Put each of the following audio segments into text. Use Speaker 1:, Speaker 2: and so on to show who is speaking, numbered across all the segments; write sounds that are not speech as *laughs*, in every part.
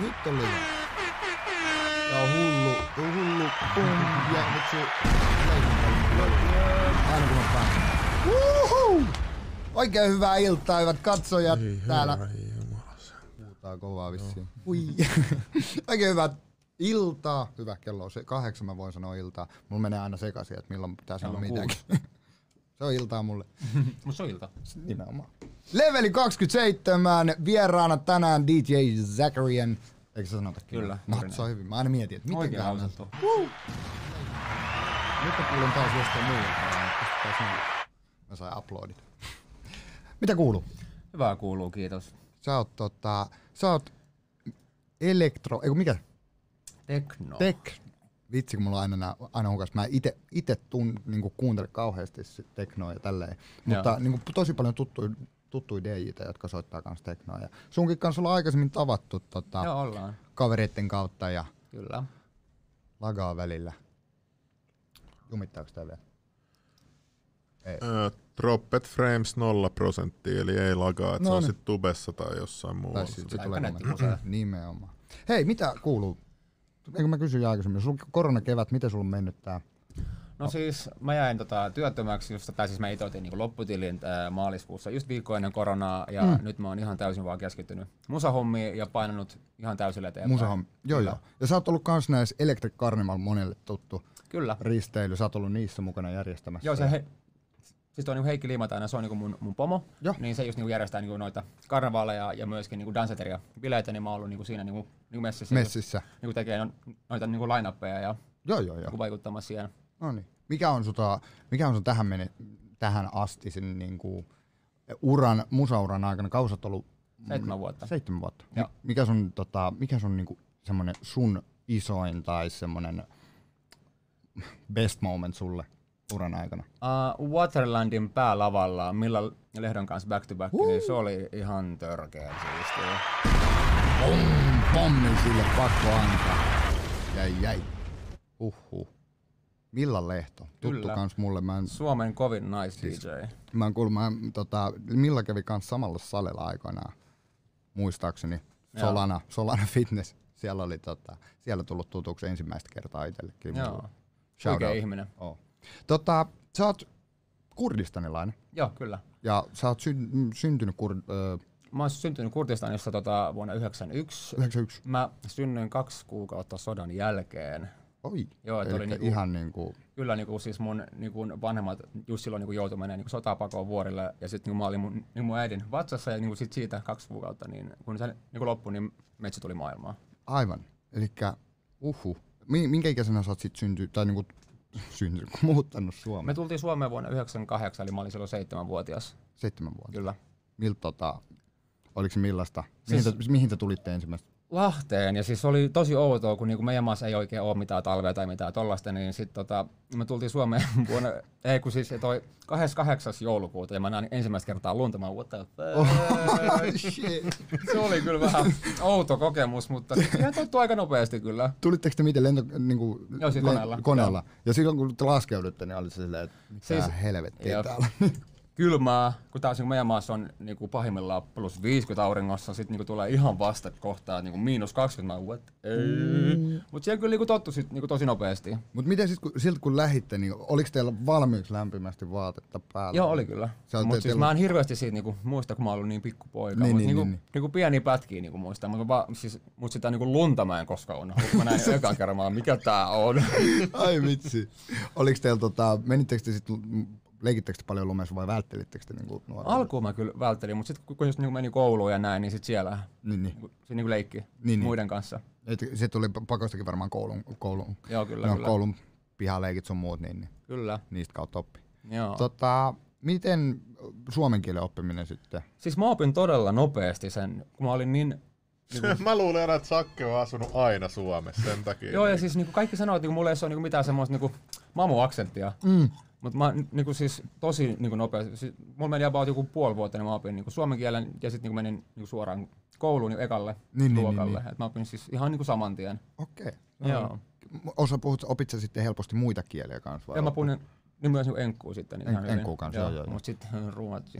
Speaker 1: Nyt on liian. Ja hullu, hullu, pum, ja nyt se leikkaa. Aina kun on päässyt. Uhu! Oikein hyvää iltaa, hyvät katsojat Ei, täällä. Puhutaan kovaa vissiin. *laughs* Ui. Oikein hyvää iltaa. Hyvä, kello on se kahdeksan, mä voin sanoa iltaa. Mulla menee aina sekaisin, että milloin pitää sanoa
Speaker 2: Kello on
Speaker 1: mitäkin. *laughs* se on iltaa mulle.
Speaker 2: *laughs* Mutta se on ilta.
Speaker 1: Nimenomaan. Leveli 27, vieraana tänään DJ Zacharyan. Eikö se sanota?
Speaker 2: Kyllä,
Speaker 1: No,
Speaker 2: juuri
Speaker 1: se on hyvin. Mä aina mietin, että miten
Speaker 2: Oikein
Speaker 1: tää on.
Speaker 2: hauska tuo.
Speaker 1: Nyt mä kuulen taas jostain muualta. ja pistetään sinulle. Mä sain uploadit. *laughs* Mitä kuuluu?
Speaker 2: Hyvää kuuluu, kiitos.
Speaker 1: Sä oot tota, sä oot elektro, eiku mikä?
Speaker 2: Tekno.
Speaker 1: Tek. Vitsi, kun mulla on aina, nää, aina hukas. Mä ite, ite tun, niinku kuuntelen kauheasti sit teknoa ja tälleen. Mutta
Speaker 2: Joo.
Speaker 1: niinku, tosi paljon tuttuja tuttuja DJitä, jotka soittaa kans teknoa. Ja sunkin kanssa ollaan aikaisemmin tavattu tota,
Speaker 2: Joo, ollaan.
Speaker 1: kavereitten kautta ja
Speaker 2: Kyllä.
Speaker 1: lagaa välillä. Jumittaako tää vielä?
Speaker 3: Ö, Dropped frames 0 prosenttia, eli ei lagaa, että se
Speaker 1: No
Speaker 3: on
Speaker 1: niin.
Speaker 3: sitten tubessa tai jossain
Speaker 1: Tai
Speaker 3: muualla.
Speaker 1: sit se
Speaker 2: Aika
Speaker 1: tulee
Speaker 2: nätti *clears throat*
Speaker 1: kommentti. Nimenomaan. Hei, mitä kuuluu? Eikö mä kysyin aikaisemmin, sulla koronakevät, miten sulla on mennyt tää?
Speaker 2: No siis mä jäin tota, työttömäksi, just, tai siis mä itse otin niin lopputilin ää, maaliskuussa just viikko ennen koronaa, ja mm. nyt mä oon ihan täysin vaan keskittynyt musahommiin ja painanut ihan täysillä eteenpäin.
Speaker 1: Musahan, joo
Speaker 2: Kyllä.
Speaker 1: joo. Ja sä oot ollut kans näissä Electric Carnival monelle tuttu
Speaker 2: Kyllä.
Speaker 1: risteily, sä oot ollut niissä mukana järjestämässä.
Speaker 2: Joo, se he, siis toi niinku Heikki Liimatainen, se on niinku mun, mun pomo,
Speaker 1: Joo.
Speaker 2: niin se just niinku järjestää niinku noita karnevaaleja ja myöskin niinku danseteria bileitä, niin mä oon ollut niinku siinä niinku, niinku messissä,
Speaker 1: Messissä.
Speaker 2: niinku tekee no, noita niinku line-uppeja ja
Speaker 1: Joo joo joo.
Speaker 2: niinku vaikuttamassa siihen.
Speaker 1: No niin. Mikä on, sota, mikä on sun tähän, mene, tähän asti sen niin kuin, uran, musauran aikana? Kauan sä oot ollut
Speaker 2: Seitsemän vuotta.
Speaker 1: seitsemän vuotta. Mi-
Speaker 2: Joo.
Speaker 1: Mikä sun, tota, mikä sun niin kuin, semmonen sun isoin tai semmonen best moment sulle uran aikana?
Speaker 2: Uh, Waterlandin päälavalla Milla Lehdon kanssa back to back, niin se oli ihan törkeä siistiä.
Speaker 1: Pom, pommin sille pakko antaa. Jäi, jäi. Huhhuh. Milla Lehto, tuttu
Speaker 2: Kyllä.
Speaker 1: kans mulle. Mä en,
Speaker 2: Suomen kovin nice DJ.
Speaker 1: mä en kuullut, mä, en, tota, Milla kävi kans samalla salella aikoinaan, muistaakseni.
Speaker 2: Joo.
Speaker 1: Solana, Solana Fitness. Siellä oli tota, siellä tullut tutuksi ensimmäistä kertaa itsellekin.
Speaker 2: Joo.
Speaker 1: Shout
Speaker 2: Oikea
Speaker 1: out.
Speaker 2: ihminen.
Speaker 1: Oh. Tota, sä oot kurdistanilainen
Speaker 2: Joo, kyllä.
Speaker 1: ja sä oot syn, mm, syntynyt kur, ö,
Speaker 2: Mä oon syntynyt Kurdistanissa tota, vuonna 91.
Speaker 1: 91.
Speaker 2: Mä synnyin kaksi kuukautta sodan jälkeen.
Speaker 1: Oi,
Speaker 2: Joo, et oli
Speaker 1: Elikkä
Speaker 2: niinku-
Speaker 1: ihan niinku,
Speaker 2: Kyllä niinku, siis mun niinku, vanhemmat just silloin niinku, joutui menemään niinku, sotapakoon vuorille ja sitten niinku, mä olin mun, niinku, mun äidin vatsassa ja niinku, sit siitä kaksi kuukautta, niin kun se niinku, loppui, niin metsä tuli maailmaan.
Speaker 1: Aivan. Eli uhu. Mi- Minkä ikäisenä sä oot sit syntynyt, tai niinku syntynyt, muuttanut
Speaker 2: Me
Speaker 1: Suomeen?
Speaker 2: tultiin Suomeen vuonna 1998, eli mä olin silloin seitsemänvuotias.
Speaker 1: Seitsemän vuotta.
Speaker 2: Kyllä.
Speaker 1: Miltä tota, oliko se millaista? Mihin,
Speaker 2: Siis-
Speaker 1: te, mihin te tulitte ensimmäistä?
Speaker 2: Lahteen, ja siis oli tosi outoa, kun niinku meidän maassa ei oikein ole mitään talvea tai mitään tollasta, niin sitten tota, me tultiin Suomeen *laughs* vuonna, ei kun siis toi 28. joulukuuta, ja mä näin ensimmäistä kertaa lunta, mä what the fuck? Se oli kyllä vähän outo kokemus, mutta ihan tottu aika nopeasti kyllä.
Speaker 1: Tulitteko te miten lento, niinku,
Speaker 2: Joo, siis koneella.
Speaker 1: koneella? Ja silloin kun te laskeudutte, niin oli se silleen, että mitä siis,
Speaker 2: Siis-
Speaker 1: helvettiä *laughs*
Speaker 2: Jep.
Speaker 1: täällä.
Speaker 2: Kylmää, kun taas niinku meidän maassa on niinku pahimmillaan plus 50 auringossa, sitten niinku tulee ihan vasta kohtaa niinku miinus 20, mä oon, what? Ei. Mut siihen kyllä niinku tottu sit, niinku tosi nopeasti.
Speaker 1: Mutta miten sit, kun, siltä kun lähditte, niin oliko teillä valmiiksi lämpimästi vaatetta päällä?
Speaker 2: Joo, oli kyllä.
Speaker 1: Sä oot
Speaker 2: Mutta siis
Speaker 1: teillä-
Speaker 2: mä en hirveästi siitä niinku, muista, kun mä oon ollut niin
Speaker 1: Niin,
Speaker 2: pikkupoika. Niin, mut
Speaker 1: niin,
Speaker 2: niin, niinku,
Speaker 1: niin, niin.
Speaker 2: niin, niinku pieniä pätkiä niinku muistan, mutta va, siis, mut sitä niinku lunta mä en koskaan on. Mä näin eka kerran, mä oon, mikä tää on.
Speaker 1: *laughs*
Speaker 2: *laughs*
Speaker 1: Ai vitsi. Oliko teillä, tota, menittekö te sit, leikittekö te paljon lumessa vai välttelittekö te niinku nuorena?
Speaker 2: Alkuun mä kyllä välttelin, mutta sitten kun, kun just niinku meni kouluun ja näin, niin sit siellä
Speaker 1: Niin, niin.
Speaker 2: niinku, se niinku leikki
Speaker 1: niin.
Speaker 2: niin, muiden kanssa.
Speaker 1: Et se tuli pakostakin varmaan koulun, koulun,
Speaker 2: Joo, kyllä,
Speaker 1: no,
Speaker 2: kyllä.
Speaker 1: koulun pihaleikit sun muut, niin, niin
Speaker 2: Kyllä,
Speaker 1: niistä kautta oppi.
Speaker 2: joo.
Speaker 1: Tota, miten suomen kielen oppiminen sitten?
Speaker 2: Siis mä opin todella nopeasti sen, kun mä olin niin... Niinku,
Speaker 3: *laughs* Mä luulen aina, että Sakke on asunut aina Suomessa sen takia.
Speaker 2: joo, ja siis niinku, kaikki sanoo, että niinku, mulla ei ole niinku, mitään semmoista niinku, mamu-aksenttia.
Speaker 1: Mm.
Speaker 2: Mutta mä niinku siis tosi niinku nopeasti, siis, mulla meni about joku puoli vuotta, niin mä opin niinku suomen kielen ja sitten niinku menin niinku suoraan kouluun niin ekalle
Speaker 1: Niin, niin,
Speaker 2: luokalle.
Speaker 1: niin,
Speaker 2: Et mä opin siis ihan niinku saman tien.
Speaker 1: Okei.
Speaker 2: Joo.
Speaker 1: Osa puhut, opit sä sitten helposti muita kieliä kanssa vai?
Speaker 2: Ja mä puhun niin myös niinku enkkuu sitten. Niin
Speaker 1: En-
Speaker 2: ihan hyvin.
Speaker 1: enkkuu kanssa, joo, joo, joo.
Speaker 2: Mut sitten ruuat. *laughs*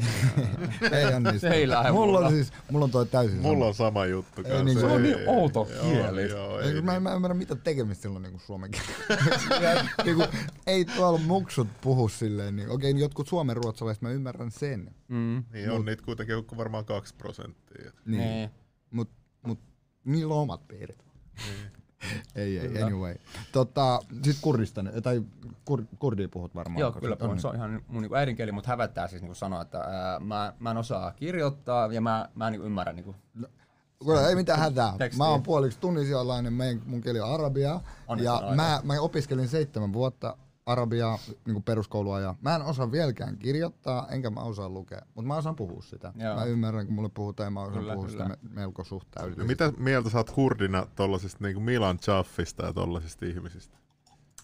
Speaker 1: Ei onnistu.
Speaker 2: Se ei lähde
Speaker 1: mulla.
Speaker 2: mulla.
Speaker 1: on siis, mulla on toi täysin sama.
Speaker 3: Mulla on sama juttu kanssa.
Speaker 1: niin kuin- Se on
Speaker 2: niin
Speaker 3: ei-
Speaker 2: outo
Speaker 3: joo,
Speaker 2: kieli.
Speaker 3: Joo,
Speaker 1: Ei,
Speaker 3: ei, niin.
Speaker 1: kun mä, en, mä en ymmärrä mitä tekemistä sillä on niinku suomen kielellä. *laughs* niinku, ei tuolla muksut puhu silleen. Niin, okei, jotkut suomen ruotsalaiset mä ymmärrän sen.
Speaker 2: Mm.
Speaker 3: niin on niitä kuitenkin joku varmaan kaksi prosenttia.
Speaker 1: Niin.
Speaker 2: Niin.
Speaker 1: Mut, mut niillä on omat piirit. ei, ei,
Speaker 2: Niin. Kyllä.
Speaker 1: anyway. Tota, sit kurdista, tai kur, kurdia puhut varmaan.
Speaker 2: Joo,
Speaker 1: kun
Speaker 2: kyllä
Speaker 1: sä- on
Speaker 2: puhun.
Speaker 1: niin.
Speaker 2: Se on ihan mun niinku äidinkieli, mutta hävettää siis niinku sanoa, että ää, mä, mä en osaa kirjoittaa ja mä, mä en niinku ymmärrä. Niinku.
Speaker 1: Kuule, ei mitään hätää.
Speaker 2: Tekstiä.
Speaker 1: Mä oon puoliksi tunisialainen, meidän- mun kieli on arabia.
Speaker 2: Onneksi
Speaker 1: ja
Speaker 2: on
Speaker 1: mä, mä opiskelin seitsemän vuotta arabiaa niin peruskoulua ja mä en osaa vieläkään kirjoittaa, enkä mä osaa lukea, mutta mä osaan puhua sitä.
Speaker 2: Joo.
Speaker 1: Mä ymmärrän, kun mulle puhutaan ja mä osaan
Speaker 2: Kyllä,
Speaker 1: puhua sitä
Speaker 2: kyllä.
Speaker 1: me- melko suht
Speaker 3: No,
Speaker 1: täydellisesti.
Speaker 3: mitä mieltä sä oot kurdina tollasista niinku Milan Chaffista ja tollasista ihmisistä?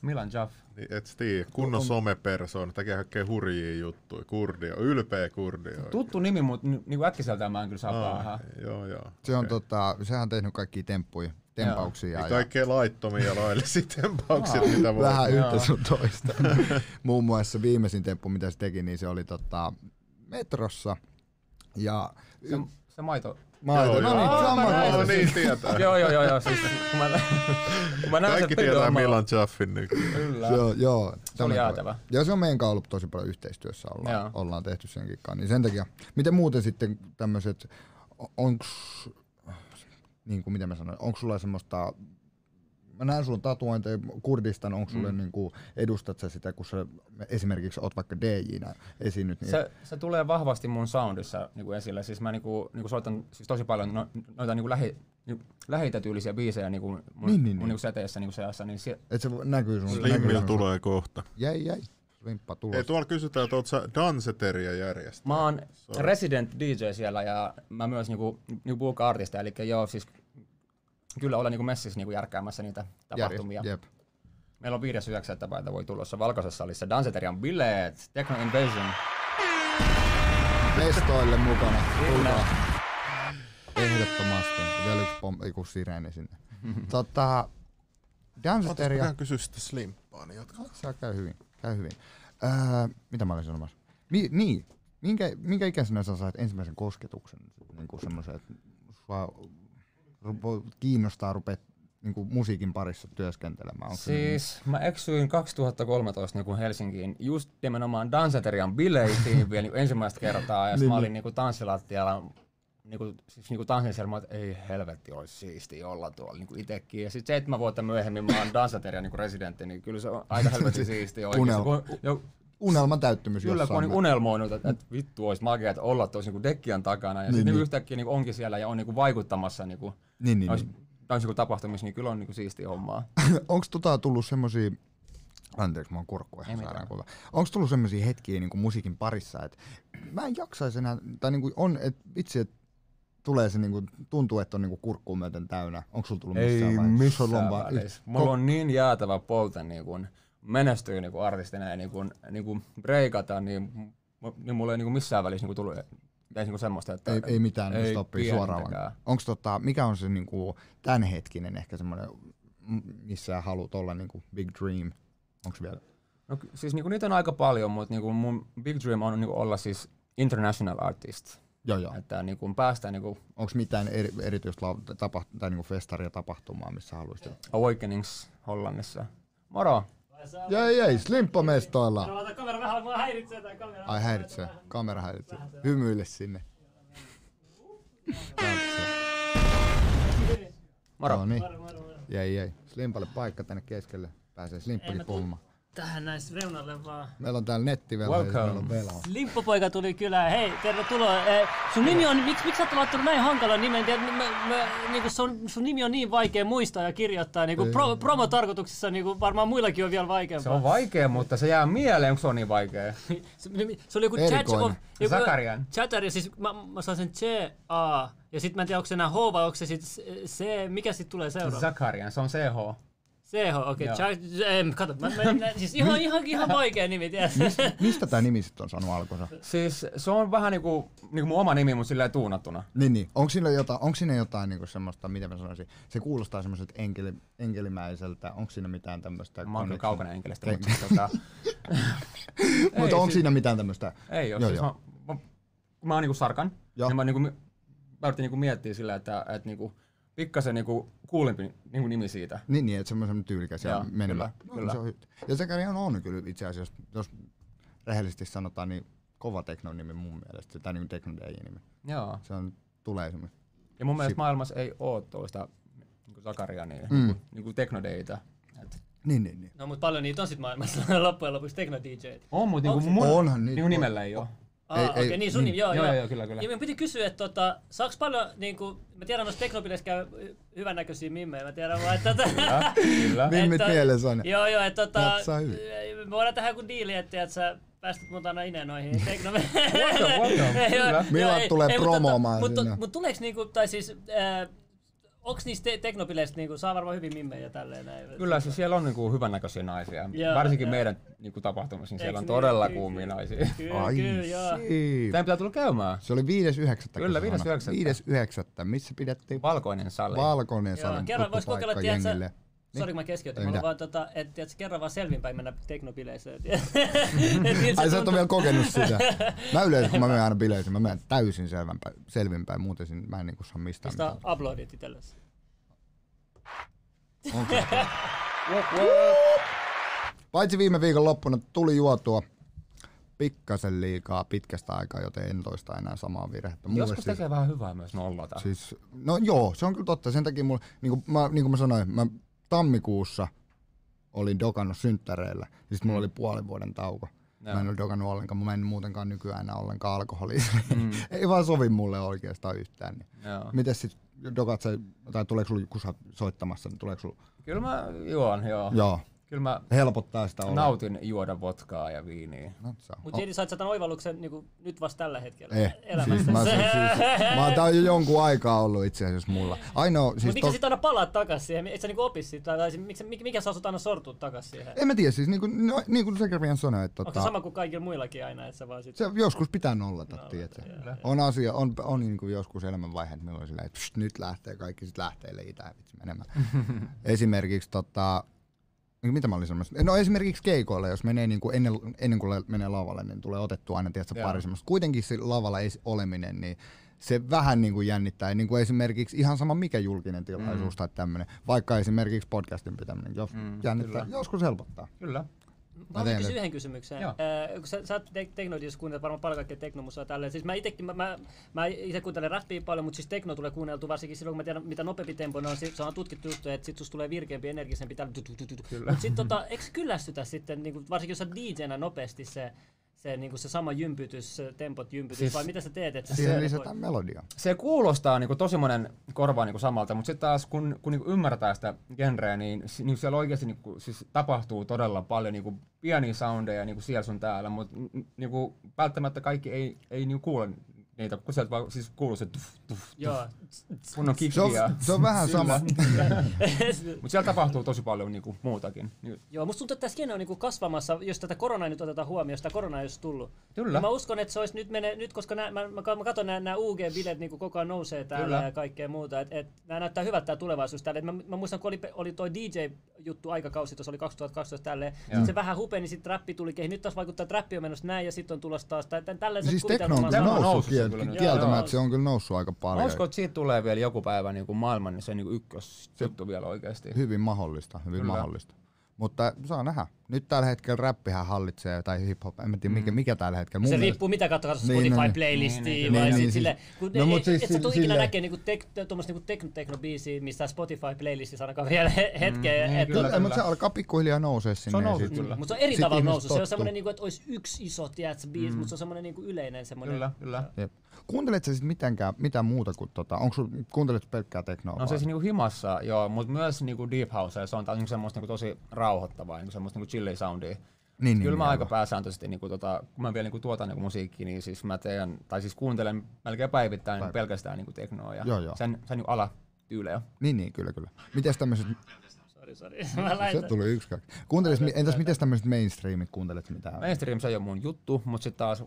Speaker 2: Milan Jaff.
Speaker 3: Niin, et tiedä, kunnon somepersoona, tekee kaikkea hurjia juttuja, kurdia, ylpeä kurdia.
Speaker 2: Tuttu nimi, mutta niinku äkkiseltään mä en kyllä saa päähän.
Speaker 3: joo, joo.
Speaker 1: Se on tota, sehän on tehnyt kaikki temppuja, tempauksia.
Speaker 3: Niin
Speaker 1: Ja,
Speaker 3: kaikkea laittomia ja *laughs* laillisia tempauksia, mitä voi.
Speaker 1: Vähän
Speaker 2: Joo.
Speaker 1: yhtä sun
Speaker 2: *laughs*
Speaker 1: toista. Muun muassa se viimeisin temppu, mitä se teki, niin se oli tota, metrossa. Ja
Speaker 2: Se, se maito.
Speaker 1: mä
Speaker 3: Joo,
Speaker 1: ajattelin, no
Speaker 3: joo.
Speaker 1: niin,
Speaker 2: Aa,
Speaker 1: sama
Speaker 2: mä näin
Speaker 3: No
Speaker 1: kohta.
Speaker 2: sen.
Speaker 3: niin, tietää.
Speaker 2: *laughs* joo, joo, joo, joo. Siis, kun mä, kun mä näen
Speaker 3: Kaikki
Speaker 2: sen videon,
Speaker 3: tietää
Speaker 2: mä-
Speaker 3: Milan Chaffin nykyään.
Speaker 2: Kyllä.
Speaker 1: Joo, joo. Se
Speaker 2: oli jäätävä.
Speaker 1: Ja se on meidän kanssa ollut tosi paljon yhteistyössä,
Speaker 2: Joo.
Speaker 1: ollaan, ollaan tehty senkin kanssa. Niin sen takia, miten muuten sitten tämmöiset, onks, niin kuin miten mä sanoin, onko sulla semmoista, mä näen sulla tatuointeja Kurdista, onko sulle mm. niin kuin, edustat sä sitä, kun sä esimerkiksi oot vaikka DJnä esiinnyt, niin
Speaker 2: Se, se tulee vahvasti mun soundissa niin kuin esille. Siis mä niin kuin, niin kuin soitan siis tosi paljon no, noita niin kuin lähi, niin, lähitä tyylisiä biisejä niin kuin mun,
Speaker 1: Niin,
Speaker 2: niin,
Speaker 1: niin,
Speaker 2: niin, mun
Speaker 1: niin.
Speaker 2: niin kuin säteissä niin kuin seassa. Niin se,
Speaker 1: et se näkyy sun. näkyy
Speaker 3: Slimmillä
Speaker 1: sun-
Speaker 3: tulee kohta.
Speaker 1: Jäi, jäi. Slimppa tulos.
Speaker 3: Ei, tuolla kysytään, että oot sä danseteria järjestä.
Speaker 2: mä oon resident DJ siellä ja mä myös niin kuin, niin kuin buukaan artisteja. Eli joo, siis kyllä olen niin kuin messissä niin kuin järkkäämässä niitä tapahtumia.
Speaker 1: Järjest- Jep.
Speaker 2: Meillä on 5.9. päivä voi tulossa Valkoisessa salissa Danseterian bileet, Techno Invasion.
Speaker 1: Mestoille mukana.
Speaker 2: Kyllä.
Speaker 1: Tulkaa. Ehdottomasti. Vielä yksi pom- ei, kun sireeni sinne. Tota, Danseteria.
Speaker 3: Pitää kysyä sitä slimppaa, niin jatka.
Speaker 1: Se käy hyvin. Käy hyvin. Öö, mitä mä olin sanomassa? Mi- niin. Minkä, minkä ikäisenä sä sait ensimmäisen kosketuksen? Niin kuin semmoisen, että sua rupo, kiinnostaa rupeat niin kuin musiikin parissa työskentelemään. Onko se niin?
Speaker 2: Siis mä eksyin 2013 niin kuin Helsinkiin just nimenomaan Danseterian *laughs* bileisiin vielä niin ensimmäistä kertaa ja sit mä olin niin kuin tanssilattialla niin kuin, siis niin kuin tanssin siellä, mä oon, että ei helvetti olisi siisti olla tuolla niin kuin itekin. Ja sitten seitsemän vuotta myöhemmin mä oon Danseterian niin kuin residentti, niin kyllä se on aika *laughs* helvetti siisti oikeasti.
Speaker 1: Unelma.
Speaker 2: Kun, jo,
Speaker 1: Unelman täyttymys
Speaker 2: Kyllä, kun on
Speaker 1: jossain.
Speaker 2: niin unelmoinut, että, että vittu olisi makeaa olla tuossa niin dekkian takana ja niin, sitten niin. yhtäkkiä niin onkin siellä ja on niin kuin vaikuttamassa niin kuin,
Speaker 1: niin, niin,
Speaker 2: noissa
Speaker 1: niin.
Speaker 2: nois, niin tapahtumissa, niin kyllä on niin kuin siistiä hommaa.
Speaker 1: onko tota tullut semmosia, anteeksi mä oon kurkku ihan
Speaker 2: mitään.
Speaker 1: sairaankova, onko tullut semmosia hetkiä niinku musiikin parissa, että mä en jaksaisi enää, tai niinku on, että vitsi, että tulee se niinku, tuntuu, että on niinku kurkkuun myöten täynnä. Onko sulla tullut missään vaiheessa? Sulla on vaan-
Speaker 2: välissä. Mulla on niin jäätävä polte niin kuin menestyy niin kuin artistina ja niin kuin, niin kuin breikata, niin, mu- niin mulla ei niin kuin missään välissä niin kuin tullut ei niin kuin semmoista, että
Speaker 1: Ei, ei mitään ei stoppia suoraan.
Speaker 2: pienintäkään.
Speaker 1: Onko tota, mikä on se niinku tämänhetkinen ehkä semmoinen, m- missä haluat olla niinku big dream? Onko vielä?
Speaker 2: No, ky- siis niin kuin niitä on aika paljon, mutta niin kuin mun big dream on niin kuin olla siis international artist.
Speaker 1: Joo, joo.
Speaker 2: Että niin kuin päästään niin kuin
Speaker 1: Onko mitään eri, erityistä lau- tapaht- tai niinku festaria tapahtumaa, missä haluaisit?
Speaker 2: Awakenings Hollannissa. Moro!
Speaker 1: Jei, jei, slimppa mestoilla.
Speaker 4: No ota kamera vähän, mua häiritsee tää kamera.
Speaker 1: Ai häiritsee, kamera häiritsee. Hymyile sinne.
Speaker 2: Moro!
Speaker 1: No niin,
Speaker 4: Moro, moro, moro.
Speaker 1: jäi jäi. Slimpalle paikka tänne keskelle. Pääsee slimppakin puhumaan.
Speaker 4: Tähän näin reunalle vaan.
Speaker 1: Meillä on täällä netti vielä.
Speaker 2: Welcome.
Speaker 1: Meillä on velho.
Speaker 4: Limppopoika tuli kylään. Hei, tervetuloa. Eh, sun nimi on, miksi miksi sä oot laittanut näin hankalan nimen? Tiedät, mä, mä, niinku sun, sun nimi on niin vaikea muistaa ja kirjoittaa. Niinku pro, promotarkoituksessa niinku varmaan muillakin on vielä
Speaker 2: Se
Speaker 4: vaikeampaa.
Speaker 2: on vaikea, mutta se jää mieleen, kun se on niin vaikea.
Speaker 4: *laughs* Se, nimi- se oli joku
Speaker 1: Erikoinen.
Speaker 4: Chachov. joku-
Speaker 2: Zakarian.
Speaker 4: Chataria, siis mä, mä saan sen C-A. Ja sit mä en tiedä, onko se enää H vai onko se sit se, mikä sit tulee seuraavaksi?
Speaker 2: Zakarian, se on CH.
Speaker 4: CH, okei.
Speaker 2: Joo.
Speaker 4: Okay. Em, kato, mä, mä, mä, siis ihan, ihan, ihan vaikea nimi,
Speaker 2: Niin
Speaker 4: tiedätkö?
Speaker 1: Mistä tämä nimi sitten on saanut alkunsa?
Speaker 2: Siis se on vähän niinku, niinku mun oma nimi, mutta silleen tuunattuna.
Speaker 1: Niin, niin. Onko, siinä jotain, onko siinä jotain niinku semmoista, miten mä sanoisin, se kuulostaa semmoiselta enkeli, enkelimäiseltä, onko siinä mitään tämmöistä?
Speaker 2: Mä oon kyllä kaukana enkelistä,
Speaker 1: No niin. Ei.
Speaker 2: mutta siis tota,
Speaker 1: Mutta
Speaker 2: Ei,
Speaker 1: onko
Speaker 2: siis-
Speaker 1: siinä mitään tämmöistä?
Speaker 2: ei
Speaker 1: *laughs*
Speaker 2: oo.
Speaker 1: Joo,
Speaker 2: Siis
Speaker 1: joo.
Speaker 2: mä, mä, mä oon niinku sarkan,
Speaker 1: Joo.
Speaker 2: ja. niin mä niinku, mi- mä yritin niinku miettiä sillä, että, että niinku, pikkasen niinku kuulimpi niinku nimi siitä.
Speaker 1: Niin, niin, että semmoisen tyylikäs ja
Speaker 2: Joo,
Speaker 1: menevä. No, niin
Speaker 2: kyllä, kyllä.
Speaker 1: Se on hy- ja Zachary on, on kyllä itse asiassa, jos rehellisesti sanotaan, niin kova teknonimi mun mielestä, tai niin teknodeijinimi.
Speaker 2: Joo.
Speaker 1: Se on, tulee semmoinen.
Speaker 2: Ja mun mielestä maailmassa ei oo toista niinku Sakaria, niin, mm. niinku, niinku teknodeita. Et
Speaker 1: Niin, niin, niin.
Speaker 4: No mut paljon niitä on sit maailmassa *laughs* loppujen lopuksi tekno-DJt.
Speaker 2: on, mutta
Speaker 4: Onks-
Speaker 2: niinku mun
Speaker 1: Onhan niitä
Speaker 2: niinku nimellä
Speaker 1: *laughs*
Speaker 2: ei oo.
Speaker 4: Ah,
Speaker 1: Ei-
Speaker 4: okei,
Speaker 1: ei- mm,
Speaker 4: okay, niin sun nimi, joo,
Speaker 2: Joo,
Speaker 4: joo.
Speaker 2: joo, kyllä, kyllä.
Speaker 4: Ja minun piti kysyä, että tota, saaks paljon, niin kuin, mä tiedän, noissa teknopileissä käy hyvännäköisiä mimmejä, mä tiedän vaan,
Speaker 1: *laughs*
Speaker 4: että... Kyllä,
Speaker 2: Kyllä.
Speaker 1: Mimmit mielessä aina.
Speaker 4: Joo, joo, että tota,
Speaker 1: Jatsaa hyvin.
Speaker 4: me voidaan tehdä joku diili, että, että sä päästät mut aina
Speaker 1: *laughs*
Speaker 4: ineen noihin teknomeihin. *laughs*
Speaker 2: Voidaan, *laughs* voidaan, kyllä.
Speaker 1: Milloin tulee
Speaker 4: tota,
Speaker 1: promomaan
Speaker 4: mutta,
Speaker 1: sinne?
Speaker 4: Mutta tuleeks niinku, tai siis, äh, onks niistä te- teknopileissä niinku, saa varmaan hyvin mimmejä tälleen näin?
Speaker 2: Kyllä, siis siellä on niinku hyvännäköisiä naisia.
Speaker 4: Joo,
Speaker 2: Varsinkin
Speaker 4: joo.
Speaker 2: meidän niinku tapahtumissa, niin siellä
Speaker 4: Eiks
Speaker 2: on
Speaker 4: niin?
Speaker 2: todella
Speaker 4: Kyllä,
Speaker 2: kuumia
Speaker 4: kyllä.
Speaker 2: naisia.
Speaker 4: Kyllä, kyllä, joo.
Speaker 1: siip.
Speaker 2: Teidän pitää tulla käymään.
Speaker 1: Se oli 5.9.
Speaker 2: Kyllä, 5.9..
Speaker 1: 5.9. 5.9. Missä pidettiin
Speaker 2: Valkoinen sali.
Speaker 1: Valkoinen
Speaker 4: Joo,
Speaker 1: sanan
Speaker 4: kerran vois kokeilla,
Speaker 1: tuttupaikka
Speaker 4: tiedätkö-
Speaker 1: jengille.
Speaker 4: Sori, kun mä keskeytin.
Speaker 1: Ei
Speaker 4: Mä haluan
Speaker 1: mitään.
Speaker 4: vaan, tota, että tiedätkö, kerran vaan selvinpäin mennä teknopileissä. Et, *laughs* et miltä
Speaker 1: Ai sä et ole
Speaker 4: tuntuu.
Speaker 1: vielä
Speaker 4: *laughs*
Speaker 1: kokenut sitä. Mä yleensä, kun mä menen aina bileisiin, mä menen täysin selvinpäin, selvinpäin muuten sin- mä en niinku saa mistään
Speaker 4: Pistää
Speaker 1: mitään.
Speaker 4: uploadit itsellesi.
Speaker 1: Paitsi viime viikon loppuna tuli juotua pikkasen liikaa pitkästä aikaa, joten en toista enää samaa virhettä. Mulle
Speaker 2: Joskus tekee vähän hyvää myös nollata.
Speaker 1: Siis, no joo, se on kyllä totta. Sen takia mulla, niin kuin mä, niin kuin mä sanoin, mä tammikuussa olin dokannut synttäreillä. Ja sit mulla oli puolen vuoden tauko.
Speaker 2: Joo.
Speaker 1: Mä en ole dokannut ollenkaan. Mä en muutenkaan nykyään enää ollenkaan alkoholia. *laughs* Mm. Ei vaan sovi mulle oikeastaan yhtään. Niin.
Speaker 2: Joo.
Speaker 1: Mites sit dokat sä, tai tuleeko sulla, kun sä oot soittamassa, niin tuleeko sulla?
Speaker 2: Kyllä mä juon, joo.
Speaker 1: Joo,
Speaker 2: Kyllä mä
Speaker 1: helpottaa sitä olla.
Speaker 2: nautin juoda votkaa ja viiniä.
Speaker 1: No, se on.
Speaker 4: Mut Jedi, sait sä tämän oivalluksen niinku, nyt vasta tällä hetkellä
Speaker 1: Ei, siis
Speaker 4: elämässä.
Speaker 1: mä,
Speaker 4: Mut
Speaker 1: siis, mä oon tää on jo jonkun aikaa ollut itse asiassa mulla. Ainoa, siis
Speaker 4: miksi sä sit aina palaat takas siihen? Et sä niinku opi siitä? Tai, tai siis miksi, mikä, mikä saa sut aina sortua takas siihen?
Speaker 1: en mä tiedä, siis niin kuin, no, niin kuin Sekrevian sanoi, että
Speaker 4: Onko
Speaker 1: tota,
Speaker 4: se sama kuin kaikilla muillakin aina, että sä vaan sit...
Speaker 1: se joskus pitää nollata, tiedätkö? On asia, on, on niin kuin joskus elämänvaihe, että milloin silleen, että pst, nyt lähtee kaikki sit lähtee itään vitsi *laughs* menemään. esimerkiksi tota, niin mitä mä olin sanomassa? No esimerkiksi keikoilla, jos menee niin kuin ennen, ennen kuin la- menee lavalle, niin tulee otettua aina tiedätkö,
Speaker 2: Joo.
Speaker 1: pari semmoista. Kuitenkin se lavalla es- oleminen, niin se vähän niin kuin jännittää, niin kuin esimerkiksi ihan sama mikä julkinen tilaisuus mm. tai tämmöinen, vaikka esimerkiksi podcastin pitäminen, jos mm, jännittää, kyllä. joskus helpottaa.
Speaker 2: Kyllä.
Speaker 4: Mä haluaisin
Speaker 1: teen
Speaker 4: kysyä
Speaker 1: nyt.
Speaker 4: yhden kysymyksen.
Speaker 2: Joo.
Speaker 4: Ää, kun sä, sä oot te- teknoidissa kuuntelet varmaan paljon kaikkea teknomusaa tälleen. Siis mä itekin, mä, mä, mä itse kuuntelen rappia paljon, mutta siis tekno tulee kuunneltu varsinkin silloin, kun mä tiedän, mitä nopeampi tempo on. Sit, se on tutkittu juttu, että sit susta tulee virkeämpi, energisempi. Tällä, Mut sit tota, eikö se kyllästytä sitten, niinku, varsinkin jos sä DJnä nopeasti se, se, niinku, se sama jympytys, se tempot jympytys, siis,
Speaker 2: Siis-
Speaker 4: vai mitä sä teet? Että
Speaker 1: Siihen
Speaker 4: se-
Speaker 1: lisätään melodia.
Speaker 2: Se kuulostaa niinku tosi monen korvaan niinku samalta, mutta sitten taas kun, kun niinku ymmärtää sitä genreä, niin, si- niin siellä oikeasti niinku, siis tapahtuu todella paljon niinku pieniä soundeja niinku siellä sun täällä, mutta niinku, välttämättä kaikki ei, ei niinku kuule niitä, kun sieltä vaan siis kuuluu se tuff, tuff,
Speaker 4: Joo.
Speaker 2: kunnon
Speaker 1: Se on,
Speaker 2: kikkiä.
Speaker 1: se on vähän sama.
Speaker 2: Mutta siellä tapahtuu tosi paljon niinku muutakin. Niin,
Speaker 4: Joo, musta tuntuu, että tämä skene on niinku kasvamassa, jos tätä koronaa nyt otetaan huomioon, jos tätä koronaa ei olisi tullut.
Speaker 2: Kyllä.
Speaker 4: Ja mä uskon, että se olisi nyt, mene, nyt koska nää, mä, mä, mä katson nämä UG-bileet niinku koko ajan nousee täällä
Speaker 2: Kyllä.
Speaker 4: ja kaikkea muuta. Et, et, nämä näyttää hyvältä tämä tulevaisuus täällä. Et mä, mä, muistan, kun oli, pe- oli toi DJ-juttu aikakausi, tuossa oli 2012 tälleen. Sitten se vähän hupeni, niin sitten räppi tuli kehiin. Nyt taas vaikuttaa, että räppi on menossa näin ja sitten on tulossa taas. Tää, tän, tällaiset
Speaker 1: Siis tekno on
Speaker 4: kuvitelmat-
Speaker 1: kyllä
Speaker 2: Tämä on
Speaker 1: noussut,
Speaker 2: nousussa
Speaker 1: kiel-
Speaker 2: kyllä nyt.
Speaker 1: kieltämättä
Speaker 4: Joo.
Speaker 1: se on kyllä noussut aika
Speaker 2: Mä
Speaker 1: paljon.
Speaker 2: uskon, että siitä tulee vielä joku päivä niin kuin maailman, niin se on niin ykkösjuttu vielä oikeasti.
Speaker 1: Hyvin mahdollista, hyvin
Speaker 2: Kyllä.
Speaker 1: mahdollista. Mutta saa nähdä. Nyt tällä hetkellä räppihän hallitsee, tai hip-hop, en mä tiedä mikä, mikä tällä hetkellä.
Speaker 4: Se
Speaker 1: Mun
Speaker 4: riippuu mitä kautta katsot
Speaker 1: Niin,
Speaker 4: Spotify
Speaker 1: niin.
Speaker 4: playlistia
Speaker 2: Niin,
Speaker 1: niin.
Speaker 4: vai
Speaker 1: Niin,
Speaker 4: sit
Speaker 1: niin,
Speaker 4: sille,
Speaker 1: siis-
Speaker 4: kun
Speaker 1: no,
Speaker 4: ei-
Speaker 1: mut
Speaker 4: et,
Speaker 1: siis
Speaker 4: et sä tuu
Speaker 1: sille-
Speaker 4: ikinä näkee niinku tek, tuommoista niinku tekno, tekno biisiä, mistä Spotify playlistissä ainakaan vielä he- hetkeä. Mm,
Speaker 2: niin,
Speaker 4: et,
Speaker 2: kyllä.
Speaker 1: Kyllä, mutta se alkaa pikkuhiljaa nousee sinne.
Speaker 2: Se on
Speaker 1: ja
Speaker 2: noussut
Speaker 1: sit-
Speaker 2: kyllä.
Speaker 4: mutta se on eri
Speaker 1: Sit
Speaker 4: tavalla
Speaker 1: ihmiset
Speaker 4: nousu. Se
Speaker 1: tottuu.
Speaker 4: on semmoinen, niinku, että olisi yksi iso tiedätkö,
Speaker 1: Mm.
Speaker 4: biisi, mutta se on semmoinen niinku yleinen semmoinen.
Speaker 2: Kyllä, kyllä.
Speaker 1: Jep. Kuunteletko sä sit mitenkään, mitään muuta kuin tota, onko sun, kuunteletko pelkkää teknoa?
Speaker 2: No
Speaker 1: vai?
Speaker 2: siis niinku himassa, joo, mutta myös niinku deep house, ja se on taas niinku semmoista niinku tosi rauhoittavaa, niinku semmoista niinku chilli soundia.
Speaker 1: niin,
Speaker 2: Kyllä mä
Speaker 1: niin,
Speaker 2: aika
Speaker 1: aivan.
Speaker 2: pääsääntöisesti, niinku tota, kun mä vielä niinku tuotan niinku musiikkia, niin siis mä teen, tai siis kuuntelen melkein päivittäin Päivä. pelkästään niinku teknoa ja
Speaker 1: Joo, joo.
Speaker 2: sen, sen niinku alatyylejä.
Speaker 1: Niin, niin, kyllä, kyllä. Mites tämmöiset,
Speaker 4: Sori, sori. *laughs* Mä laitan.
Speaker 1: Se tuli yksi kaksi. Kuuntelis, mi- entäs miten tämmöiset mainstreamit kuuntelet, mitä
Speaker 2: Mainstream se ei ole mun juttu, mutta sitten taas eh,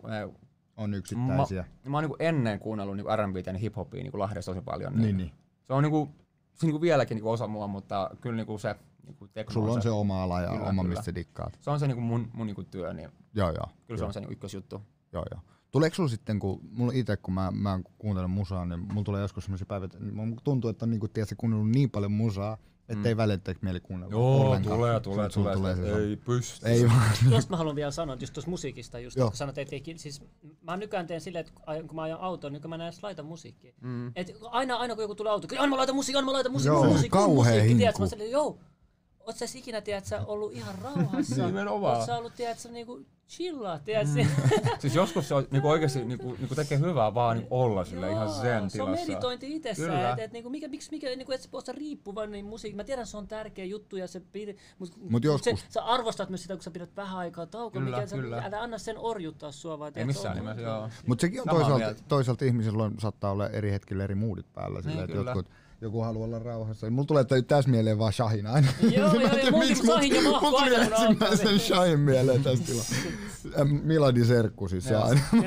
Speaker 1: on
Speaker 2: mä,
Speaker 1: yksittäisiä?
Speaker 2: mä oon niinku ennen kuunnellut niinku R&Btä ja hiphopia niinku Lahdessa tosi paljon.
Speaker 1: Niin, niin.
Speaker 2: Se on niinku, se niinku vieläkin niinku osa mua, mutta kyllä niinku se niinku tekno
Speaker 1: Sulla on se oma ala ja
Speaker 2: Kyllä,
Speaker 1: oma,
Speaker 2: kyllä.
Speaker 1: mistä sä dikkaat.
Speaker 2: se on se niinku mun, mun niinku työ, niin kyllä
Speaker 1: Joo, joo.
Speaker 2: se on se niinku ykkösjuttu.
Speaker 1: Joo, joo. Tuleeko sulla sitten, kun mulla itse, kun mä, mä kuuntelen musaa, niin mulla tulee joskus sellaisia päivät, että mun tuntuu, että on niin kuin, tiedätkö, kuunnellut niin paljon musaa,
Speaker 2: Mm.
Speaker 1: että ei välitteeksi mieli kuunnella ollenkaan. Sulla- sulla se sama.
Speaker 2: pysty.
Speaker 1: Ei vaan. *laughs*
Speaker 4: Jos mä haluan vielä sanoa, just tuosta musiikista, just
Speaker 1: Joo.
Speaker 4: kun sanot, että ei, ki- siis mä nykyään teen silleen, että kun aj- kun mä ajan autoon, niin kun mä en edes laita musiikkia. Mm. Et aina, aina kun joku tulee auto, kyllä aina mä laitan musiikkia, aina mä laitan musiikkia,
Speaker 1: Joo,
Speaker 4: mun musiikki, mun
Speaker 1: kauhea
Speaker 4: musiikki,
Speaker 1: hinku.
Speaker 4: tiedät, mä silleen, joo, oot sä ikinä, tiedät sä, ollut ihan rauhassa,
Speaker 2: Nimenomaan.
Speaker 4: oot sä ollut, tiedät sä, niinku chillaa, tiedät sä. *laughs*
Speaker 2: Siis joskus se on niinku oikeesti niinku, niinku tekee hyvää vaan niinku olla sille ihan sen
Speaker 4: se on
Speaker 2: tilassa.
Speaker 4: meditointi
Speaker 2: Kyllä.
Speaker 4: itsessään, että et, niinku, mikä, miksi mikä, niinku, et sä oot sä riippuvainen niin musiikki. Mä tiedän, se on tärkeä juttu ja se piir... Mut, mut
Speaker 1: joskus-
Speaker 4: Se, sä arvostat myös sitä, kun sä pidät vähän aikaa taukoa,
Speaker 2: Kyllä,
Speaker 4: mikä sä,
Speaker 2: kyllä.
Speaker 4: älä anna sen orjuttaa sua vaan.
Speaker 2: Ei
Speaker 4: tiedät sä,
Speaker 2: missään
Speaker 4: on-
Speaker 2: nimessä, *laughs* joo.
Speaker 1: Mutta sekin on
Speaker 2: Samaa
Speaker 1: toisaalta,
Speaker 2: mieltä.
Speaker 1: toisaalta ihmisillä on, saattaa olla eri hetkillä eri moodit päällä. Sillä,
Speaker 2: Niin,
Speaker 1: että
Speaker 2: kyllä.
Speaker 1: jotkut, joku haluaa olla rauhassa. Mulla tulee tää- tässä mieleen vaan Shahin aina.
Speaker 4: Joo,
Speaker 1: Mä en
Speaker 4: joo,
Speaker 1: tiedä,
Speaker 4: joo, mulki
Speaker 1: miksi,
Speaker 4: kun
Speaker 1: mut-
Speaker 4: Shahin ja Mahku
Speaker 1: mulla tuli
Speaker 4: aina, kun
Speaker 1: ensimmäisen
Speaker 4: alkoi.
Speaker 1: Shahin mieleen tässä tilassa.
Speaker 4: *laughs*
Speaker 1: Miladi Serkku siis se aina.
Speaker 2: *laughs*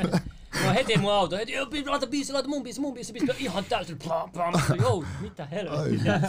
Speaker 4: Mä heti mun auto, heti joo, pi- laita biisi, laita mun biisi, mun biisi, pistää ihan täysin, plam, plam, joo, mitä helvettiä.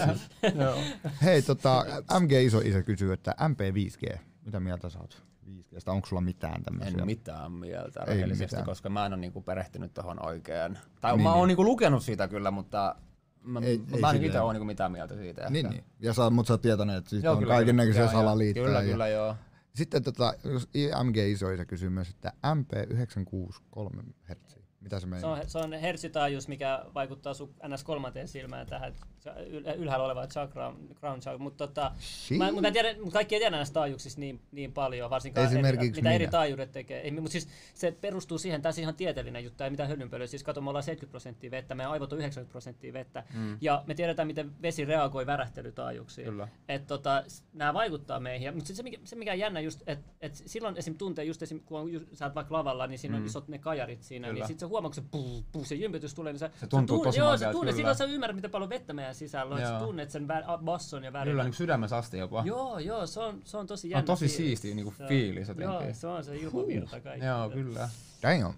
Speaker 1: Hei, tota, MG iso isä kysyy, että MP5G, mitä mieltä sä oot 5Gstä? Onko sulla mitään tämmöisiä?
Speaker 2: En mitään mieltä
Speaker 1: Ei
Speaker 2: rehellisesti,
Speaker 1: mitään.
Speaker 2: koska mä en ole niinku perehtynyt tuohon oikein. Tai niin, mä oon niinku lukenut siitä kyllä, mutta mä,
Speaker 1: Ei-
Speaker 2: ei,
Speaker 1: ei
Speaker 2: mä en
Speaker 1: silleen.
Speaker 2: itse ole niinku mitään mielta siitä. ehkä.
Speaker 1: Niin, niin. Ja sä, mut sä oot tietänyt, että siitä
Speaker 2: Joo,
Speaker 1: on
Speaker 2: kyllä,
Speaker 1: kaiken näköisiä
Speaker 2: kyllä, joo, joo.
Speaker 1: salaliittoja.
Speaker 2: Kyllä,
Speaker 1: ja-
Speaker 2: kyllä, joo.
Speaker 1: Sitten tota, jos MG iso isä kysyy myös, että MP963 Hz. Mitä se
Speaker 4: Se
Speaker 1: meinaa?
Speaker 4: on, se on hertsitaajuus, mikä vaikuttaa sun ns. kolmanteen silmään tähän yl- ylhäällä olevaan chakraan, crown chakra, mutta tota,
Speaker 1: Shit.
Speaker 4: mä, mut mä en tiedä, mut kaikki ei tiedä näistä taajuuksista niin, niin paljon, varsinkaan
Speaker 1: Esimerkiksi
Speaker 4: eri, mitä eri
Speaker 1: minä.
Speaker 4: taajuudet tekee. Ei, mutta siis se perustuu siihen, tämä on siis ihan tieteellinen juttu, ei mitään hölynpölyä. Siis kato, me ollaan 70 prosenttia vettä, meidän aivot on 90 prosenttia vettä, mm. ja me tiedetään, miten vesi reagoi värähtelytaajuuksiin.
Speaker 2: Kyllä.
Speaker 4: Et tota, nämä vaikuttaa meihin. Mutta se, mikä, se mikä on jännä, just, että et silloin esim. tuntee, just esim. kun on, just, sä oot vaikka lavalla, niin siinä on isot ne kajarit siinä,
Speaker 2: Mm. Kyllä.
Speaker 4: niin sit sä huomaat, kun se, puu, puu, se jympytys tulee, niin sä, se
Speaker 2: tuntuu
Speaker 4: sä
Speaker 2: tosi
Speaker 4: joo, sä
Speaker 2: makealta, kyllä.
Speaker 4: tunnet, silloin sä ymmärrät, miten paljon vettä meidän sisällä on, että sä
Speaker 2: Joo.
Speaker 4: tunnet sen vä- a- basson ja värin.
Speaker 2: Kyllä niin sydämessä asti jopa.
Speaker 4: Joo, joo, se on, se on tosi
Speaker 2: Se on
Speaker 4: jännä
Speaker 2: tosi siisti niinku
Speaker 4: Se on-
Speaker 2: fiilis
Speaker 4: Joo,
Speaker 2: jotenkin.
Speaker 4: se on se ilmavirta kaikki.
Speaker 2: Joo,
Speaker 4: *laughs*
Speaker 2: kyllä.
Speaker 1: Damn.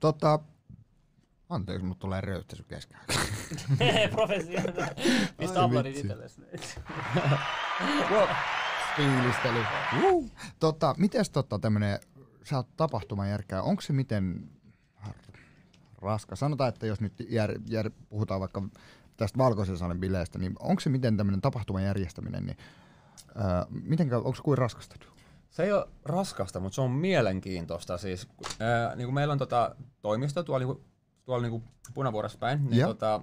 Speaker 1: Tota, anteeksi, mutta tulee röyhtäisy kesken.
Speaker 4: Professionaali. Pistä aplodit
Speaker 1: vitsi.
Speaker 4: itsellesi.
Speaker 1: Fiilistely. Tota, mites tota tämmönen, sä oot tapahtumajärkää, onko se miten har- raskas? Sanotaan, että jos nyt jär, jär, puhutaan vaikka tästä valkoisen salen bileistä, niin onko se miten tämmöinen tapahtuman järjestäminen, niin öö, mitenkä, onko se kuin raskasta?
Speaker 2: Se ei ole raskasta, mutta se on mielenkiintoista. Siis, ää, niin kuin meillä on tota, toimisto tuolla, niin kuin, tuolla niin kuin Punavuoressa päin, niin
Speaker 1: Joo.
Speaker 2: tota,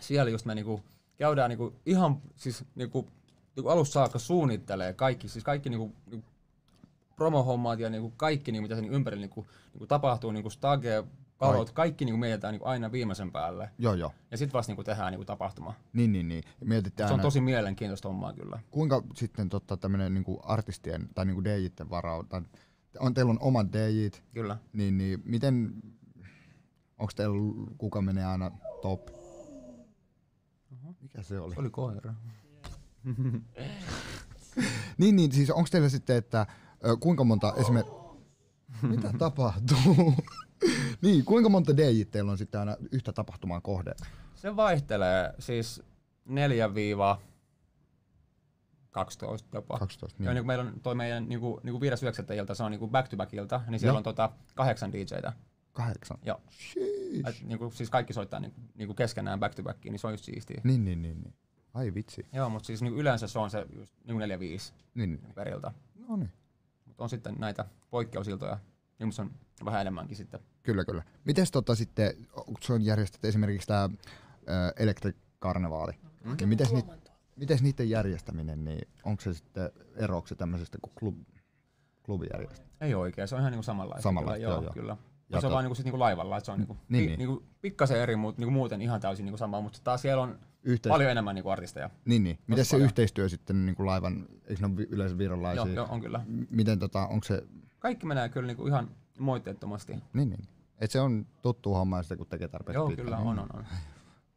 Speaker 2: siellä just me niin kuin, käydään niin kuin, ihan siis, niin kuin, niin kuin alussa saakka suunnittelee kaikki, siis kaikki niin kuin, niin kuin promohommat ja niin kuin kaikki, niin kuin, mitä sen ympärillä niin kuin, niin kuin tapahtuu, niin kuin stage, kalot, kaikki niin kuin mietitään niin kuin aina viimeisen päälle.
Speaker 1: Joo, joo.
Speaker 2: Ja sitten vasta niin kuin, tehdään niin kuin, tapahtuma.
Speaker 1: Niin, niin, niin. Mietitään,
Speaker 2: Se on tosi mielenkiintoista hommaa kyllä.
Speaker 1: kuinka sitten totta tämmöinen niin artistien tai niin kuin DJ-tten varau, tai on, teillä on omat DJt,
Speaker 2: Kyllä.
Speaker 1: niin, niin miten, onko teillä, kuka menee aina top? Mikä se oli?
Speaker 2: Oli koira.
Speaker 1: Niin, niin siis onko teillä sitten, että ö, kuinka monta esimerkiksi... *laughs* Mitä tapahtuu? *laughs* niin, kuinka monta DJ teillä on sitten aina yhtä tapahtumaa kohde?
Speaker 2: Se vaihtelee siis 4-12 jopa.
Speaker 1: 12,
Speaker 2: Ja
Speaker 1: niin.
Speaker 2: niin kuin meillä on toi meidän niin kuin, niin kuin 5.9. ilta, se on niin kuin back to back ilta, niin siellä
Speaker 1: Joo.
Speaker 2: on tota kahdeksan DJtä.
Speaker 1: Kahdeksan.
Speaker 2: Joo.
Speaker 1: Sheesh.
Speaker 2: Et, niin kuin, siis kaikki soittaa niin, niin kuin keskenään back to backiin, niin se on just siistiä.
Speaker 1: Niin, niin, niin, niin. Ai vitsi.
Speaker 2: Joo, mutta siis niin kuin yleensä se on se just niin kuin 4-5
Speaker 1: Niin, niin.
Speaker 2: per ilta.
Speaker 1: No niin. Mutta
Speaker 2: On sitten näitä poikkeusiltoja, niin se on vähän enemmänkin sitten.
Speaker 1: Kyllä, kyllä. Mites tota sitten, kun se on järjestetty esimerkiksi tämä elektrikarnevaali,
Speaker 2: Mm-hmm.
Speaker 1: mm. niin mites, ni, mites niiden järjestäminen, niin onko se sitten eroksi tämmöisestä kuin klub, klubijärjestä?
Speaker 2: Ei oikein, se on ihan niin kuin samanlaista.
Speaker 1: Samanlaista,
Speaker 2: kyllä,
Speaker 1: joo,
Speaker 2: joo,
Speaker 1: joo.
Speaker 2: kyllä.
Speaker 1: Ja
Speaker 2: Ja se on
Speaker 1: to-
Speaker 2: vaan niinku, sit niinku laivalla, että se on niinku,
Speaker 1: Niin,
Speaker 2: niin,
Speaker 1: niin.
Speaker 2: niin. Niinku, pikkasen eri, mutta niinku muuten ihan täysin niinku sama, mutta taas siellä on
Speaker 1: Yhteis-
Speaker 2: paljon enemmän niinku artisteja.
Speaker 1: Niin, niin. Miten se
Speaker 2: paljon.
Speaker 1: yhteistyö sitten niin kuin laivan, eikö ne ole vi- yleensä virolaisia?
Speaker 2: Joo, joo, on kyllä.
Speaker 1: M- Miten tota, onko se,
Speaker 2: Kaikki menee kyllä niinku ihan moitteettomasti.
Speaker 1: niin, niin. Et se on tuttu homma ja sitten kun tekee tarpeeksi
Speaker 2: Joo,
Speaker 1: pitkään,
Speaker 2: kyllä
Speaker 1: niin-
Speaker 2: on, on, on.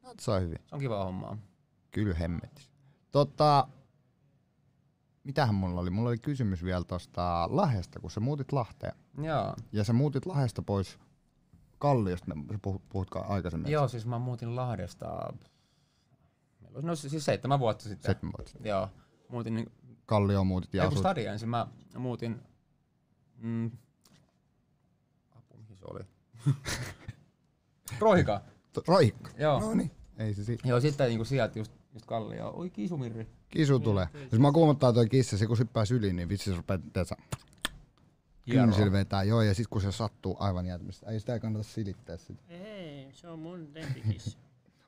Speaker 1: No, se on hyvin.
Speaker 2: Se on kiva hommaa.
Speaker 1: Kyllä hemmetis. Tota, mitähän mulla oli? Mulla oli kysymys vielä tuosta Lahdesta, kun sä muutit Lahteen.
Speaker 2: Joo.
Speaker 1: Ja sä muutit Lahdesta pois Kalliosta, sä puhut, puhutkaan aikaisemmin.
Speaker 2: Joo, siis mä muutin Lahdesta, milloin- no siis seitsemän vuotta sitten.
Speaker 1: Seitsemän vuotta.
Speaker 2: Joo, muutin, niin,
Speaker 1: Kallioon muutit ja
Speaker 2: ei kun
Speaker 1: asut.
Speaker 2: stadia ensin, mä muutin, mm, apu, mihin se oli? *laughs* Roika,
Speaker 1: Roikka.
Speaker 2: joo.
Speaker 1: No niin. Ei se siitä.
Speaker 2: Joo, sitten niinku sieltä just, just Kallio, oi kiisumirri.
Speaker 1: Kisu
Speaker 4: Niin,
Speaker 1: tulee. Jos mä kuumottaa toi kissa, se kun syppäis yli, niin vitsi se rupeaa teetä kynsil vetää. Joo, ja sit kun se sattuu aivan jäätämistä. Ei sitä ei kannata silittää sitä.
Speaker 4: Ei, se on mun
Speaker 2: *laughs*
Speaker 4: lempikissa.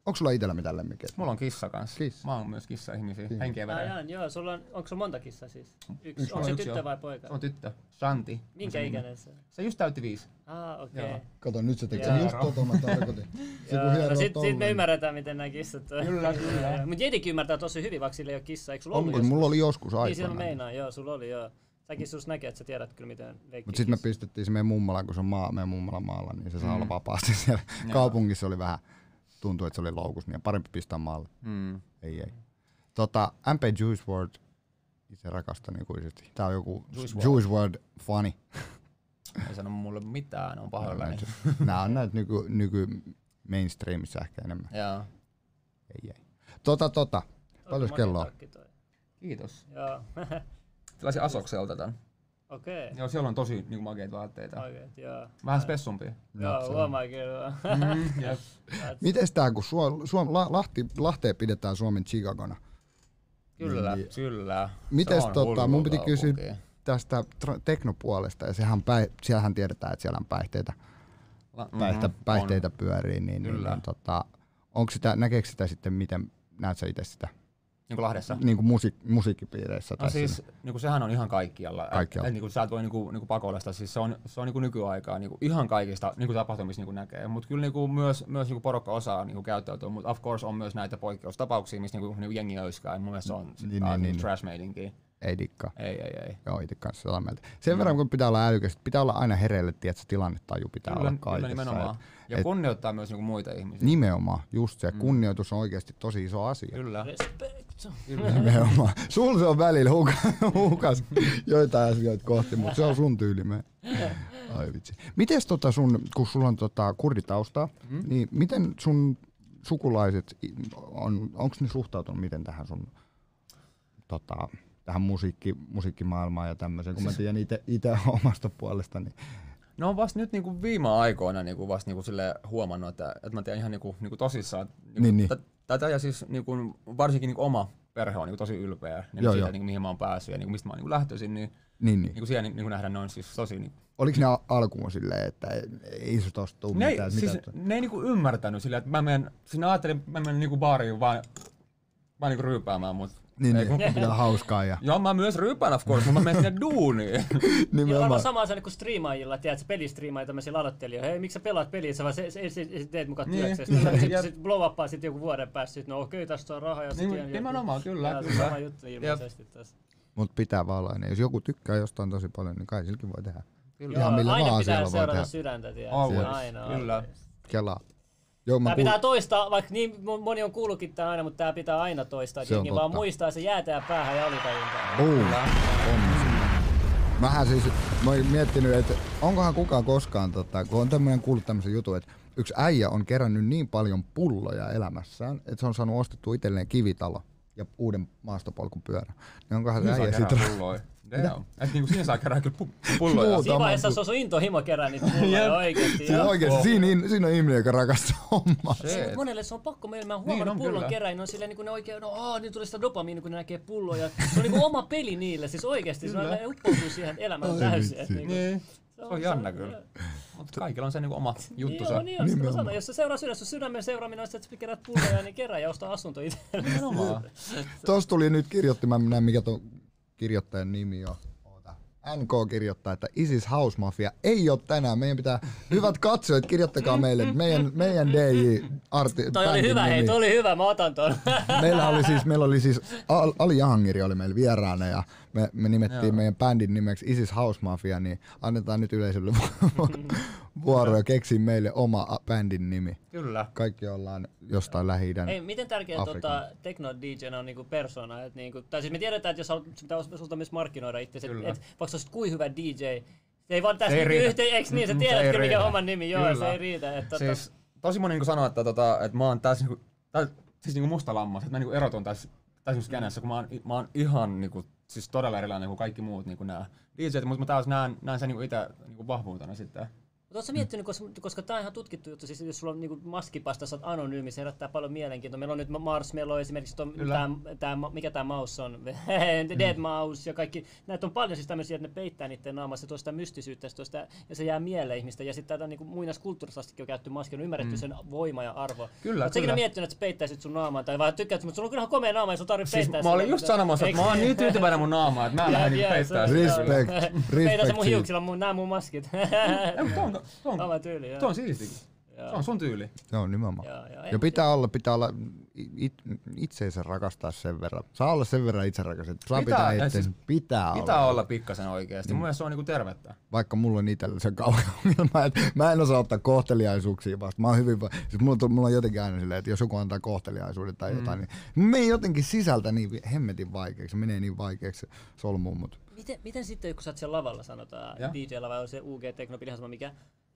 Speaker 1: Onko sulla itellä mitään lemmikkiä?
Speaker 2: Mulla on kissa kanssa.
Speaker 1: Kissa.
Speaker 2: Mä oon myös kissa-ihmisiä, henkeä
Speaker 4: Ai
Speaker 2: vereen.
Speaker 4: jaan, joo, sulla on, onko se monta kissaa siis? Yksi,
Speaker 2: Mulla
Speaker 4: onko
Speaker 2: on
Speaker 4: se
Speaker 2: yksi,
Speaker 4: tyttö
Speaker 2: joo.
Speaker 4: vai poika?
Speaker 2: Se on tyttö, Shanti. on
Speaker 4: Minkä
Speaker 2: sen nimi.
Speaker 4: ikäinen se on?
Speaker 2: Se just täytti viisi.
Speaker 4: Ah, okei.
Speaker 2: Joo.
Speaker 1: Kato, nyt se tekee
Speaker 4: Jaa.
Speaker 1: just tota mä
Speaker 4: *laughs*
Speaker 1: tarkoitin. Se kun
Speaker 4: Joo,
Speaker 1: hieroo
Speaker 4: no sit, sit me
Speaker 1: tolleen.
Speaker 4: ymmärretään, miten nämä kissat on.
Speaker 2: Kyllä, kyllä.
Speaker 4: *laughs* Mut Jedikin ymmärtää tosi hyvin, vaikka sillä ei ole kissaa. Eikö sulla ollut
Speaker 1: Onko?
Speaker 4: joskus?
Speaker 1: Mulla oli joskus
Speaker 4: Niin silloin
Speaker 1: aikoinaan.
Speaker 4: meinaa, joo, sulla oli joo. Säkin sus näkee, että sä tiedät kyllä miten leikkii
Speaker 1: Mutta sitten me
Speaker 4: kissa.
Speaker 1: pistettiin se meidän mummolaan, kun se on maa, meidän mummala maalla, niin se saa
Speaker 2: Mm.
Speaker 1: olla
Speaker 2: *laughs*
Speaker 1: vapaasti siellä. Kaupungissa oli vähän, tuntui, että se oli loukus, niin parempi pistää maalle.
Speaker 2: Mm.
Speaker 1: Ei, ei. Tota, MP Juice WRLD, itse rakastan ikuisesti. Tää on joku
Speaker 2: Juice
Speaker 1: Juice WRLD fani.
Speaker 2: Ei sano mulle mitään, on pahoillani.
Speaker 1: Nää on näitä nyky, nyky mainstreamissa ehkä enemmän.
Speaker 2: Joo.
Speaker 1: Ei, ei. Tota, tota.
Speaker 4: Oikein
Speaker 1: Paljon
Speaker 4: moni
Speaker 1: kelloa?
Speaker 4: takki toi.
Speaker 2: Kiitos.
Speaker 4: Joo, *laughs*
Speaker 2: Tällaisen Asokselta tän.
Speaker 4: okei.
Speaker 2: Joo, siellä on tosi niinku makeita vaatteita.
Speaker 4: Oikein, joo.
Speaker 2: Vähän spessumpia.
Speaker 4: Joo, huomaa kyllä.
Speaker 2: Mm, jep.
Speaker 1: Mites tää, kun Suo, Suom, La, Lahti, Lahteen pidetään Suomen Chicagona?
Speaker 2: Kyllä, kyllä.
Speaker 1: Niin. Mites
Speaker 2: Se on
Speaker 1: tota,
Speaker 2: hullu
Speaker 1: mun piti
Speaker 2: kaupunki.
Speaker 1: kysyä tästä tra- teknopuolesta, ja sehän päi, siellähän tiedetään, että siellä on päihteitä,
Speaker 2: La-
Speaker 1: päihtä,
Speaker 2: mhm,
Speaker 1: päihteitä pyörii, niin, niin,
Speaker 2: Mm-hmm. Kyllä.
Speaker 1: niin tota, onko sitä, näkeekö sitä sitten, miten näet sä itse sitä,
Speaker 2: on. Niinku Lahdessa.
Speaker 1: niin kuin musiik- musiikkipiireissä?
Speaker 2: No
Speaker 1: tai
Speaker 2: siis,
Speaker 1: siinä?
Speaker 2: niinku, sehän on ihan kaikkialla.
Speaker 1: Kaikkialla.
Speaker 2: Et, et, niinku, sä et voi niinku, niinku pakollista. Siis se on, se on niinku nykyaikaa niinku, ihan kaikista niinku, tapahtumissa niinku, näkee. Mutta kyllä niinku, myös, myös niinku, porukka osaa niinku, käyttäytyä. Mutta of course on myös näitä poikkeustapauksia, missä niinku, niinku, jengi öyskää. Mun mielestä se on
Speaker 1: Niin,
Speaker 2: niin, taas,
Speaker 1: niin,
Speaker 2: niin,
Speaker 1: niin.
Speaker 2: niin. trash meininkiä.
Speaker 1: Ei dikkaa.
Speaker 2: Ei, ei, ei.
Speaker 1: Joo, itse kanssa sitä mieltä. Sen verran, kun pitää olla älykäs, pitää olla aina hereillä, tiedätkö, tilannetaju pitää
Speaker 2: Kyllä,
Speaker 1: olla
Speaker 2: kyllä
Speaker 1: kaikessa.
Speaker 2: nimenomaan.
Speaker 1: et-
Speaker 2: Ja
Speaker 1: et-
Speaker 2: kunnioittaa myös niinku, muita ihmisiä.
Speaker 1: Nimenomaan, just
Speaker 2: Mm.
Speaker 1: se. Kunnioitus on oikeasti tosi iso asia.
Speaker 2: Kyllä.
Speaker 4: *laughs* Respect.
Speaker 1: Nimenomaan. Sul se on välillä huka, hukas joitain asioita kohti, mutta se on sun tyyli. Me. Ai vitsi. Mites tota sun, kun sulla on tota kurditausta, mm? niin miten sun sukulaiset, i- on, onko ne suhtautunut miten tähän sun tota, tähän musiikki, musiikkimaailmaan ja tämmöiseen, kun mä tiedän itse omasta puolestani.
Speaker 2: No on vasta nyt niinku viime aikoina niinku vasta niinku sille huomannut, että, että mä teen ihan niinku, niinku tosissaan. Niinku,
Speaker 1: Niin, niin.
Speaker 2: tä- Tätä ja siis niinku, varsinkin niinku oma perhe on niinku tosi ylpeä niin
Speaker 1: Joo,
Speaker 2: siitä,
Speaker 1: joo.
Speaker 2: niinku, mihin mä oon päässyt ja niinku, mistä mä oon niinku lähtöisin. Niin,
Speaker 1: Niin, niin.
Speaker 2: niinku siellä niinku, nähdään, ne on siis tosi... Niinku,
Speaker 1: Oliko ne al- alkuun silleen, että ei, ei se tosta tuu
Speaker 2: ne,
Speaker 1: mitään?
Speaker 2: ei,
Speaker 1: että
Speaker 2: siis,
Speaker 1: mitä-
Speaker 2: ne ei niinku ymmärtänyt sillä, että mä menen, sinä ajattelin, että mä menen niinku baariin vaan, vaan niinku ryypäämään, mutta
Speaker 1: niin,
Speaker 2: ei, kun-
Speaker 1: niin, pitää hauskaa ja
Speaker 2: Joo, mä myös ryypään of course, mutta mä menen
Speaker 1: *laughs*
Speaker 2: sinne duuniin.
Speaker 4: Ja varmaan
Speaker 1: nimenomaan.
Speaker 4: sama asia kuin striimaajilla, tiedätkö, pelistriimaajilla tämmöisillä aloittelijoilla. Hei, miksi sä pelaat peliä, sä vaan se, se, se, se teet mukaan
Speaker 2: Niin.
Speaker 4: työksesi. Niin.
Speaker 2: Jep.
Speaker 4: Sitten sit blow upaa sitten joku vuoden päästä, sit no okei, okay, tästä on rahaa. Ja sit
Speaker 2: Niin,
Speaker 4: ihan joku-
Speaker 2: nimenomaan, kyllä,
Speaker 4: Jaa, se
Speaker 2: kyllä.
Speaker 4: Sama juttu ilmeisesti tässä.
Speaker 1: Mutta pitää vaan olla. aina. Jos joku tykkää jostain tosi paljon, niin kai silläkin voi tehdä.
Speaker 2: Kyllä.
Speaker 1: Ihan millä
Speaker 4: aina
Speaker 1: vaan
Speaker 4: pitää
Speaker 1: asialla voi
Speaker 4: seurata
Speaker 1: tehdä.
Speaker 4: sydäntä, tiedätkö.
Speaker 2: Always,
Speaker 4: Aina,
Speaker 2: kyllä.
Speaker 4: always.
Speaker 1: Kelaa. Joo, mä
Speaker 4: Tämä
Speaker 1: kuul...
Speaker 4: pitää toistaa, vaikka niin mo- moni on kuullutkin tämän aina, mutta tämä pitää aina toistaa.
Speaker 1: Se
Speaker 4: että
Speaker 1: on
Speaker 4: Jengi vaan
Speaker 1: totta.
Speaker 4: muistaa, se jäätää päähän ja alitajuntaan.
Speaker 1: Uu, on sinne. Mähän siis, mä oon miettinyt, että onkohan kukaan koskaan, tota, kun on tämmöinen kuullut tämmöisen jutun, että yksi äijä on kerännyt niin paljon pulloja elämässään, että se on saanut ostettua itselleen kivitalo ja uuden maastopolkun pyörä. Niin onkohan se
Speaker 2: Siinä saa
Speaker 1: äijä sitten...
Speaker 2: kerää pulloja. Damn. Et niinku siinä saa kerää kyllä pu- pulloja.
Speaker 1: Muut-
Speaker 4: Siinä
Speaker 1: Tämä on
Speaker 4: vaiheessa
Speaker 1: tu-
Speaker 4: se on sun intohimo kerää niitä pulloja
Speaker 2: Jep.
Speaker 4: oikeesti.
Speaker 1: Siinä,
Speaker 4: joo.
Speaker 1: oikeasti, siinä, in- siinä on ihminen, joka rakastaa hommaa.
Speaker 4: Ei,
Speaker 2: Shit.
Speaker 4: mut monelle se on pakko, mä mä oon
Speaker 2: Niin,
Speaker 4: huomannut
Speaker 2: on
Speaker 4: pullon
Speaker 2: kyllä.
Speaker 4: kerran, niin on silleen niin ne oikein, no aah, nyt tulee sitä dopamiinia, kun ne näkee pulloja. Se on niinku oma peli niille, siis oikeesti, se on
Speaker 2: Kyllä.
Speaker 4: ne uppoutuu siihen elämään
Speaker 1: Ai
Speaker 4: täysin.
Speaker 1: vitsi.
Speaker 4: et niinku-
Speaker 2: Niin.
Speaker 4: on-
Speaker 2: Se on jännä kyllä. Mutta kaikilla on se niinku oma juttusa.
Speaker 4: Joo, niin on, sitä mä sanon. Jos sä seuraa sydän, sun sydämen seuraaminen on se, että sä kerät pulloja, niin kerää ja osta asunto itsellesi.
Speaker 2: Nimenomaan.
Speaker 1: Tuossa tuli nyt kirjoitti, mä näen mikä tuon kirjoittajan nimi on. Oota. NK kirjoittaa, että ISIS House Mafia ei ole tänään. Meidän pitää, hyvät katsojat, kirjoittakaa meille että meidän, meidän DJ arti,
Speaker 4: *laughs* Toi oli
Speaker 1: bändin
Speaker 4: hyvä,
Speaker 1: nimi.
Speaker 4: hei, toi oli hyvä, mä
Speaker 2: *laughs*
Speaker 4: otan ton.
Speaker 1: Meillä oli siis, meillä oli siis Al, Ali Jahangiri oli meillä vieraana ja me, me nimettiin meidän bändin nimeksi ISIS House Mafia, niin annetaan nyt yleisölle vuoroja keksin meille oma a- bändin nimi.
Speaker 2: Kyllä.
Speaker 1: Kaikki ollaan jostain lähi
Speaker 4: Hei, miten tärkeä
Speaker 1: Afrikan.
Speaker 4: tota, tekno DJ on niinku persona? Et niinku, tai siis me tiedetään, että jos haluat, sun pitää os- sulta myös markkinoida itse,
Speaker 2: Kyllä.
Speaker 4: että et, vaikka sä olisit kuin hyvä DJ, se ei vaan tässä
Speaker 2: Se ei
Speaker 4: niinku
Speaker 2: riitä.
Speaker 4: yhteen, eikö niin, sä
Speaker 2: Mm, *laughs* se ei
Speaker 4: tiedätkö mikä
Speaker 2: riitä.
Speaker 4: on oman nimi, joo,
Speaker 2: Kyllä.
Speaker 4: se ei riitä. Et, tota, siis...
Speaker 2: Siis tosi moni niin sanoo, että, tota, että mä oon tässä niinku, täys, siis niinku musta lammas, että mä niinku erotun tässä täysin skänässä, kun mä oon, mä oon ihan niinku, siis todella erilainen kuin kaikki muut niinku nää DJt, mutta mä taas näen, näen sen niinku itse niinku vahvuutena sitten.
Speaker 4: Oletko miettinyt, koska, koska tämä on ihan tutkittu juttu, siis jos sulla on niinku maskipasta, sä oot anonyymi, se herättää paljon mielenkiintoa. Meillä on nyt Marshmallow esimerkiksi, ton,
Speaker 2: Kyllä. Mm.
Speaker 4: tää, tää, ma- mikä tämä maus on, *laughs* The Dead Mouse ja kaikki. Näitä on paljon siis tämmöisiä, että ne peittää niiden naamassa, tuosta mystisyyttä, se tuo sitä, ja se jää mieleen ihmistä. Ja sitten tätä niinku muinaiskulttuuristastikin on käytetty maskia, on ymmärretty mm. sen voima ja arvo.
Speaker 2: Kyllä,
Speaker 4: Oot säkin
Speaker 2: kyllä.
Speaker 4: miettinyt, että sä peittäisit sun naamaan, tai vaan tykkäät, mutta sulla on kyllä ihan komea naama, ja sun tarvitse
Speaker 2: Siis
Speaker 4: peittää
Speaker 2: mä olin
Speaker 4: sitä,
Speaker 2: just
Speaker 4: mutta-
Speaker 2: sanomassa, että mä oon
Speaker 4: niinku Eikö-
Speaker 2: niin tyytyväinen mun naamaan, että mä en lähde niinku
Speaker 4: Jep, jep,
Speaker 2: peittää
Speaker 4: se-
Speaker 2: sitä.
Speaker 1: Respect.
Speaker 4: Peitä se
Speaker 1: Respect
Speaker 4: mun
Speaker 1: sille.
Speaker 4: hiuksilla, mun, nää mun maskit. *laughs*
Speaker 2: Ei, mut tuo on- tuo on-
Speaker 4: Oma tyyli, joo.
Speaker 2: Tuo on siistikin.
Speaker 4: Joo.
Speaker 2: Se on sun tyyli.
Speaker 1: Se on nimenomaan.
Speaker 4: Joo, joo,
Speaker 1: ja
Speaker 4: en-
Speaker 1: pitää olla, pitää olla it, itseensä rakastaa sen verran. Saa olla sen verran itse rakastaa. Saa
Speaker 2: Pitää,
Speaker 1: pitää,
Speaker 2: ja
Speaker 1: pitää, itseensä.
Speaker 2: siis-
Speaker 1: pitää,
Speaker 2: Pitää
Speaker 1: olla.
Speaker 2: olla pikkasen oikeesti. Mun mielestä se on niinku tervettä.
Speaker 1: Vaikka mulla on itsellä se kauhean *laughs* ongelma, että mä en osaa ottaa kohteliaisuuksia vasta. Mä oon hyvin, va- siis mulla, tu- mulla on jotenkin aina silleen, että jos joku antaa kohteliaisuuden tai jotain, niin menee jotenkin sisältä niin vi- hemmetin vaikeaksi. Menee niin vaikeaksi solmuun, mutta
Speaker 4: Miten, miten sitten, kun sä oot siellä lavalla, sanotaan,
Speaker 2: Joo.
Speaker 4: DJ-lavalla vai on se UG, teknopili, ihan sama mikä,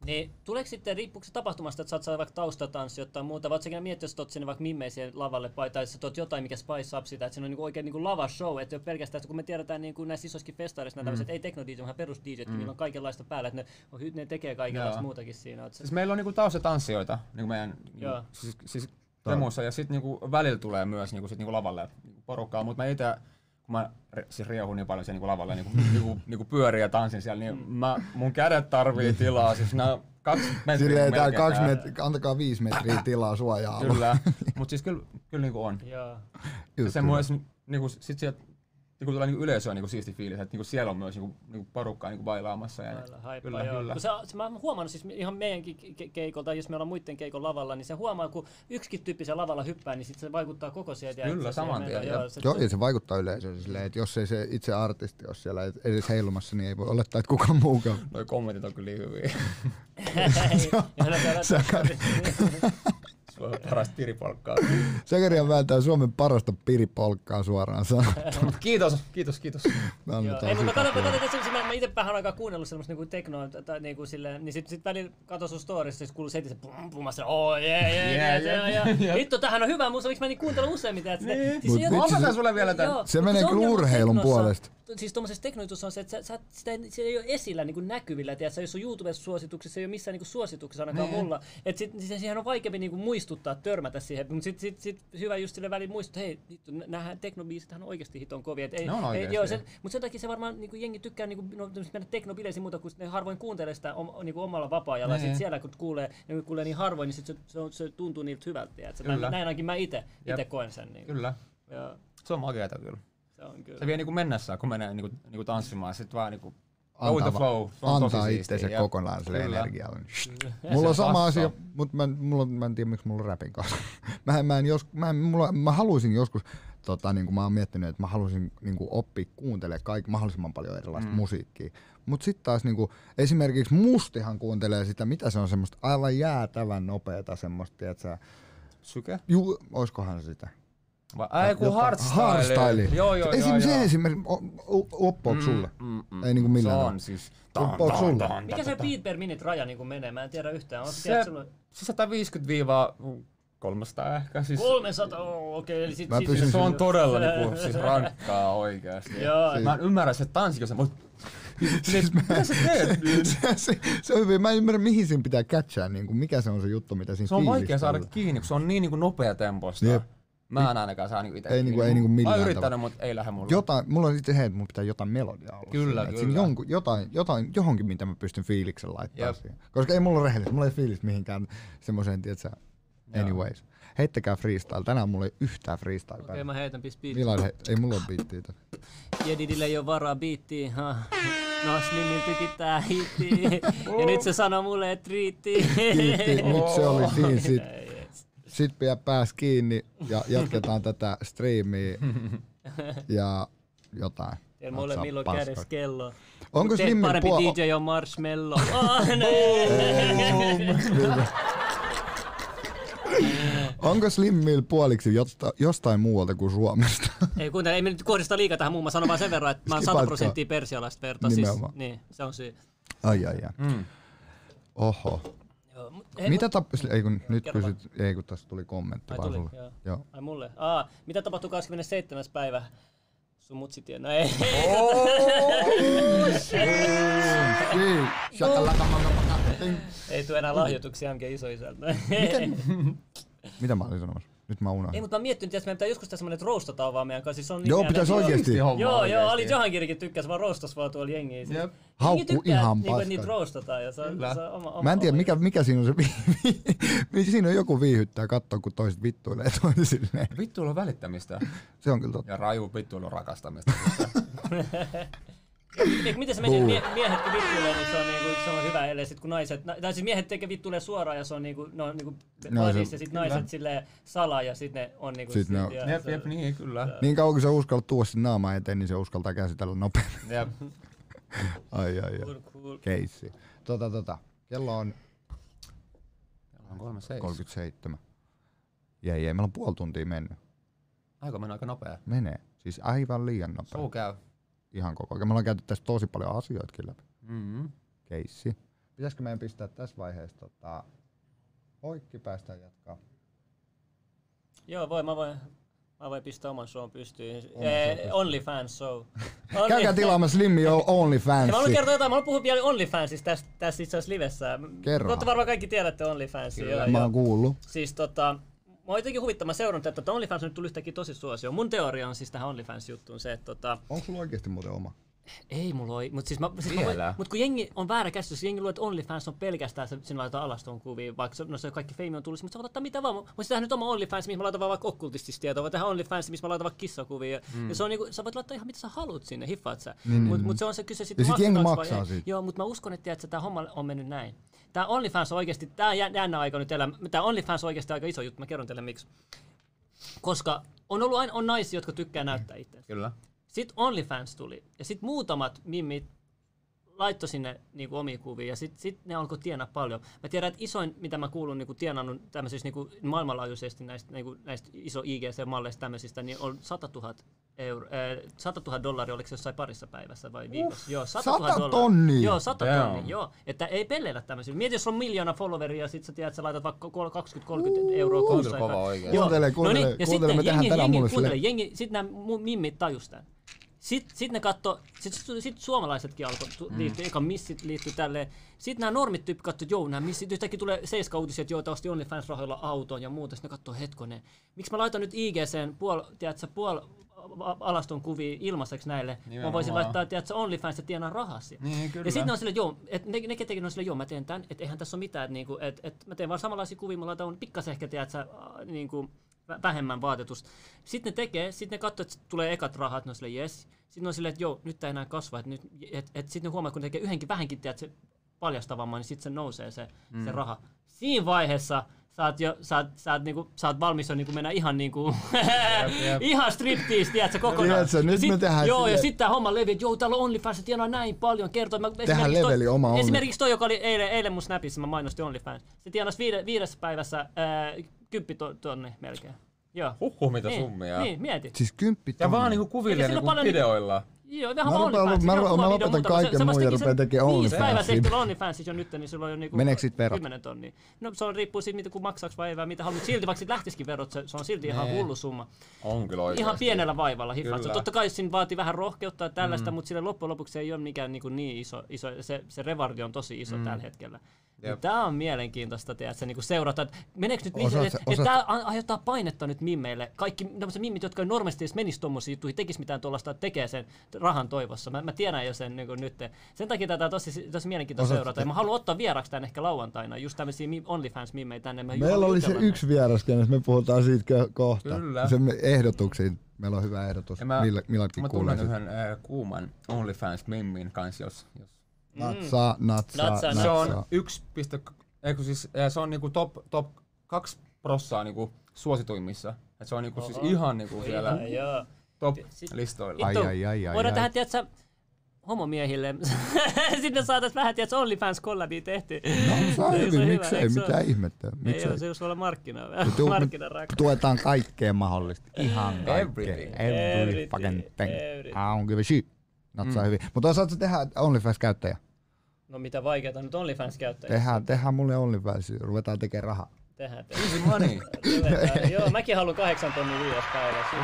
Speaker 4: niin tuleeko sitten, riippuuko se tapahtumasta, että sä oot saada vaikka taustatanssi tai muuta, vai oot säkin miettiä, jos sä oot sinne vaikka mimmeisiä lavalle, vai tai sä tuot jotain, mikä spice up sitä, että siinä on niinku oikein niinku lavashow, että ei ole pelkästään, että kun me tiedetään niinku näissä isoissakin festaareissa, mm. tämmöiset ei tekno DJ, vaan perus DJ, mm. niillä on kaikenlaista päällä, että ne, on, hy- ne tekee kaikenlaista
Speaker 2: Joo.
Speaker 4: muutakin siinä. Oot, sä-
Speaker 2: Siis meillä on niinku taustatanssijoita niinku meidän niinku,
Speaker 4: Joo.
Speaker 2: siis, siis remuissa ja sitten niinku välillä tulee myös niinku, sit niinku lavalle niinku porukkaa, mutta mä itse kun mä re, siis riehun niin paljon siellä niinku
Speaker 1: *laughs*
Speaker 2: lavalle niinku, niinku, niinku pyörin ja tanssin siellä, niin mä, mun kädet tarvii tilaa, siis nää kaksi metriä
Speaker 1: silleen, Niin. tää
Speaker 2: melkein
Speaker 1: kaksi
Speaker 2: tää-
Speaker 1: met- antakaa viisi metriä tilaa suojaa.
Speaker 2: Kyllä, mutta siis kyllä, kyllä niinku on.
Speaker 4: Joo.
Speaker 2: Ja
Speaker 1: Just
Speaker 2: sen
Speaker 1: kyllä.
Speaker 2: myös niinku, sit sieltä niinku tulee niinku yleisöä niinku siisti fiilis, että niinku siellä on myös niinku, niinku porukkaa niinku bailaamassa. Ja,
Speaker 4: Kyllä, kyllä, joo. Kun sä, sä- mä oon huomannut siis ihan meidänkin ke- ke- keikolta, jos me ollaan muiden keikon lavalla, niin se huomaa, kun yksikin tyyppi siellä lavalla hyppää, niin sit se vaikuttaa koko sieltä.
Speaker 2: Kyllä, saman tien, joo.
Speaker 1: Joo, ja se vaikuttaa yleisöön silleen, että jos ei se itse artisti ole siellä edes heilumassa, niin ei voi olettaa, että kukaan muukaan.
Speaker 2: Noi kommentit on kyllä niin hyviä. *laughs*
Speaker 1: se-
Speaker 2: Se on parasta piripalkkaa.
Speaker 1: Sekaria vääntää Suomen parasta piripolkkaa suoraan sanottuna.
Speaker 2: Mut kiitos, kiitos, kiitos.
Speaker 1: Annetaan
Speaker 4: Joo, ei, mutta mä
Speaker 1: siitä
Speaker 4: katsoin,
Speaker 1: kyllä.
Speaker 4: katsoin, että se- mä, mä itsepähän aika kuunnellut semmoista niinku teknoa, tai- tai niinku silleen, niin sit, sit välillä katsoin sun storista, siis kuului seti se pum pum, mä sanoin, oh jee, jee,
Speaker 2: Jee,
Speaker 4: jee, jee,
Speaker 2: jee.
Speaker 4: jee, vittu, tähän on hyvä musa, miksi mä niin kuuntelen useimmiten, että
Speaker 2: Niin.
Speaker 1: Mut
Speaker 4: jotenkin-
Speaker 1: Mä opetan
Speaker 2: sulle vielä tän.
Speaker 4: Joo,
Speaker 1: Se
Speaker 4: mutta
Speaker 1: menee kyllä
Speaker 4: ongelma
Speaker 1: urheilun
Speaker 4: teknossa-
Speaker 1: puolesta.
Speaker 4: t- Siis tuommoisessa teknojutussa on se, että sä, sä, sitä ei, se ei ole esillä niin kuin näkyvillä, tiedät, se ei ole sun YouTube-suosituksissa, se ei ole missään niin kuin suosituksessa ainakaan
Speaker 2: Niin.
Speaker 4: mulla. Et sit, sit, siihen on vaikeampi niin kuin muistuttaa, törmätä siihen, mutta sit, sit, sit, hyvä just sille väliin muistuttaa, hei, vittu, nämä teknobiisithän on oikeasti hiton kovia. Et ei,
Speaker 2: Ne on
Speaker 4: ei,
Speaker 2: oikeesti.
Speaker 4: joo, sen, mutta sen takia se varmaan niin kuin jengi tykkää niin kuin, no, tämmöset mennä teknobileisiin muuta, kun ne harvoin kuuntelee sitä om, niin kuin omalla vapaa-ajalla.
Speaker 2: Niin.
Speaker 4: Sit siellä kun kuulee, ne kun kuulee niin harvoin, niin sit se, se, on, se tuntuu niiltä hyvältä. tiedät sä. Näin,
Speaker 2: Kyllä.
Speaker 4: näin ainakin mä itse
Speaker 2: Jep.
Speaker 4: itse koen sen. Niin kuin.
Speaker 2: Kyllä.
Speaker 4: Joo,
Speaker 2: Se on makeeta kyllä.
Speaker 4: se on kyllä.
Speaker 2: Se vie niinku mennessään, kun menee niinku, niinku tanssimaan. Sit vaan niinku go with
Speaker 1: Antaa,
Speaker 2: the flow. Se on
Speaker 1: antaa
Speaker 2: tosi
Speaker 1: itsensä
Speaker 2: siistiä.
Speaker 1: kokonaan sille
Speaker 2: Kyllä.
Speaker 1: energialle. Mulla on
Speaker 2: Se on
Speaker 1: sama
Speaker 2: passaa.
Speaker 1: asia, mutta mä, mulla, on- mä en tiedä miksi mulla on räpin kanssa. *laughs* Mä, en- mä, en jos, mä, en, mulla, mä haluaisin joskus, tota, niin kuin mä oon miettinyt, että mä haluaisin niin kuin oppia kuuntelemaan kaikki, mahdollisimman paljon erilaista
Speaker 2: Mm.
Speaker 1: musiikkia. Mutta sitten taas niin kuin, esimerkiksi Mustihan kuuntelee sitä, mitä se on semmoista aivan jäätävän nopeata semmoista, tiedätkö,
Speaker 2: Syke?
Speaker 1: juu, oiskohan se sitä?
Speaker 2: Vai, ai kun
Speaker 1: Jotain-
Speaker 2: hardstyle.
Speaker 1: Hardstyle.
Speaker 2: Joo, joo,
Speaker 1: Esim,
Speaker 2: joo.
Speaker 1: se
Speaker 2: joo.
Speaker 1: esimerkiksi, o- o- oppoako sulle?
Speaker 2: Mm, mm.
Speaker 1: Ei niinku millään
Speaker 2: Se
Speaker 1: tavalla.
Speaker 2: on siis.
Speaker 1: Oppoako sulle?
Speaker 4: Mikä se beat per minute raja niin kuin menee? Mä en tiedä yhtään. Onko
Speaker 2: Se
Speaker 4: tiedät, sulla...
Speaker 2: 150-300 ehkä. Siis
Speaker 4: 300, oh, okei. Okay, eli sit,
Speaker 1: Mä
Speaker 4: sit,
Speaker 1: pysyn-
Speaker 2: Siis se on todella niinku, siis rankkaa oikeasti.
Speaker 4: *laughs* Joo.
Speaker 2: Mä en ymmärrä se tanssikin, mutta siis mitä sä teet?
Speaker 1: se, *laughs* se, se on hyvin. Mä en ymmärrä, mihin siinä pitää catchaa, niin kuin mikä se on se juttu, mitä siinä
Speaker 2: Se on vaikea
Speaker 1: fiilistellään.
Speaker 2: saada kiinni, kun se on niin, niinku nopea temposta.
Speaker 1: Jep.
Speaker 2: Mä en ainakaan saa niinku itse.
Speaker 1: Ei niinku- ei niinku millään
Speaker 2: Mä oon
Speaker 1: tavalla.
Speaker 2: yrittänyt, mutta ei lähde mulle.
Speaker 1: Jotain, mulla on sitten se, että mun pitää jotain melodiaa olla.
Speaker 2: Kyllä,
Speaker 1: siinä, että
Speaker 2: kyllä.
Speaker 1: Siinä jonkun, jotain, jotain, johonkin, mitä mä pystyn fiiliksen laittamaan
Speaker 2: Jep.
Speaker 1: siihen. Koska ei mulla ole rehellisesti, mulla ei fiilis mihinkään semmoiseen, tietsä, anyways. Heittäkää freestyle. Tänään mulla ei yhtään freestyle
Speaker 4: Okei,
Speaker 1: okay,
Speaker 4: mä heitän pis beat.
Speaker 1: Millainen, ei mulla ole biittiä tässä.
Speaker 2: *laughs*
Speaker 4: Jedidille ei ole varaa biittiin. ha. No, Slimmil tykittää
Speaker 2: *laughs*
Speaker 4: hittiin. ja nyt se sanoo mulle, että riitti.
Speaker 1: Kiitti,
Speaker 4: *laughs*
Speaker 1: nyt se oli siinä sit. Sit pidä pääs kiinni ja jatketaan tätä striimiä ja jotain.
Speaker 4: Ei mulla ole
Speaker 1: Natsaa
Speaker 4: milloin
Speaker 1: paskaa.
Speaker 4: kädessä kelloa.
Speaker 1: Onko
Speaker 4: Teet
Speaker 1: Slimmin
Speaker 4: parempi
Speaker 1: puo-
Speaker 4: DJ on
Speaker 1: *laughs*
Speaker 4: Marshmallow. Oh, ne.
Speaker 1: Onko Slimmil puoliksi jotta, jostain muualta kuin Suomesta? *laughs*
Speaker 4: ei kuuntele, ei me nyt kohdista liikaa tähän muun muassa, sanon vaan sen verran, että mä oon 100
Speaker 1: Skipatkaa.
Speaker 4: prosenttia persialaista verta. Siis,
Speaker 1: Nimenomaan.
Speaker 4: niin, se on syy.
Speaker 1: Ai ai ai. Mm. Oho.
Speaker 4: Joo, mut-
Speaker 1: Ei,
Speaker 4: hei,
Speaker 1: Mitä tappis... Ei kun nyt
Speaker 4: Kerro vaan.
Speaker 1: pysyt... Ei kun tässä tuli kommentti
Speaker 4: Ai
Speaker 1: vaan
Speaker 4: tuli,
Speaker 1: sulle.
Speaker 4: joo.
Speaker 1: Joo.
Speaker 4: Ai mulle. Aa, mitä tapahtui 27. päivä? Sun mutsitie. No ei. *laughs*
Speaker 1: Niin. Shakalakamakapakating.
Speaker 4: ei tule enää lahjoituksia MG isoisältä. *laughs*
Speaker 1: Mitä mä olin sanomassa? Nyt mä
Speaker 4: ei,
Speaker 1: unohdin.
Speaker 4: mutta mä miettinyt, että meidän pitää joskus tässä semmonen, että roastataan vaan meidän kanssa. Siis on
Speaker 1: Joo,
Speaker 4: nimeä-
Speaker 1: pitäis oikeesti.
Speaker 2: homma
Speaker 4: Joo, joo, Ali
Speaker 2: oikeesti.
Speaker 4: Jahangirikin tykkäs vaan roostas vaan tuolla jengiä. Siis.
Speaker 2: Jep.
Speaker 4: Jengi
Speaker 1: Haukku
Speaker 4: tykkää,
Speaker 1: ihan
Speaker 4: niinku, että niitä
Speaker 1: paskan.
Speaker 4: roostataan ja se on,
Speaker 2: Kyllä.
Speaker 4: se on oma, oma,
Speaker 1: Mä en tiedä,
Speaker 4: oma
Speaker 1: mikä, mikä siinä on se... vi- vi- vi- siinä on joku viihyttää katsoa, kun toiset vittuilee toisilleen.
Speaker 2: Vittuilu on välittämistä.
Speaker 1: Se on kyllä totta.
Speaker 2: Ja raju vittuilu on
Speaker 4: *laughs*
Speaker 2: rakastamista.
Speaker 4: Eikö, miten se menee, mie- miehet kun vittuilee, niin se on, niinku, se on hyvä, ellei sit kun naiset, na- tai siis miehet tekee vittuilee suoraan ja se on niinku, no, niinku
Speaker 1: No,
Speaker 4: no,
Speaker 1: se-
Speaker 4: ja sit naiset silleen salaa ja sit ne on niinku...
Speaker 1: Sit ne on-
Speaker 4: ja
Speaker 2: jep,
Speaker 4: se-
Speaker 2: jep, niin kyllä.
Speaker 1: Niin kauan kun sä uskallat tuoda sen naamaa eteen, niin se uskaltaa käsitellä nopeammin.
Speaker 4: *laughs*
Speaker 2: Jep.
Speaker 1: Ai ai ai.
Speaker 4: Cool, cool.
Speaker 1: Keissi. Tota tota. Kello on
Speaker 2: On kolme seis.
Speaker 1: 37. Jei, jei, meillä on puoli tuntia mennyt.
Speaker 2: Aika mennä aika nopea.
Speaker 1: Menee. Siis aivan liian nopea.
Speaker 2: Suu käy.
Speaker 1: Ihan koko ajan. Me ollaan käyty tässä tosi paljon asioitakin läpi.
Speaker 2: Mm-hmm.
Speaker 1: Keissi. Pitäisikö meidän pistää tässä vaiheessa tota, poikki, päästään jatkaa.
Speaker 2: No
Speaker 4: Joo, voi, mä voin, mä voin pistää oman shown pystyyn.
Speaker 1: Oman show pystyyn.
Speaker 4: OnlyFans show.
Speaker 1: *laughs*
Speaker 2: niin.
Speaker 1: Käykää tilaamassa
Speaker 2: *laughs*
Speaker 1: Slimmi Joo OnlyFans.
Speaker 4: Ja mä haluan kertoa jotain, mä haluan puhua vielä OnlyFansista tässä, tässä itse asiassa livessä.
Speaker 1: Kerrohan.
Speaker 4: Totta varmaan kaikki tiedätte Onlyfansia. Joo,
Speaker 1: Mä
Speaker 4: joo.
Speaker 1: oon kuullut.
Speaker 4: Siis tota, mä oon jotenkin huvittava seurannut, tätä, että OnlyFans on nyt tullut yhtäkkiä tosi suosioon. Mun teoria on siis tähän OnlyFans-juttuun se, että tota,
Speaker 1: Onko sulla oikeesti muuten oma?
Speaker 4: ei mulla ole, mutta siis mä, siis mä
Speaker 2: Vielä?
Speaker 4: voin, mut kun jengi on väärä käsitys, siis jengi luulee, että OnlyFans on pelkästään se, sinä laitetaan alaston kuvia, vaikka se, no se kaikki fame on tullut, mutta sä voit ottaa mitä vaan. Mutta tehdä nyt oma OnlyFans, missä mä laitan vaan vaikka okkultistista tietoa, voi tehdä OnlyFans, missä mä laitan vaikka kissakuvia. Mm. Ja se on niinku, sä voit laittaa ihan mitä sä haluat sinne, hiffaat sä. Niin, mutta mut se on se kyse sitten
Speaker 1: Ja sit jengi maksaa siitä.
Speaker 4: Joo, mutta mä uskon, että, tiedät, että tämä homma on mennyt näin. Tämä OnlyFans on oikeasti, tämä jännä aika nyt elää, tämä OnlyFans on oikeasti aika iso juttu, mä kerron teille miksi. Koska on ollut aina, on naisia, jotka tykkää näyttää itseään.
Speaker 2: Kyllä.
Speaker 4: Sitten OnlyFans tuli ja sitten muutamat mimmit laittoi sinne niinku omia kuvia ja sitten sit ne alkoi tienaa paljon. Mä tiedän, että isoin, mitä mä kuulun niinku tienannut tämmöisissä niinku maailmanlaajuisesti näistä, niinku, näistä iso IGC-malleista tämmöisistä, niin on 100 000 euro, äh, 100 000 dollaria, oliko se jossain parissa päivässä vai viikossa? Joo, 100 000
Speaker 1: 100
Speaker 4: dollaria.
Speaker 1: tonnia!
Speaker 4: Joo, 100
Speaker 2: Damn.
Speaker 4: tonnia, joo. Että ei pelleillä tämmöisillä. Mieti, jos on miljoona followeria ja sit sä tiedät, että sä laitat vaikka kol- 20-30 euroa
Speaker 2: on
Speaker 4: kuussa.
Speaker 2: kyllä kova oikeesti.
Speaker 1: Kuuntele, kuuntele,
Speaker 4: No niin, ja sit
Speaker 1: kuuntele,
Speaker 4: ne
Speaker 1: me tehdään
Speaker 4: jengi-
Speaker 1: tänään
Speaker 4: jengi
Speaker 1: mulle
Speaker 4: kuuntele,
Speaker 1: silleen.
Speaker 4: jengi, sit nämä mu- mimmit tajus tän. Sitten sit ne katto, sit, sit, sit suomalaisetkin alkoi liittyä, mm. eka missit liittyy tälleen. Sitten nämä normit tyyppi katsoi, että joo, nämä missit, yhtäkkiä tulee seiska uutisia, että joo, tää osti OnlyFans-rahoilla auton ja muuta. Sitten ne katsoo, hetkonen, miksi mä laitan nyt IGCen puol, tiedätkö, puol a- alaston kuvia ilmaiseksi näille. Mä voisin
Speaker 2: Nimenomaan.
Speaker 4: laittaa, tiedätkö, OnlyFans ja tienaa rahaa siihen.
Speaker 2: Niin, kyllä.
Speaker 4: Ja sitten ne on silleen, joo, et ne, ne ketenkin on silleen, joo, mä teen tän, että eihän tässä ole mitään, että niinku, et, et mä teen vaan samanlaisia kuvia, mä laitan pikkasen ehkä, tiedät sä, äh, niinku, vä- vähemmän vaatetusta. Sitten ne tekee, sitten ne katsoo, että tulee ekat rahat, ne on silleen, jes. Sitten ne on silleen, että joo, nyt tää ei enää kasva, että et, et, sitten ne huomaa, kun tekee yhdenkin vähänkin, tiedät se paljastavamman, niin sitten se nousee se, mm. se raha. Siinä vaiheessa sä oot, jo, sä oot, sä oot, niinku, sä oot valmis jo niinku mennä ihan niinku,
Speaker 2: jep.
Speaker 4: *laughs* ihan striptease, tiedät sä, kokonaan.
Speaker 1: Tiedätkö, nyt
Speaker 4: Ja sit,
Speaker 1: me tehdään
Speaker 4: Joo, ja
Speaker 1: silleen-
Speaker 4: sitten tämä homma levi, että joo, täällä on OnlyFans, se tienaa näin paljon, kertoo. Mä esimerkiksi
Speaker 1: leveli
Speaker 4: toi,
Speaker 1: oma Only-
Speaker 4: Esimerkiksi toi, joka oli eilen, eilen mun Snapissa, mä mainostin OnlyFans. Se tienasi viide, viidessä päivässä ää, kymppi to, tonni melkein. Joo.
Speaker 2: Huhhuh, mitä
Speaker 4: niin,
Speaker 2: summia.
Speaker 4: Niin, mieti.
Speaker 1: Siis kymppi
Speaker 2: Ja vaan
Speaker 1: tonni.
Speaker 2: niinku kuville
Speaker 4: Eikä sillä
Speaker 2: niinku
Speaker 4: paljon-
Speaker 2: videoilla.
Speaker 4: Joo, vähän
Speaker 1: Mä
Speaker 4: vaan
Speaker 1: rupean-
Speaker 4: OnlyFans.
Speaker 1: mä-
Speaker 4: Joo,
Speaker 1: mä
Speaker 4: kuvavideo,
Speaker 1: lopetan
Speaker 4: mutta kun
Speaker 1: kaiken
Speaker 4: se- se
Speaker 1: muun ja
Speaker 4: vastakin sen
Speaker 1: rupean tekemään
Speaker 4: Viisi päivää
Speaker 1: OnlyFansiin.
Speaker 4: tehty OnlyFansissa jo nyt, niin sulla on jo niinku
Speaker 1: Meneekö siitä verot?
Speaker 4: 10 tonnia. No se on riippuu siitä, mitä kun maksaks vai ei, vai mitä haluat. Silti vaikka sit lähtisikin verot, se, se on silti ihan hullu summa.
Speaker 2: On kyllä oikeesti.
Speaker 4: Ihan pienellä vaivalla hiffaat.
Speaker 2: Kyllä.
Speaker 4: Totta kai siinä vaatii vähän rohkeutta ja tällaista, mm. mutta sille loppujen lopuksi se ei ole mikään niin, niin iso, iso se, se revardi on tosi iso mm. tällä hetkellä.
Speaker 2: Jep.
Speaker 4: Tämä on mielenkiintoista, tiedätkö, niin seurata, että meneekö nyt
Speaker 1: Osaat
Speaker 4: niin,
Speaker 1: sä-
Speaker 4: että
Speaker 1: osaat-
Speaker 4: et tämä aiheuttaa painetta nyt mimmeille. Kaikki tämmöiset mimmit, jotka ei normaalisti edes menisi tuommoisiin juttuihin, tekisi mitään tuollaista, tekee sen rahan toivossa. Mä, mä tiedän jo sen niin nyt. Sen takia tätä on tosi, tosi mielenkiintoista
Speaker 1: Osaat-
Speaker 4: seurata. Ja mä haluan ottaa vieraksi tän ehkä lauantaina, just tämmöisiä mi- OnlyFans-mimmejä tänne. Mä
Speaker 1: Meillä
Speaker 4: haluan
Speaker 1: oli se
Speaker 4: jutella näistä.
Speaker 1: yksi vieras, kenestä me puhutaan siitä kö- kohta.
Speaker 2: Kyllä.
Speaker 1: Se me- ehdotuksiin. Meillä on hyvä ehdotus.
Speaker 2: Ja mä,
Speaker 1: Millä, milläkin
Speaker 2: mä tunnen
Speaker 1: kuulee. Yhden...
Speaker 2: yhden äh, kuuman OnlyFans-mimmin kanssa, jos, jos
Speaker 1: Natsaa,
Speaker 4: Mm.
Speaker 1: natsaa, natsaa.
Speaker 4: Natsaa,
Speaker 2: se on yksi piste, ei kun siis, eh, se on niinku top, top kaksi prossaa niinku suosituimmissa. Et se on niinku siis ihan niinku siellä.
Speaker 4: Joo.
Speaker 2: top-listoilla.
Speaker 1: Ai,
Speaker 4: Vittu,
Speaker 1: ai, ai, ai,
Speaker 4: Voidaan
Speaker 1: ai.
Speaker 4: tehdä, tiiätsä, homomiehille. *laughs* Sinne saatais vähän, tiiätsä, OnlyFans kollabi tehty. *laughs*
Speaker 1: Saa
Speaker 4: Se on
Speaker 1: hyvin,
Speaker 4: hyvä,
Speaker 1: miksei,
Speaker 4: eikö se
Speaker 1: mitä
Speaker 4: ole?
Speaker 1: ihmettä.
Speaker 4: Ei
Speaker 1: Miksei.
Speaker 4: ole, se jos olla markkinaa.
Speaker 1: Tu-
Speaker 4: Markkinarakka.
Speaker 1: Tuetaan kaikkea mahdollista. Ihan kaikkea.
Speaker 2: Everything.
Speaker 1: Every
Speaker 4: Everything.
Speaker 1: fucking thing. I
Speaker 4: Everything.
Speaker 1: don't give a shit. Not
Speaker 2: Mm.
Speaker 1: saa hyvin. Mutta osaatko tehdä OnlyFans-käyttäjä?
Speaker 4: No mitä vaikeeta nyt OnlyFans käyttäjä.
Speaker 1: Tehdään, tehdään mulle OnlyFans, ruvetaan tekemään rahaa.
Speaker 4: Tehdään te.
Speaker 2: Easy money.
Speaker 4: Levetään. Joo, mäkin haluan kahdeksan tonnin viidessä päivässä.
Speaker 1: *laughs*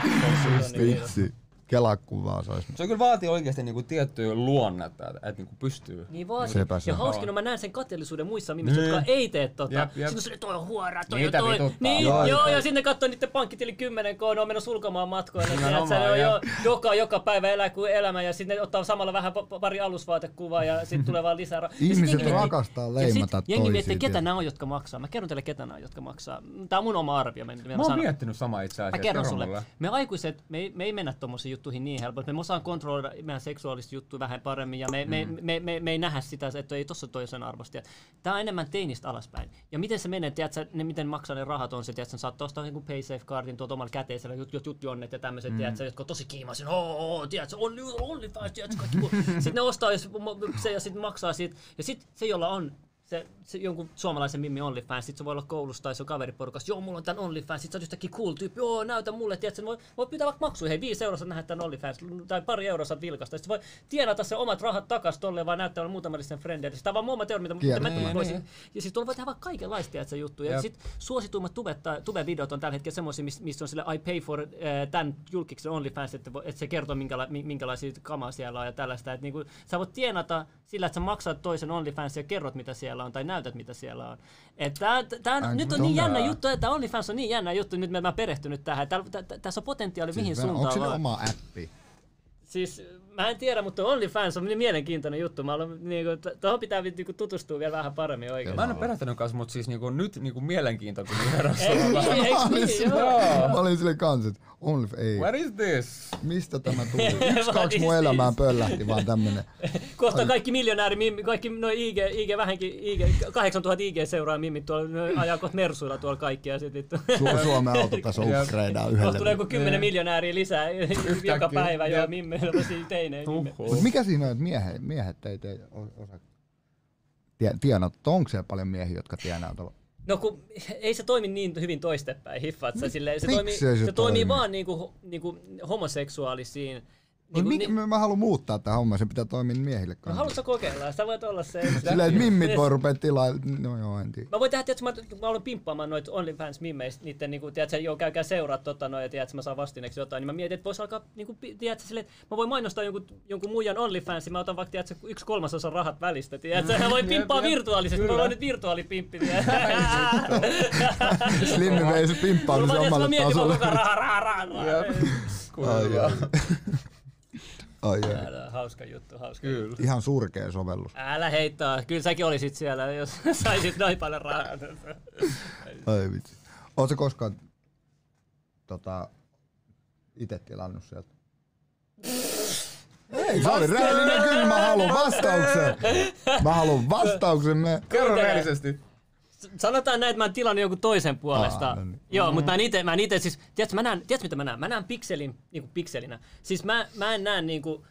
Speaker 4: Niin.
Speaker 1: Vitsi. Kela kuvaa saisi.
Speaker 2: Se kyllä vaatii oikeasti niinku tiettyä luonnetta, että et niinku pystyy.
Speaker 4: Niin vaan.
Speaker 1: Sepä se
Speaker 4: Ja
Speaker 1: on.
Speaker 4: hauskin on, mä näen sen kateellisuuden muissa ihmisissä, jotka ei tee tota.
Speaker 2: Niin. Jep,
Speaker 4: Jep,
Speaker 2: jep.
Speaker 4: jep. Sitten on toi on huora, toi
Speaker 2: Niitä
Speaker 4: on toi.
Speaker 2: vituttaa.
Speaker 4: Niin,
Speaker 1: Joo,
Speaker 4: joo,
Speaker 1: joo.
Speaker 4: ja sitten ne katsoo niiden pankkitili 10 k, ne on menossa ulkomaan matkoille.
Speaker 2: Nimenomaan,
Speaker 4: Tiedät sä, ne on
Speaker 2: jep.
Speaker 4: jo, joka, joka päivä elää kuin elämä ja sitten ne ottaa samalla vähän pa- pari alusvaatekuvaa ja
Speaker 1: *laughs*
Speaker 4: sitten tulee vaan lisää. ra- Ja sit
Speaker 1: Ihmiset
Speaker 4: jengi miettii-
Speaker 1: rakastaa
Speaker 4: ja
Speaker 1: leimata
Speaker 4: sit Jengi miettii,
Speaker 1: toisiaan,
Speaker 4: ketä
Speaker 1: tiedät.
Speaker 4: nämä on, jotka maksaa. Mä kerron teille, ketä nämä on, jotka maksaa. Tämä on mun oma arvio. Mä, en- mä en
Speaker 2: Mä oon
Speaker 4: sano.
Speaker 2: miettinyt sama itse asiassa.
Speaker 4: Mä kerron
Speaker 2: kerro
Speaker 4: sulle.
Speaker 2: mulle.
Speaker 4: Me aikuiset, me ei, me ei mennä tommosiin juttuihin niin helposti. Me osaan kontrolloida meidän seksuaalista juttua vähän paremmin ja me, me, me, me, me ei nähdä sitä, että ei tossa toisen arvosta. Tämä on enemmän teinistä alaspäin. Ja miten se menee, tiedätkö, ne, miten maksaa ne rahat on se, tiedätkö, saat ostaa jonkun PaySafe-kartin tuolta omalla käteisellä, jut, jut, jutjonnet ja tämmöiset, mm. tiedätkö, jotka on tosi kiimaisia. Oo, oo, tiedätkö, on OnlyFans, tiedätkö, kaikki muu. Sitten ne ostaa jos- mo- se ja sitten maksaa siitä. Ja sitten se, jolla on se, se jonkun suomalaisen mimmi OnlyFans, sit se voi olla koulussa tai se on kaveriporukassa, joo mulla on tän OnlyFans, sit sä oot yhtäkkiä cool tyyppi, joo näytä mulle, tiedät, voi, voi pyytää vaikka maksua, hei viisi euroa saat nähdä tän OnlyFans, tai pari euroa saat vilkasta, sit sä voi tienata se omat rahat takas tolleen, vaan näyttää muutamalle sen frendeille, sitä on vaan muutama teori, mitä, mitä mä
Speaker 1: Kierretään.
Speaker 4: voisin, ja siis tuolla voi tehdä vaikka kaikenlaista, tiedät sä, juttuja,
Speaker 2: Jep.
Speaker 4: ja sit suosituimmat tubetta, tubevideot on tällä hetkellä semmoisia, miss- missä on sille I pay for äh, tämän julkiksen OnlyFans, että, voi- että se kertoo minkäla, mi- minkälaisia kamaa siellä on ja tällaista. Että niinku, sä voit tienata sillä, että sä maksat toisen OnlyFans ja kerrot mitä siellä on tai näytät mitä siellä on. Et tää, tää,
Speaker 1: Ai, no
Speaker 4: on- nyt on
Speaker 1: mutta
Speaker 4: niin
Speaker 1: on
Speaker 4: jännä
Speaker 2: tää-
Speaker 4: juttu, että OnlyFans on niin jännä juttu, nyt mä mä oon perehtynyt tähän. Tää- tää- tää- Tässä on potentiaali
Speaker 1: Siis
Speaker 4: mihin
Speaker 1: Onko
Speaker 4: suuntaan
Speaker 1: sillä
Speaker 4: vaan.
Speaker 1: oma appi?
Speaker 4: Siis mä en tiedä, mutta OnlyFans on niin mielenkiintoinen juttu. Mä olen, niinku, t- tohon pitää vi- niinku, tutustua vielä vähän paremmin oikein.
Speaker 2: Mä en oo perehtynyt kanssa, mut siis niinku, nyt niinku mielenkiinto tuli verrassa.
Speaker 4: Ei, ei,
Speaker 1: Mä olin
Speaker 4: ei,
Speaker 1: sille,
Speaker 4: niin? joo.
Speaker 1: mä olin sille kans, et Onlyf- ei.
Speaker 2: Where is this?
Speaker 1: Mistä tämä
Speaker 4: *laughs*
Speaker 1: tuli? Yksi,
Speaker 4: What
Speaker 1: kaksi
Speaker 4: is
Speaker 1: mun
Speaker 4: this?
Speaker 1: elämään pöllähti vaan tämmönen.
Speaker 4: Kohta kaikki miljonääri, mimmi, kaikki no IG, IG vähänkin, IG, 8000 IG seuraa mimmit tuolla, ne ajaa kohta mersuilla tuolla kaikki ja sit vittu.
Speaker 1: Su- Suomen autotaso upgradeaa
Speaker 4: Kohta tulee
Speaker 1: yhdelle.
Speaker 4: joku 10 miljonääriä lisää *laughs* joka päivä, joo mimmeillä on siinä teineen.
Speaker 1: Mut mikä siinä on, että miehet, miehet ei tee o- osaa tie- tienaa, että onko siellä paljon miehiä, jotka tienaa tuolla?
Speaker 4: No kun ei se toimi niin hyvin toistepäin, hiffaat sä silleen, se,
Speaker 1: miksei
Speaker 4: toimii,
Speaker 1: se
Speaker 4: se,
Speaker 1: toimi?
Speaker 4: toimii vaan niinku, ho- niinku homoseksuaalisiin.
Speaker 1: No,
Speaker 4: Niinku,
Speaker 1: mik,
Speaker 4: ni-
Speaker 1: mä, mä haluan muuttaa tämän homman, se pitää toimia niin miehille
Speaker 4: no,
Speaker 1: kanssa.
Speaker 4: haluatko sä kokeilla? Sä voit olla se.
Speaker 1: Silleen, että mimmit voi rupea tilaa, no joo, en tiedä.
Speaker 4: Mä voin tehdä, tiedätkö, mä, mä aloin pimppaamaan noita OnlyFans mimmeistä, niitten niinku, tiedätkö, joo, käykää seuraa tota noin, ja tiedätkö, mä saan vastineeksi jotain, niin mä mietin, että vois alkaa, niinku, pi- tiedätkö, silleen, että mä voin mainostaa jonkun, jonkun muijan OnlyFansin, mä otan vaikka, tiedätkö, yksi kolmasosa rahat välistä, tiedätkö, mä voin pimppaa
Speaker 2: Mm. jep,
Speaker 4: virtuaalisesti, mä
Speaker 2: kyllä.
Speaker 4: voin nyt virtuaalipimppi, tiedätkö.
Speaker 1: Slimmi vei se
Speaker 4: Mulla
Speaker 1: pimppaamisen
Speaker 4: vaan, tiedätkö, mä
Speaker 1: omalle
Speaker 4: mietin vaan
Speaker 1: tasolle.
Speaker 4: koko ajan rahaa, rahaa, rahaa.
Speaker 1: Ai,
Speaker 2: Kuulua.
Speaker 1: ai. Ai, ai.
Speaker 4: Älä, Hauska juttu, hauska juttu.
Speaker 2: Kyllä.
Speaker 1: Ihan surkea sovellus.
Speaker 4: Älä heittaa, kyllä säkin olisit siellä, jos *laughs* saisit noin paljon rahaa.
Speaker 2: *laughs*
Speaker 1: Ai vitsi. Oletko koskaan tota, itse tilannut sieltä? Ei, se oli rehellinen kyllä. Mä haluan vastauksen. Mä haluan vastauksen. Me.
Speaker 2: Kerro rehellisesti.
Speaker 4: Sanotaan näin, että mä oon tilannut jonkun toisen puolesta.
Speaker 1: Aa, no niin.
Speaker 4: Joo, mutta mä en ite, mä en ite siis, tiedätkö, mä näen, tiedätkö mitä mä näen? Mä näen pikselin niinku pikselinä. Siis mä, mä en näe niinku,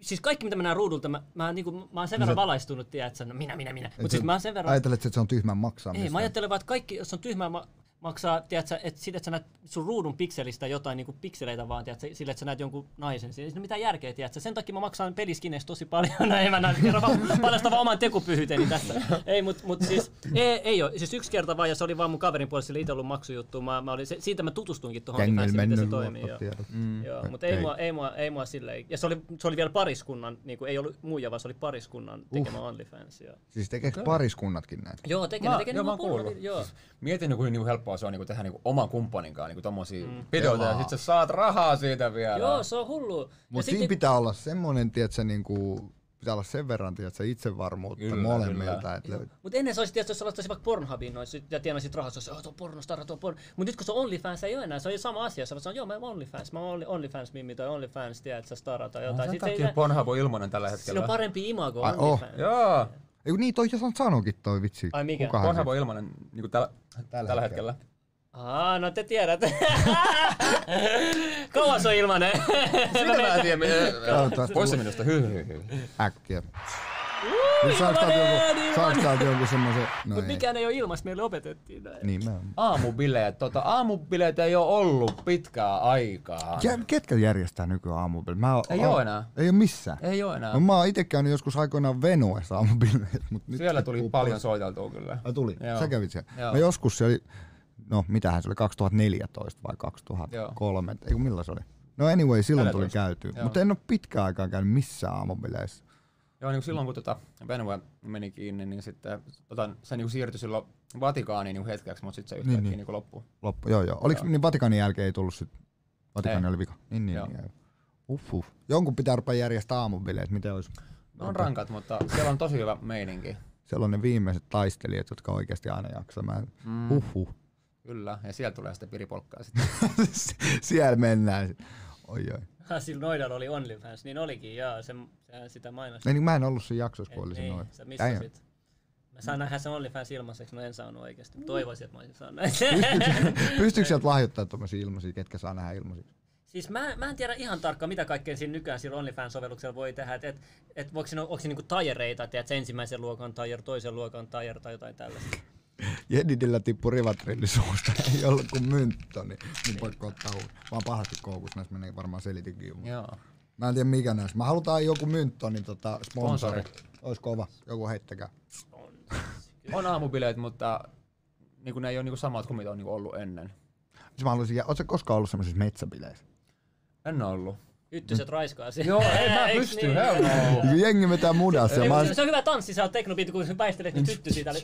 Speaker 4: siis kaikki mitä mä näen ruudulta, mä, mä, niinku, mä oon
Speaker 1: Niin
Speaker 4: sen verran valaistunut, tiedätkö, no minä, minä, minä. Mutta siis mä oon sen verran...
Speaker 1: Ajattelet, että se on tyhmän maksamista.
Speaker 4: Ei, mä ajattelen vaan, että kaikki, jos on tyhmää, ma- maksaa, tiedätkö, että sillä, että sä näet sun ruudun pikselistä jotain niin pikseleitä vaan, tiedätkö, sillä, että sä näet jonkun naisen. Siinä ei ole mitään järkeä, tiedätkö. Sen takia mä maksan peliskineistä tosi paljon. *laughs* No, en mä näin,
Speaker 2: *laughs*
Speaker 4: kerro vaan, paljasta vaan oman tekopyhyyteni tässä. Ei, mutta mut siis, ei, ei ole. Siis yksi kerta vaan, ja se oli vaan mun kaverin puolesta, sillä itse ollut maksujuttu. Mä, mä olin, se, siitä mä tutustuinkin tuohon
Speaker 1: Kengel
Speaker 4: miten se
Speaker 1: mennyt
Speaker 4: toimii. joo. Mm.
Speaker 1: luottotiedot.
Speaker 2: Mm.
Speaker 4: Joo, mutta ei,
Speaker 1: Ei.
Speaker 4: mua, ei, mua, ei mua silleen. Ja se oli, se oli vielä pariskunnan, niin kuin, ei ollut muija, vaan se oli pariskunnan tekemä OnlyFans. Joo,
Speaker 1: Siis tekeekö pariskunnatkin näitä?
Speaker 4: joo tekee,
Speaker 2: Mä-
Speaker 4: ne tekee
Speaker 2: joo, mä
Speaker 4: niinku
Speaker 2: oon
Speaker 4: porno-
Speaker 2: kuullut.
Speaker 4: Joo.
Speaker 2: Mietin, niinku, kuinka niinku helppoa se on niinku, tehdä niinku, oman kumppaninkaan niinku, tommosia videoita ja sit sä saat rahaa siitä vielä.
Speaker 4: Mm. Joo, se on hullu.
Speaker 1: Mutta siinä pitää olla semmoinen, tiedätkö, niinku, pitää olla sen verran tiedätkö, itsevarmuutta
Speaker 2: Kyllä,
Speaker 1: molemmilta.
Speaker 2: kyllä.
Speaker 1: Että löyt-
Speaker 4: Mut ennen se olisi tietysti, jos sä laittaisit vaikka Pornhubiin noin, sit- ja tienaisit rahaa, se olisi, "Joo, tuo pornostar, tuo porno. Mut nyt kun se on OnlyFans, se ei ole enää, se on jo sama asia. Sä voit sanoa, joo, mä oon OnlyFans, mä oon Only- OnlyFans mimmi tai OnlyFans, tiedät sä stara tai
Speaker 2: Sen
Speaker 4: jotain. Sit ei
Speaker 2: takia
Speaker 4: enää-
Speaker 2: Pornhub on ilmainen tällä hetkellä.
Speaker 4: Siinä on parempi imago
Speaker 1: Ai, oh.
Speaker 4: OnlyFans.
Speaker 2: Joo,
Speaker 1: Ei kun niin, toi jo sanokin toi vitsi.
Speaker 4: Ai mikä?
Speaker 1: Kukahan se-
Speaker 2: Pornhub on ilmainen niinku, tällä,
Speaker 1: hetkellä.
Speaker 2: tällä,
Speaker 4: *laughs*
Speaker 2: hetkellä.
Speaker 4: Aa, no te tiedätte. *laughs* Kauan se on ilmanen.
Speaker 1: No
Speaker 4: *laughs*
Speaker 2: Sitä mä en tiedä, miten...
Speaker 1: Toivottavasti
Speaker 2: Pois se minusta, hyy, hyy, hyy.
Speaker 1: äkkiä. Nyt saaks täältä joku, saaks täältä joku semmosen... No ei.
Speaker 4: Mikään ei ole ilmasta, meille opetettiin näin.
Speaker 1: Niin mä...
Speaker 2: Aamubileet, tota, aamubileet ei ole ollut pitkää aikaa.
Speaker 1: Ja, ketkä järjestää nykyään aamubileet? Mä oon-
Speaker 2: Ei oo enää.
Speaker 1: Ei oo missään.
Speaker 2: Ei oo enää.
Speaker 1: No mä oon ite käynyt joskus aikoinaan Venuessa aamubileet, mut nyt...
Speaker 2: Siellä tuli paljon soiteltua kyllä.
Speaker 1: Ai tuli,
Speaker 2: Joo.
Speaker 1: sä kävit siellä.
Speaker 2: Joo.
Speaker 1: Mä joskus se oli, no mitähän se oli, 2014 vai 2003, ei kun milloin se oli. No anyway, silloin
Speaker 2: 14.
Speaker 1: tuli käytyä,
Speaker 2: Joo.
Speaker 1: mutta en oo pitkään aikaa käynyt missään aamubileissä.
Speaker 2: Joo, niin kuin silloin kun tota Venue meni kiinni, niin sitten tota, se niin kuin siirtyi silloin Vatikaaniin niin kuin hetkeksi, mutta sitten se yhtäkkiä niin,
Speaker 1: niin.
Speaker 2: niin. Niin loppuun.
Speaker 1: Loppu, joo joo. Oliko
Speaker 2: Joo.
Speaker 1: niin Vatikaanin jälkeen ei tullut sit? Vatikaani
Speaker 2: Ei.
Speaker 1: oli vika. Niin, niin,
Speaker 2: Joo.
Speaker 1: niin. joo. Uff, uff. Jonkun pitää rupea järjestää aamubileet, miten olisi?
Speaker 2: Ne on rankat, mutta siellä on tosi hyvä meininki.
Speaker 1: Siellä on ne viimeiset taistelijat, jotka oikeasti aina jaksaa. Mä... Mm. Uhuh.
Speaker 2: Kyllä, ja siellä tulee sitten piripolkkaa sitten.
Speaker 1: *laughs* Siellä mennään. Oi, oi.
Speaker 4: Ah, Sillä noidalla oli OnlyFans, niin olikin, joo, se, sehän sitä mainosti.
Speaker 1: Ei, niin mä en ollut siinä jaksossa, kun oli se
Speaker 4: Ei,
Speaker 1: noin.
Speaker 4: sä
Speaker 1: Ei,
Speaker 4: missasit. Mä saan nähdä sen OnlyFans ilmaiseksi, no en saanut oikeesti.
Speaker 1: Mm.
Speaker 4: Toivoisin, että mä olisin saanut.
Speaker 1: *laughs* Pystyykö sieltä lahjoittamaan tuommoisia ilmaisia, ketkä saa nähdä ilmaisiksi?
Speaker 4: siis mä, mä en tiedä ihan tarkkaan, mitä kaikkea siinä nykyään sillä OnlyFans-sovelluksella voi tehdä. Et, et, et voiko siinä, onko siinä niinku tajereita, että se ensimmäisen luokan tajer, toisen luokan tajer tai jotain tällaista.
Speaker 1: Jedidillä tippui rivatrilli suusta, *laughs* ei ollut kuin mynttoni. Niin mun pakko ottaa uuden. Mä oon pahasti koukussa, näissä menee varmaan selitinkin. jo, mut-
Speaker 2: Joo.
Speaker 1: Mä en tiedä mikä näissä. Mä halutaan joku mynttonin tota, sponsori.
Speaker 2: Sponsori.
Speaker 1: Ois kova. Joku heittäkää.
Speaker 2: On aamubileet, mutta niin kuin ne ei ole niin kuin samat kuin mitä on niin kuin ollut ennen.
Speaker 1: Siis mä haluaisin, ootko sä koskaan ollut semmoisissa metsäbileissä?
Speaker 2: En ole ollut.
Speaker 4: Yttyset
Speaker 1: Mm.
Speaker 4: raiskaa siinä.
Speaker 2: Joo, en mä
Speaker 4: *laughs* Eiks
Speaker 2: pysty,
Speaker 4: niin?
Speaker 2: hello.
Speaker 1: Niin kuin Jengi vetää mudassa.
Speaker 4: Ei,
Speaker 1: ja mä
Speaker 4: kun
Speaker 1: oon-
Speaker 4: se, se on hyvä tanssi, sä oot teknobiitti, kun sä väistelet niin tyttö siitä.
Speaker 1: *laughs*
Speaker 4: *laughs* Eli...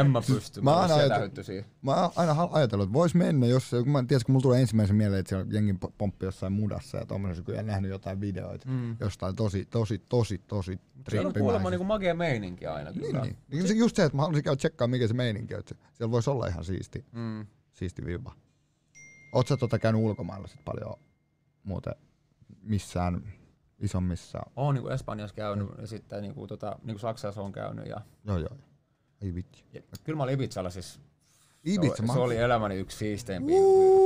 Speaker 2: En mä pysty,
Speaker 1: Mä
Speaker 2: mä oon
Speaker 1: aina
Speaker 2: siellä
Speaker 1: ajatellut-
Speaker 2: hyttysiä.
Speaker 1: Mä oon aina hal- ajatellut, että vois mennä, jos kun mä tiedän, kun mulla tulee ensimmäisen mieleen, että siellä jengi po- pomppi jossain mudassa ja tommosessa, kun en nähnyt jotain videoita mm. jostain tosi, tosi, tosi, tosi
Speaker 2: Siellä on kuulemma
Speaker 1: trippimäisestä.
Speaker 2: niinku magea meininki aina
Speaker 1: Niin,
Speaker 2: kyllä.
Speaker 1: niin. niin. se just se, että mä haluaisin käydä tsekkaa, mikä se meininki on. että se- Siellä voisi olla ihan siisti,
Speaker 2: Mm.
Speaker 1: siisti viiva. Oot sä tota käynyt ulkomailla sit paljon muuten missään isommissa?
Speaker 2: Oon niinku Espanjassa käynyt ja sitten niinku, tota, niinku Saksassa on käynyt ja,
Speaker 1: Joo, joo. Ei vitsi.
Speaker 2: ja kyllä mä olin Ibizalla siis
Speaker 1: Ibiza,
Speaker 2: se,
Speaker 1: mä
Speaker 2: se oli elämäni yksi siisteimpiä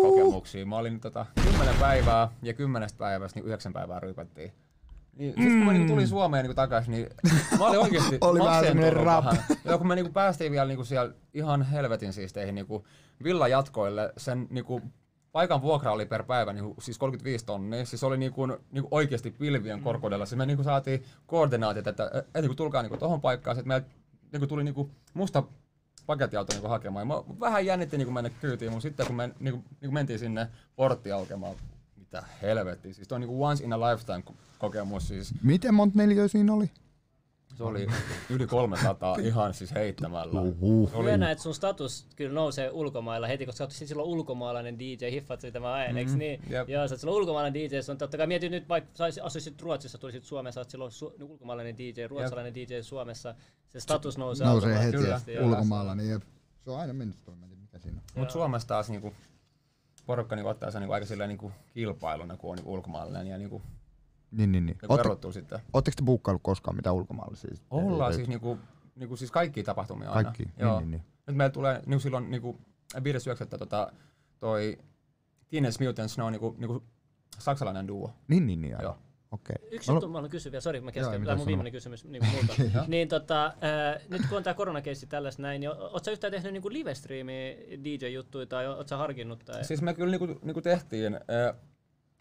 Speaker 2: kokemuksia. Mä olin tota, kymmenen päivää ja kymmenestä päivästä niin yhdeksän päivää ryypättiin. Niin, mm. Sitten kun mä niinku tulin Suomeen niinku takaisin, niin mä olin oikeesti
Speaker 1: Oli vähän
Speaker 2: masentunut
Speaker 1: semmonen rap.
Speaker 2: vähän. *laughs* Joo, kun me niinku päästiin vielä niinku siellä ihan helvetin siisteihin niinku villajatkoille, sen niinku paikan vuokra oli per päivä niinku, siis 35 tonnia. Siis oli niinku, niinku oikeasti pilvien korkeudella. Siis me niinku saatiin koordinaatit, että, että, että niinku, tulkaa niinku tohon paikkaan. Sitten meillä niinku, tuli niinku musta pakettiauto niinku hakemaan. Ja Mä vähän jännitti niinku mennä kyytiin, mutta sitten kun me niinku, niinku mentiin sinne portti aukemaan, mitä helvettiä. Siis toi on niinku once in a lifetime ko- kokemus. Siis
Speaker 1: Miten monta neliöä siinä oli?
Speaker 2: se oli yli 300 ihan siis heittämällä.
Speaker 1: Uhuh.
Speaker 4: Myönnä, että sun status kyllä nousee ulkomailla heti, koska sä oot siis silloin ulkomaalainen DJ, hiffat sitä mä ajan, eikö niin?
Speaker 2: Mm-hmm. jep.
Speaker 4: Joo, sä oot silloin ulkomaalainen DJ, se on totta kai mietit nyt, vaikka sä asuisit Ruotsissa, tulisit Suomeen, sä oot silloin su- niin ulkomaalainen DJ, ruotsalainen DJ Suomessa, se status nousee,
Speaker 1: Nousee heti
Speaker 4: automaattisesti,
Speaker 1: ja
Speaker 2: Kyllä.
Speaker 4: joo.
Speaker 1: ulkomailla, niin jep. Se on aina mennyt tuonne, mä en tiedä, mikä siinä on.
Speaker 2: Mutta Suomessa taas niinku, porukka niinku ottaa sen niinku aika silleen niinku kilpailuna, kun on niinku ulkomaalainen ja niinku,
Speaker 1: Niin, niin, niin.
Speaker 2: niinku
Speaker 1: Ootte,
Speaker 2: verottuu sitten.
Speaker 1: ootteko te buukkailut koskaan mitä ulkomailla siis?
Speaker 2: Ollaan
Speaker 1: Ei-
Speaker 2: siis, niinku, niinku, siis kaikki tapahtumia aina.
Speaker 1: Kaikki, niin,
Speaker 2: Joo.
Speaker 1: niin, niin.
Speaker 2: Nyt meillä tulee niinku silloin niinku, 5.9. Tota, toi Teenage Mutant Snow niinku, niinku, saksalainen duo.
Speaker 1: Niin, niin, niin. Joo.
Speaker 2: Joo.
Speaker 1: Okei.
Speaker 4: Yksi
Speaker 1: Mä
Speaker 4: juttu, mä haluan kysyä vielä, sori, mä
Speaker 1: Joo, ei
Speaker 4: keskeytän,
Speaker 1: mitään
Speaker 4: tämä mun viimeinen kysymys niin
Speaker 2: *laughs*
Speaker 4: kuin multa. niin tota, ää, nyt kun on tää koronakeissi tälläs näin, niin o- oot sä yhtään tehnyt niinku live-striimiä DJ-juttuja tai o- oot sä harkinnut tai?
Speaker 2: Siis me kyllä niinku, niinku tehtiin ää,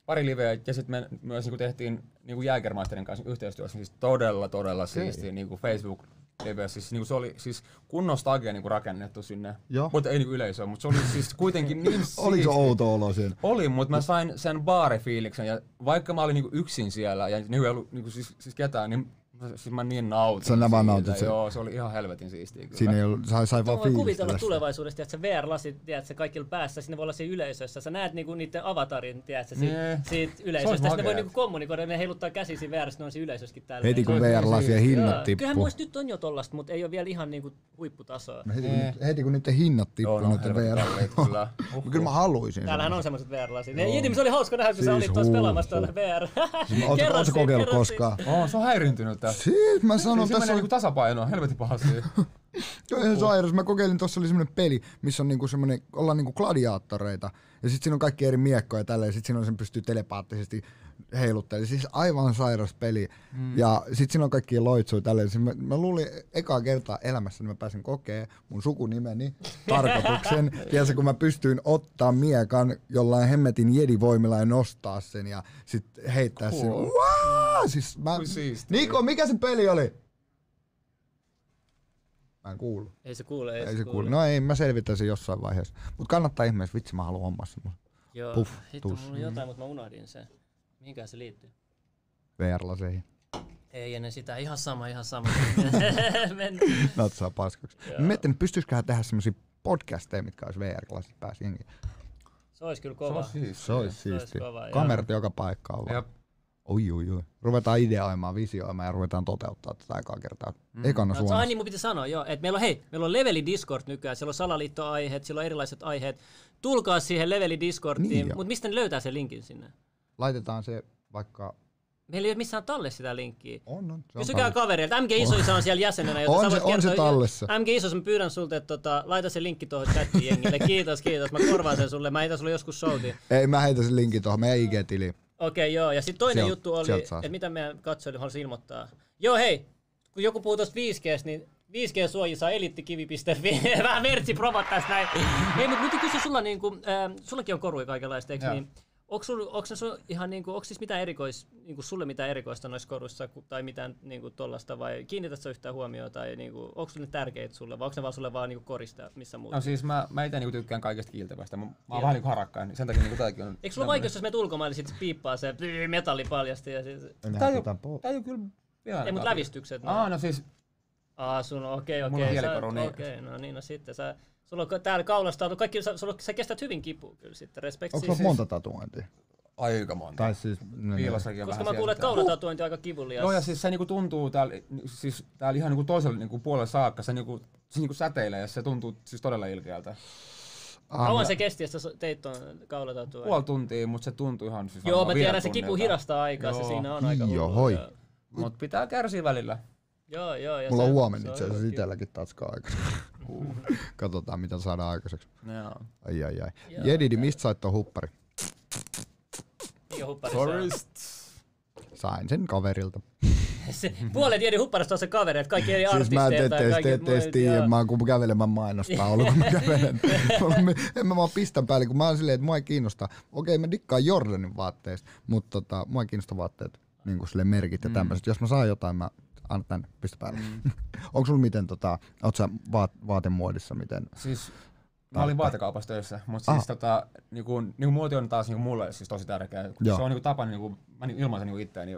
Speaker 2: pari liveä ja sitten me myös niinku tehtiin niinku Jägermeisterin kanssa yhteistyössä siis todella todella siistiä niinku Facebook live siis, niinku se oli siis kunnon stagia niinku rakennettu sinne.
Speaker 1: Joo.
Speaker 2: Mutta ei niinku yleisöä, mutta se oli
Speaker 1: *laughs*
Speaker 2: siis kuitenkin niin
Speaker 1: Oliko se
Speaker 2: siisti.
Speaker 1: outo olo siinä?
Speaker 2: Oli, mutta mä sain sen baarifiiliksen ja vaikka mä olin niinku yksin siellä ja niinku ei ollut niinku siis, siis ketään, niin mä, siis mä niin nautin.
Speaker 1: Sä nä vaan
Speaker 2: siitä.
Speaker 1: nautit sen.
Speaker 2: Joo, se oli ihan helvetin siistiä kyllä.
Speaker 1: Siinä ei ollut, sai, sai vaan
Speaker 4: Mä voin
Speaker 1: fiilistellä
Speaker 4: kuvitella
Speaker 1: sitä.
Speaker 4: tulevaisuudesta, että se VR-lasit, tiedätkö, kaikilla päässä, sinne voi olla siinä yleisössä. Sä näet niinku niiden avatarin, tiedätkö,
Speaker 1: Niin.
Speaker 4: si-
Speaker 2: Nee.
Speaker 4: siitä
Speaker 2: Se
Speaker 4: yleisöstä.
Speaker 2: olisi
Speaker 4: Sitten ne voi
Speaker 2: makeeta.
Speaker 4: niinku kommunikoida, ne heiluttaa käsiä siinä VR:ssä, ne on siinä yleisössäkin täällä.
Speaker 1: Heti kun
Speaker 2: Se oli
Speaker 1: VR-lasien
Speaker 2: siistiä.
Speaker 1: hinnat
Speaker 4: Kyllähän
Speaker 1: tippuu.
Speaker 4: muista nyt on jo tollasta, mutta ei ole vielä ihan niinku huipputasoa.
Speaker 1: No Heti kun, nyt- heti kun niiden hinnat tippuu,
Speaker 2: Joo, no,
Speaker 1: nyt VR.
Speaker 2: helvetin kalliit kyllä. Uhuh.
Speaker 1: *laughs* Kyllä mä haluisin.
Speaker 4: Täällähän on semmoiset VR-lasit. Ne- Jedi, se oli hauska nähdä, kun sä
Speaker 1: Siis
Speaker 4: olit tuossa
Speaker 1: huu,
Speaker 4: pelaamassa tuolla
Speaker 1: huu.
Speaker 4: VR.
Speaker 1: Oletko
Speaker 4: Kerran
Speaker 1: oletko
Speaker 4: siitä,
Speaker 1: kokeillut
Speaker 4: kerran siitä.
Speaker 1: koskaan?
Speaker 2: Oon, se on häirintynyt tässä.
Speaker 1: Siis mä
Speaker 2: No,
Speaker 1: sanon,
Speaker 2: se
Speaker 1: tässä
Speaker 2: menee
Speaker 1: on
Speaker 4: *laughs* Niin.
Speaker 2: niinku tasapainoon, helvetin pahasti.
Speaker 1: Joo, ihan sairas. Mä kokeilin, tuossa oli semmoinen peli, missä on niinku semmoinen, ollaan niinku gladiaattoreita, ja sitten siinä on kaikki eri miekkoja ja tällä, ja sitten siinä on sen pystyy telepaattisesti heiluttelemaan. Siis aivan sairas peli. Mm. Ja sitten siinä on kaikki loitsuja tälleen. Siis mä, mä, luulin ekaa kertaa elämässä, että mä pääsin kokee mun *laughs* sukunimeni tarkoituksen. Tiedätkö, kun mä pystyin ottaa miekan jollain hemmetin jedivoimilla ja nostaa sen ja sitten heittää cool. sen. Wow! Siis mä...
Speaker 2: Kuin
Speaker 4: Niin.
Speaker 2: siistiä.
Speaker 1: Niko, mikä se peli oli? Mä en kuullut.
Speaker 4: Ei se kuule,
Speaker 1: Ei se kuulu. No ei, mä selvitän sen jossain vaiheessa. Mutta kannattaa ihmeessä, vitsi mä haluan hommaa semmoisen.
Speaker 4: Joo,
Speaker 1: Puff,
Speaker 4: hitto,
Speaker 1: tus.
Speaker 4: mulla on jotain, mutta mä unohdin sen. Mihinkä se liittyy?
Speaker 1: VR-laseihin.
Speaker 4: Ei ennen sitä, ihan sama, ihan *laughs* sama. Men...
Speaker 1: Natsaa No, paskaksi. Mä mietin, että pystyisiköhän tehdä semmoisia podcasteja, mitkä olisi VR-lasit päässä jengi.
Speaker 4: Se olisi kyllä kova.
Speaker 1: Se olisi
Speaker 4: olisi
Speaker 1: siistiä.
Speaker 4: kova, joo.
Speaker 1: Kamerat joka paikkaan vaan.
Speaker 2: Jep.
Speaker 1: Oi, oi, oi. Ruvetaan ideoimaan, visioimaan ja ruvetaan toteuttaa tätä ekaa kertaa. Ei kanna
Speaker 4: No, ai
Speaker 1: Suomessa.
Speaker 4: niin, mun piti sanoa, joo, että meillä on, hei, meillä on leveli Discord nykyään, siellä on salaliittoaiheet, siellä on erilaiset aiheet. Tulkaa siihen leveli Discordiin,
Speaker 1: Niin joo.
Speaker 4: niin mutta mistä ne löytää sen linkin sinne?
Speaker 1: Laitetaan se vaikka...
Speaker 4: Meillä ei ole missään talle sitä linkkiä.
Speaker 1: On, on. Se on
Speaker 4: Kysykää
Speaker 1: paljon.
Speaker 4: kavereilta. MG Isoisa on siellä jäsenenä, joten
Speaker 1: On
Speaker 4: sä
Speaker 1: se-
Speaker 4: voit
Speaker 1: on se
Speaker 4: kertoa-
Speaker 1: tallessa.
Speaker 4: MG Isoisa, mä pyydän sulta, että tota, laita se linkki tuohon chattiin jengille. Kiitos, kiitos. Mä korvaan sen sulle. Mä heitän sulle joskus showtiin.
Speaker 1: Ei, mä heitän sen linkin tuohon meidän IG-tiliin.
Speaker 4: Okei, joo. Ja sitten toinen
Speaker 1: Sielt-
Speaker 4: juttu oli,
Speaker 1: sieltä saa.
Speaker 4: että mitä meidän katsojille halusi ilmoittaa. Joo, hei, kun joku puhuu tuosta 5Gstä, niin 5G-suoji saa elittikivi.fi. *laughs* Vähän vertsi promot tässä
Speaker 1: *laughs*
Speaker 4: näin. Ei, mutta nyt kysyä sulla, niin kuin, äh, sullakin on korui kaikenlaista, eikö
Speaker 2: Joo.
Speaker 4: niin? Onko, sul, onks ne sun, ihan niinku, onks siis mitään erikois, niinku sulle mitään erikoista noissa koruissa ku- tai mitään niinku tollasta vai kiinnität sä yhtään huomioon tai niinku, onko ne tärkeitä sulle vai onko ne vaan sulle vaan niinku korista missä muuta?
Speaker 2: No siis mä, mä itse niinku tykkään kaikesta kiiltävästä. Mä, mä oon vähän niinku harakkaan, niin sen takia niinku tääkin on...
Speaker 4: Eikö sulla vaikeus, jos menet ulkomaille sit se piippaa se *laughs* pyy, metallipaljasti ja siis...
Speaker 1: Enää
Speaker 2: Tää ei,
Speaker 1: tätä
Speaker 2: oo-
Speaker 1: po-
Speaker 2: tää ei oo kyllä vielä...
Speaker 4: Ei, mutta lävistykset. no.
Speaker 2: Aa, no siis
Speaker 4: Aa, sun on okei,
Speaker 2: Mulla on
Speaker 4: okei. sä-
Speaker 2: hielikoru, niin-
Speaker 4: Okei, no niin, no sitten sä... Sulla on ka- täällä kaulastautu, kaikki, sä, sulla, on- sä kestät hyvin kipua kyllä sitten, respekti.
Speaker 1: Onko sulla monta tatuointia?
Speaker 2: aika monta.
Speaker 1: Tai siis... no niin.
Speaker 2: Piilossakin on
Speaker 4: Koska
Speaker 2: vähän
Speaker 4: mä kuulen, että
Speaker 2: siellä
Speaker 4: kaulatatuointi on aika kivulias.
Speaker 2: Joo, ja siis se niinku tuntuu täällä, siis täällä ihan niinku toisella niinku puolella saakka, se niinku, se niinku säteilee ja se tuntuu siis todella ilkeältä.
Speaker 4: Kauan se kesti, että sä teit ton kaulatatuointi?
Speaker 2: Puoli tuntia, mutta se tuntuu ihan siis
Speaker 4: Joo, mä
Speaker 2: varmaan
Speaker 4: tiedän,
Speaker 2: vielä
Speaker 4: se kipu
Speaker 2: tunnilta.
Speaker 4: hidastaa aikaa, se
Speaker 2: Joo.
Speaker 4: siinä on aika
Speaker 1: Joo,
Speaker 4: hullua,
Speaker 1: hoi.
Speaker 4: Joo,
Speaker 2: Mut pitää kärsiä välillä.
Speaker 4: joo, joo. ja
Speaker 1: Mulla on
Speaker 4: se-
Speaker 1: huomenna
Speaker 4: se
Speaker 1: itse asiassa
Speaker 4: hyvä
Speaker 1: itselläkin tatskaa aikaiseksi. Katsotaan, mitä saadaan aikaiseksi.
Speaker 2: Joo.
Speaker 1: Ai, ai, ai.
Speaker 4: Joo,
Speaker 1: Jedidi, mistä sait ton huppari?
Speaker 4: kipu. Mikä huppari se on?
Speaker 2: Tourist.
Speaker 1: Sain sen kaverilta.
Speaker 4: Se- Puolet Jedi hupparista on se kaveri, että kaikki eri
Speaker 1: Siis mä
Speaker 4: artisteja
Speaker 1: en te-
Speaker 4: tai
Speaker 1: te-
Speaker 4: kaikki...
Speaker 1: te- te- tiedä, mä oon kuin kävelemään mainostaulu, kun mä kävelen. en mä vaan pistän päälle, kun mä oon silleen, että mua ei kiinnosta. Okei, mä dikkaan Jordanin vaatteista, mutta tota, mua ei kiinnosta vaatteet, niin kuin sille merkit ja tämmöiset. Jos mä saan jotain, mä annan tänne, pistä päälle. *laughs* Onko sulla miten, tota, oot sä vaat- vaatemuodissa miten?
Speaker 2: Siis mä olin vaatekaupassa töissä, mutta siis tota, niinku, niinku muoti on taas niinku mulle siis tosi tärkeä.
Speaker 1: Joo.
Speaker 2: Joo. Se on niinku tapa, niinku, mä niinku ilmaisen niinku itteeni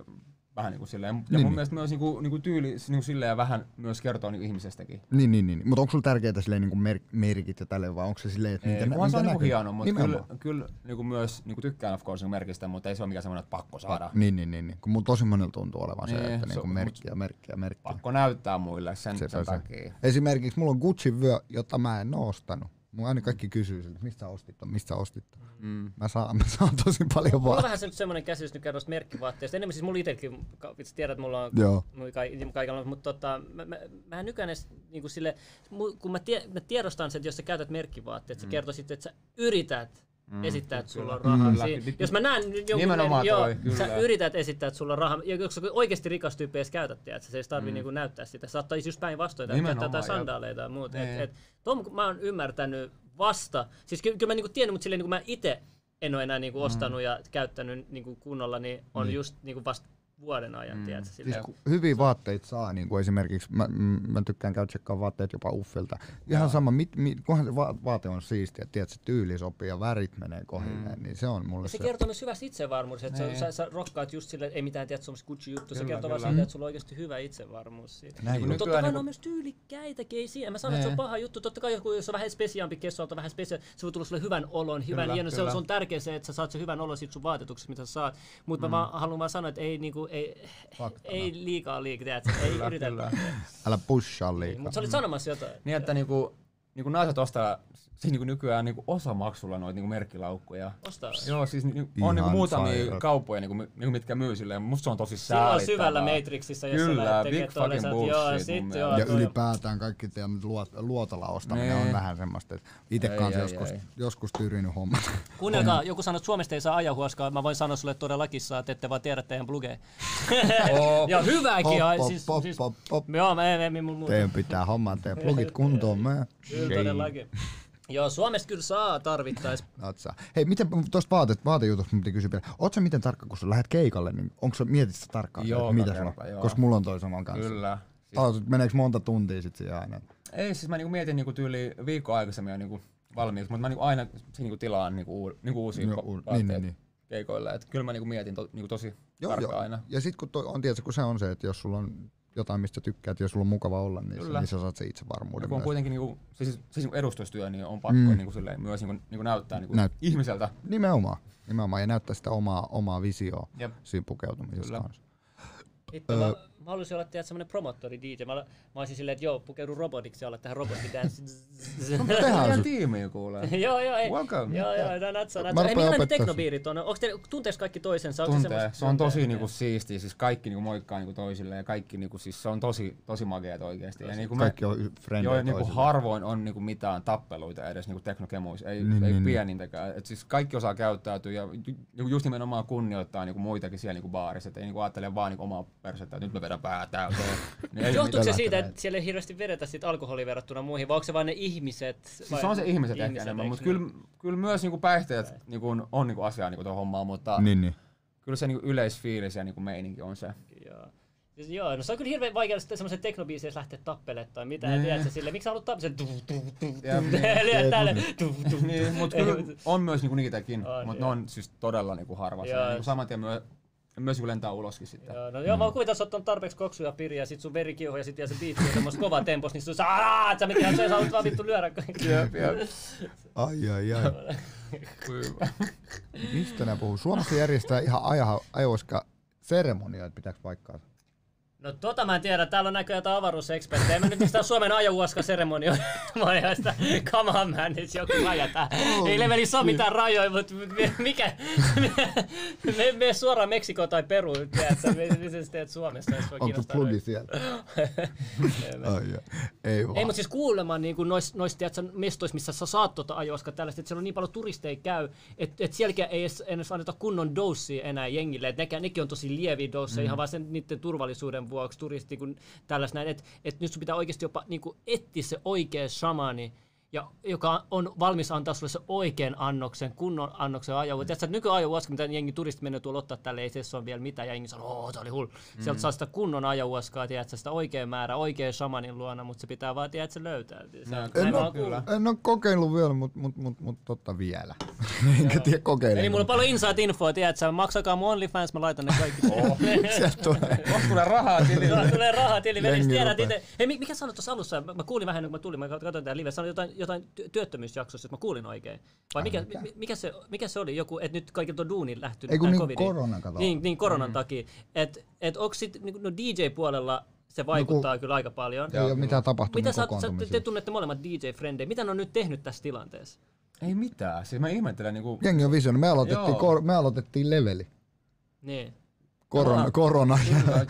Speaker 2: vähän niinku silleen. Ja
Speaker 1: Niin,
Speaker 2: mun
Speaker 1: niin.
Speaker 2: mielestä myös niinku, niinku tyyli niinku silleen vähän myös kertoo niinku ihmisestäkin.
Speaker 1: Niin, niin, niin. Mutta onko sulla tärkeää silleen niin kuin mer- merkit ja tälleen, vai onko se silleen, että
Speaker 2: Ei,
Speaker 1: miten,
Speaker 2: kunhan se on niinku
Speaker 1: niin näkyy?
Speaker 2: hieno, mutta kyllä,
Speaker 1: Nimenomaan.
Speaker 2: kyllä niinku myös niinku tykkään of course niinku merkistä, mutta ei se ole mikään semmoinen, että pakko saada.
Speaker 1: Niin, niin, niin, niin. Kun mun tosi monella tuntuu olevan se,
Speaker 2: Niin,
Speaker 1: että niin
Speaker 2: se
Speaker 1: kuin
Speaker 2: on-
Speaker 1: merkkiä, merkkiä, merkkiä.
Speaker 2: Pakko näyttää muille sen,
Speaker 1: Sepä
Speaker 2: sen
Speaker 1: se.
Speaker 2: takia.
Speaker 1: Esimerkiksi mulla on Gucci vyö, jota mä en oo ostanut. Mun aina kaikki kysyy siltä, mistä sä ostit ton, mistä sä ostit ton. Mm. Mä, saan, mä saan tosi paljon
Speaker 2: *laughs*
Speaker 4: Mulla on
Speaker 1: vaan.
Speaker 4: vähän se nyt semmoinen käsitys nyt noista merkkivaatteista. Enemmän siis mulla itsekin, ka- vitsi tiedät, että mulla on
Speaker 1: Joo.
Speaker 4: mulla kai- kaikenlaista, mutta tota, mä, mä, mä en nykyään edes niinku sille, mu- kun mä, tie, mä tiedostan sen, että jos sä käytät merkkivaatteet, mm. se kertoo sitten, että sä yrität mm, esittää, että sulla on rahaa.
Speaker 2: Kyllä. Niin,
Speaker 4: Mm. Jos mä näen nyt jonkun,
Speaker 2: Nimenomaan
Speaker 4: joo,
Speaker 2: toi,
Speaker 4: sä
Speaker 2: kyllä.
Speaker 4: yrität esittää, että sulla on rahaa. Ja jos sä oikeasti rikas tyyppi edes käytät, tiedät, sä, se ei tarvii mm. niinku näyttää sitä. Saattaa just päinvastoin, että käyttää
Speaker 2: Nimenomaan,
Speaker 4: jotain
Speaker 2: jep.
Speaker 4: sandaaleita tai muuta. Et,
Speaker 2: Niin.
Speaker 4: et, Tom, mä oon ymmärtänyt vasta, siis ky- kyllä mä niinku tiedän, mutta silleen niinku mä itse en ole enää niinku ostanut ja käyttänyt niinku kunnolla, niin on just niinku vasta vuoden ajan, mm. tiedätkö,
Speaker 1: Siis
Speaker 4: silleen.
Speaker 1: kun hyviä vaatteita saa, niin kuin esimerkiksi mä, mm, mä tykkään käydä tsekkaan vaatteet jopa uffilta. Ihan sama, mit, mit, kunhan se va- vaate on siistiä, tiedät, se tyyli sopii ja värit menee kohdilleen, mm. niin se on mulle
Speaker 4: Ja se
Speaker 1: se.
Speaker 4: kertoo myös hyvästä itsevarmuudesta, että sä,
Speaker 2: Niin.
Speaker 4: sä, sä rokkaat just sille, ei mitään tiedä, semmoista Gucci-juttu, se
Speaker 2: Kyllä,
Speaker 4: kertoo vaan
Speaker 2: kyllä.
Speaker 4: siitä, että sulla on oikeasti hyvä itsevarmuus siitä.
Speaker 1: Näin
Speaker 4: Mutta
Speaker 1: just.
Speaker 4: totta kai
Speaker 2: Nykyään
Speaker 4: ne
Speaker 2: niinku-
Speaker 4: on myös tyylikkäitäkin, ei siinä. Mä sanon, että se on
Speaker 2: Niin.
Speaker 4: paha juttu. Totta kai joku, jos on vähän spesiaampi kessolta, vähän spesia, se voi tulla sulle hyvän olon, hyvän
Speaker 2: Kyllä,
Speaker 4: hienon. Se on,
Speaker 2: kyllä.
Speaker 4: se on tärkeä se, että sä saat sen hyvän olon sit sun vaatetuksessa, mitä sä saat. Mutta
Speaker 2: Mm.
Speaker 4: mä vaan, haluan vaan sanoa, että ei, niinku, ei, ei liikaa liikaa, tiedätkö, ei yritä.
Speaker 2: Kyllä.
Speaker 1: Älä pushaa liikaa.
Speaker 4: Mutta sä olit sanomassa jotain.
Speaker 2: Niin, että niinku, niin kuin naiset ostaa siis niin kuin nykyään niin kuin osamaksulla noita niin kuin merkkilaukkuja.
Speaker 4: Ostaa.
Speaker 2: Joo, siis niin, on
Speaker 3: Ihan
Speaker 2: niin kuin muutamia
Speaker 3: sairaat.
Speaker 2: kauppoja, niin kuin, niin kuin, mitkä myy silleen. Musta se on tosi
Speaker 4: Silloin
Speaker 2: säälittävää.
Speaker 4: syvällä Matrixissa, jos
Speaker 2: Kyllä,
Speaker 4: Kyllä, sä lähdet
Speaker 2: big
Speaker 4: tekemään
Speaker 2: fucking
Speaker 4: tolleen, sä oot, joo,
Speaker 2: bullshit mun
Speaker 4: sit
Speaker 2: mielestä.
Speaker 4: joo.
Speaker 1: Ja
Speaker 4: toi-
Speaker 1: ylipäätään kaikki teidän luot, luotalla ostaminen
Speaker 2: Nee.
Speaker 1: on vähän semmoista, että itse
Speaker 2: Niin. Ei,
Speaker 1: kanssa
Speaker 2: ei,
Speaker 1: joskus,
Speaker 2: ei.
Speaker 1: joskus tyyrinyt homman.
Speaker 4: Kuunnelkaa, joku sanoi, että Suomesta ei saa ajahuoskaa. Mä voin sanoa sulle, että todellakin saa, että ette vaan tiedä teidän blogeja.
Speaker 2: Oh.
Speaker 4: *laughs* ja hyväkin.
Speaker 1: Pop,
Speaker 4: ai,
Speaker 1: pop,
Speaker 4: siis,
Speaker 1: pop,
Speaker 4: siis,
Speaker 1: pop, pop.
Speaker 4: Joo, mä en, en, en mulla muuta.
Speaker 1: *laughs* Teidän pitää hommaa teidän plugit kuntoon. Mä.
Speaker 4: Kyllä todellakin. Joo, Suomesta kyllä saa tarvittaessa.
Speaker 1: Natsaa. Hei, miten tuosta vaate, vaatejutusta mä piti kysyä vielä. Oot sä miten tarkka, kun sä lähdet keikalle, niin onko sä mietit sitä tarkkaan?
Speaker 2: Joo,
Speaker 1: että mitä
Speaker 2: joka
Speaker 1: sulla?
Speaker 2: kerta, joo.
Speaker 1: Koska mulla on toi saman kanssa. Kyllä.
Speaker 2: Kyllä.
Speaker 1: meneekö monta tuntia sit siihen aina?
Speaker 2: Ei, siis mä niinku mietin niinku tyyli viikko aikaisemmin jo niinku valmiiksi, mutta mä niinku aina se niinku tilaan niinku, uu, niinku uusia
Speaker 1: No,
Speaker 2: no,
Speaker 1: uu- niin,
Speaker 2: vaatteita
Speaker 1: niin, niin.
Speaker 2: keikoille. Et kyllä mä niinku mietin to, niinku tosi tarkkaan aina.
Speaker 1: Ja sit kun toi on, tiedätkö, kun se on se, että jos sulla on jotain, mistä tykkäät ja sulla on mukava olla, niin, se,
Speaker 2: Kyllä.
Speaker 1: niin sä saat se
Speaker 2: Ja
Speaker 1: itsevarmuuden.
Speaker 2: kun on
Speaker 1: myös.
Speaker 2: kuitenkin niinku, siis, siis niinku edustustyö, niin on pakko
Speaker 1: Mm.
Speaker 2: mm. niinku silleen, myös niinku, niinku näyttää niinku
Speaker 1: Näyt-
Speaker 2: ihmiseltä.
Speaker 1: Nimenomaan. Nimenomaan. Ja näyttää sitä omaa, omaa visioa
Speaker 2: Jep.
Speaker 1: siinä pukeutumisessa
Speaker 2: Kyllä.
Speaker 1: kanssa.
Speaker 4: Hitto, mä, mä haluaisin olla tiedät, semmonen promottori DJ. Mä, mä olisin silleen, että joo, pukeudun robotiksi ja olla tähän robottidanssiin.
Speaker 2: *laughs*
Speaker 1: Tehdään
Speaker 2: Meidän
Speaker 1: sut.
Speaker 2: tiimiä kuulee.
Speaker 4: *laughs* joo, joo, ei.
Speaker 2: Welcome.
Speaker 4: Joo, joo, no, natsa,
Speaker 1: Mä
Speaker 4: natsa. Ei,
Speaker 1: rupean
Speaker 4: millainen
Speaker 1: opettaa
Speaker 4: teknobiirit on? Onko te, tunteeks kaikki toisensa? Onks
Speaker 2: Tuntee.
Speaker 4: semmoset-
Speaker 2: Se on tosi
Speaker 4: tuntee?
Speaker 2: niinku siistiä, siis kaikki niinku moikkaa niinku toisille ja kaikki niinku, siis se on tosi, tosi makeet oikeesti. Ja niinku me,
Speaker 1: Kaikki on y-
Speaker 2: Joo,
Speaker 1: frendejä
Speaker 2: ja niinku
Speaker 1: toisilleen.
Speaker 2: harvoin on niinku mitään tappeluita edes niinku teknokemuissa, ei,
Speaker 1: Niin,
Speaker 2: niin, ei
Speaker 1: niin,
Speaker 2: niin,
Speaker 1: niin.
Speaker 2: pienintäkään. Et siis kaikki osaa käyttäytyä ja ju, ju- just nimenomaan kunnioittaa niinku muitakin siellä niinku baarissa, et ei niinku ajattele vaan niinku omaa persettä, että nyt mä vedän pää *laughs* täyteen. niin ei
Speaker 4: Johtuuko se
Speaker 2: mitään.
Speaker 4: siitä, että siellä ei hirveästi vedetä sit alkoholia verrattuna muihin, vai onko se vain ne ihmiset?
Speaker 2: Siis se on se ihmiset, ihmiset ehkä enemmän, mutta kyllä, kyllä myös niinku päihteet niinku on, on niinku asiaa niinku tuohon hommaan, mutta niin.
Speaker 1: Niin, niin.
Speaker 2: kyllä se niinku yleisfiilis ja niinku meininki on se.
Speaker 4: Joo. Siis joo, no se on kyllä hirveän vaikea sitten semmoisen teknobiisin, jos lähtee tappelemaan tai mitään, mm. tiedätkö sille, miksi sä haluat tappaa sen tuu tuu tuu
Speaker 2: Niin.
Speaker 4: *laughs*
Speaker 2: Ja-
Speaker 4: tuu, lyö tälle tuu tuu
Speaker 2: Niin, mutta
Speaker 4: Ei,
Speaker 2: kyllä
Speaker 4: mut- siis-
Speaker 2: on myös niinku niitäkin,
Speaker 4: On,
Speaker 2: mutta ne
Speaker 4: joo.
Speaker 2: on siis todella niinku harvassa.
Speaker 4: Joo.
Speaker 2: Ja Niinku saman tien myö, myös niinku lentää uloskin sitten.
Speaker 4: Joo, no joo, mä kuvitan, sä oot ottanut tarpeeksi koksuja piriä, sit sun verikiuho ja sit jää se biitti on semmos kova tempos, niin sun sä aah, sä mitään, sä haluat vaan vittu lyödä kaikki.
Speaker 2: Jep, jep.
Speaker 1: Ai, ai,
Speaker 4: *laughs*
Speaker 1: ai. Mistä nää puhuu? Suomessa järjestää ihan aja, ajoiska seremonioita, pitääkö paikkaa?
Speaker 4: No tota mä en tiedä, täällä on näköjään jotain avaruuseksperttejä. Ei Mä nyt mistään Suomen ajovuoska *laughs* seremonio. Mä oon ihan sitä, come on man, nyt joku raja tää. Ei levelissä ole mitään rajoja, mutta mi- mikä? Me, me suoraan Meksikoon tai Peruun, tiedätkö? Me- Miten sä teet Suomessa, jos voi
Speaker 1: Onko
Speaker 4: kiinnostaa.
Speaker 1: plugi siellä?
Speaker 4: *laughs*
Speaker 1: Ai, ai. Ei vaan.
Speaker 4: Ei, mutta siis kuulemma niin kuin nois, nois tiedätkö, mestois, missä sä saat tota ajoaska tällaista, että siellä on niin paljon turisteja käy, että et sielläkään ei edes, edes anneta kunnon doussia enää jengille. Et nekään, nekin on tosi lieviä dousseja mm. ihan vaan sen niiden turvallisuuden vuoksi turisti, kun tällaista näin. Että et nyt sun pitää oikeasti jopa niin kuin etsiä se oikea shamani, ja joka on valmis antaa sulle se oikean annoksen, kunnon annoksen ajoa. Mm. Tiedätkö, että nykyajovuoska, mitä jengi turisti menee tuolla ottaa tälle, ei se ole vielä mitään, ja jengi sanoo, ooo, se oli hullu. Mm. Sieltä saa sitä kunnon ajovuoskaa, tiedätkö, sitä oikea määrä, oikea shamanin luona, mutta se pitää vaan, tiedätkö, se löytää. Se,
Speaker 2: No,
Speaker 4: näin
Speaker 2: kyllä,
Speaker 4: mä oon
Speaker 2: kyllä.
Speaker 4: kuullut.
Speaker 1: En ole kokeillut vielä, mutta mut, mut, mut, totta vielä. *laughs* Enkä tiedä kokeilla.
Speaker 4: Eli niin, mulla on paljon inside infoa, tiedätkö, maksakaa mun OnlyFans, mä laitan ne *laughs* kaikki.
Speaker 1: *laughs* Sieltä tulee.
Speaker 2: Kohta tulee rahaa tilille.
Speaker 4: Sulla tulee rahaa tili, velis,
Speaker 1: Niin. Jengi
Speaker 4: siis tiedät
Speaker 1: rupeaa.
Speaker 4: itse. Hei, mi- mikä sanoit tuossa alussa? Mä, mä kuulin vähän, kun mä tulin, mä katsoin tää live, sanoit jotain, jotain ty- työttömyysjaksossa, jos mä kuulin oikein. Vai mikä,
Speaker 1: mikä?
Speaker 4: mi- mikä, se, mikä se oli, joku, että nyt kaikilta on duuni lähtenyt
Speaker 1: Ei kun
Speaker 4: tän
Speaker 1: niinku Mm.
Speaker 4: covidiin.
Speaker 1: korona, kato.
Speaker 4: Niin, niin koronan takia. Että et onko sit, niinku, no DJ-puolella se vaikuttaa kyllä aika paljon.
Speaker 1: Ei ole mitään tapahtunut
Speaker 4: Mitä sä, sä, te,
Speaker 1: kokoontumisia.
Speaker 4: te tunnette molemmat DJ-frendejä, mitä ne on nyt tehnyt tässä tilanteessa?
Speaker 2: Ei mitään, siis mä ihmettelen niinku...
Speaker 1: Jengi on visioinut. Me aloitettiin,
Speaker 2: Joo.
Speaker 1: kor- me aloitettiin leveli.
Speaker 4: Niin,
Speaker 1: Korona,
Speaker 2: Aha.
Speaker 1: korona.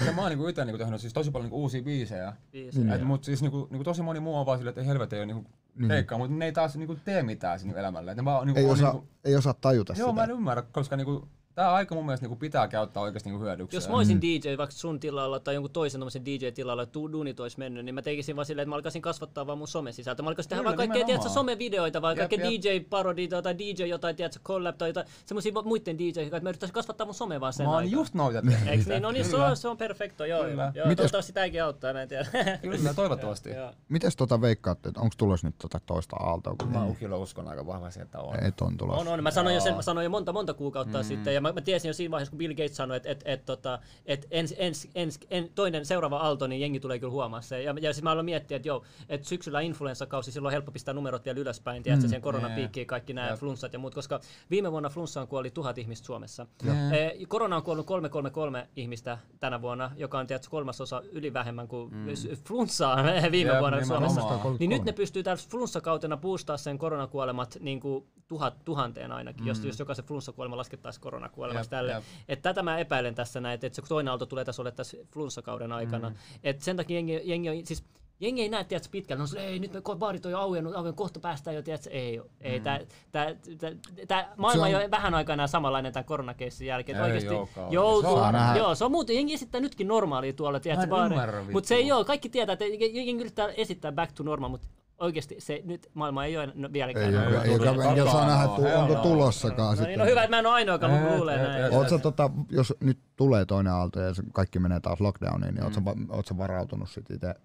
Speaker 2: Ja mä oon niinku ite niinku tehnyt siis tosi paljon niinku uusia biisejä.
Speaker 4: viisi.
Speaker 1: Niin,
Speaker 2: Et mut siis niinku, niinku tosi moni muu on vaan silleen, että ei helvet ei oo niinku keikkaa, mut ne ei taas niinku tee mitään siinä niinku elämällä. Et ne vaan niinku
Speaker 1: Ei
Speaker 2: on
Speaker 1: osaa,
Speaker 2: niinku...
Speaker 4: niin-
Speaker 1: ei osaa tajuta
Speaker 2: Joo, mä en
Speaker 1: sitä.
Speaker 2: ymmärrä, koska niinku tää aika mun mielestä niinku pitää käyttää oikeesti niinku hyödykseen.
Speaker 4: Jos mä olisin DJ vaikka sun tilalla tai jonkun toisen tommosen DJ-tilalla, että tu- duunit olisi mennyt, niin mä tekisin vaan silleen, että mä alkaisin kasvattaa vaan mun somesisältöä. Mä alkaisin tehdä
Speaker 2: Kyllä,
Speaker 4: vaan kaikkea,
Speaker 2: nimenomaan.
Speaker 4: tiedätkö, somevideoita, vaan
Speaker 2: Jep,
Speaker 4: kaikkea
Speaker 2: jep.
Speaker 4: DJ-parodiita tai DJ jotain, tiedätkö, collab tai jotain, semmosia va- muiden DJ, että mä yrittäisin kasvattaa mun some vaan sen
Speaker 2: Mä oon
Speaker 4: aikaan.
Speaker 2: just noita tehnyt.
Speaker 4: Eiks niin? No niin, se on,
Speaker 2: Kyllä.
Speaker 4: se on perfekto, joo. joo.
Speaker 2: Kyllä.
Speaker 4: joo toivottavasti tääkin auttaa, mä en tiedä. *laughs*
Speaker 2: Kyllä, toivottavasti.
Speaker 4: Joo.
Speaker 1: Mites tota veikkaatte, että onko tulossa nyt tota toista aaltoa? kun-
Speaker 2: Mä kyllä uskon aika vahvasti, että No. on.
Speaker 1: Et on tulossa.
Speaker 4: On, on. Mä sanoin, jo sen, mä sanoin jo monta, monta kuukautta mm. sitten, ja mä, mä tiesin jo siinä vaiheessa, kun Bill Gates sanoi, että et, et, tota, et ens, ens, ens, en, toinen seuraava aalto, niin jengi tulee kyllä huomaa se. Ja, ja siis mä aloin miettiä, että joo, että syksyllä influenssakausi, silloin on helppo pistää numerot vielä ylöspäin, tiedätkö, mm, siihen koronapiikkiin kaikki nämä flunssat ja muut, koska viime vuonna flunssaan kuoli tuhat ihmistä Suomessa. E, korona on kuollut 333 ihmistä tänä vuonna, joka on tiedätkö, kolmasosa yli vähemmän kuin mm. flunssaan eh, viime
Speaker 2: Jep,
Speaker 4: vuonna
Speaker 2: nimenomaan.
Speaker 4: Suomessa. Niin
Speaker 1: 133.
Speaker 4: nyt ne pystyy täällä flunssakautena boostaa sen koronakuolemat niin kuin tuhat, tuhanteen ainakin, mm. jos, jos jokaisen flunssakuolema laskettaisiin koronakuolemaksi
Speaker 2: Jep,
Speaker 4: tälle.
Speaker 2: jep.
Speaker 4: Et tätä mä epäilen tässä näin, että et se toinen aalto tulee tasolle tässä flunssakauden aikana. Mm. Et sen takia jengi, jengi on, siis Jengi ei näe tiedätkö, pitkällä, no se, ei nyt me ko- baarit on jo auennut, auennut, kohta päästään jo, tiedätkö, ei, oo. ei mm. tää, tää, tää, tää, maailma
Speaker 1: Se
Speaker 4: on
Speaker 1: on-
Speaker 4: jo vähän aikaa enää samanlainen tämän koronakeissin jälkeen.
Speaker 2: Ei
Speaker 4: oikeasti
Speaker 2: olekaan.
Speaker 4: joutuu,
Speaker 1: Saa nähdä.
Speaker 4: joo, se on muuten, jengi esittää nytkin normaalia tuolla, tiedätkö,
Speaker 2: Mä en
Speaker 4: baari.
Speaker 2: ymmärrä, vittu.
Speaker 4: Mutta se ei ole, kaikki tietää, että jengi jengi yrittää esittää back to normal, mutta oikeasti se nyt maailma ei ole no, vieläkään.
Speaker 1: Ei,
Speaker 4: normaali.
Speaker 1: joka,
Speaker 3: ei,
Speaker 1: eikä
Speaker 2: ei,
Speaker 1: enkä saa
Speaker 2: ei,
Speaker 1: nähdä,
Speaker 2: ei, ei,
Speaker 1: että onko
Speaker 2: ei,
Speaker 1: tulossakaan
Speaker 4: No, niin, no
Speaker 1: sitten.
Speaker 4: hyvä, että mä en ole ainoa, joka
Speaker 2: Ei,
Speaker 4: luulee
Speaker 2: ei,
Speaker 4: näin.
Speaker 2: ei,
Speaker 1: Oot sä tota, jos nyt tulee toinen aalto ja se kaikki menee taas lockdowniin, niin oot sä, va- oot sä varautunut sit itse?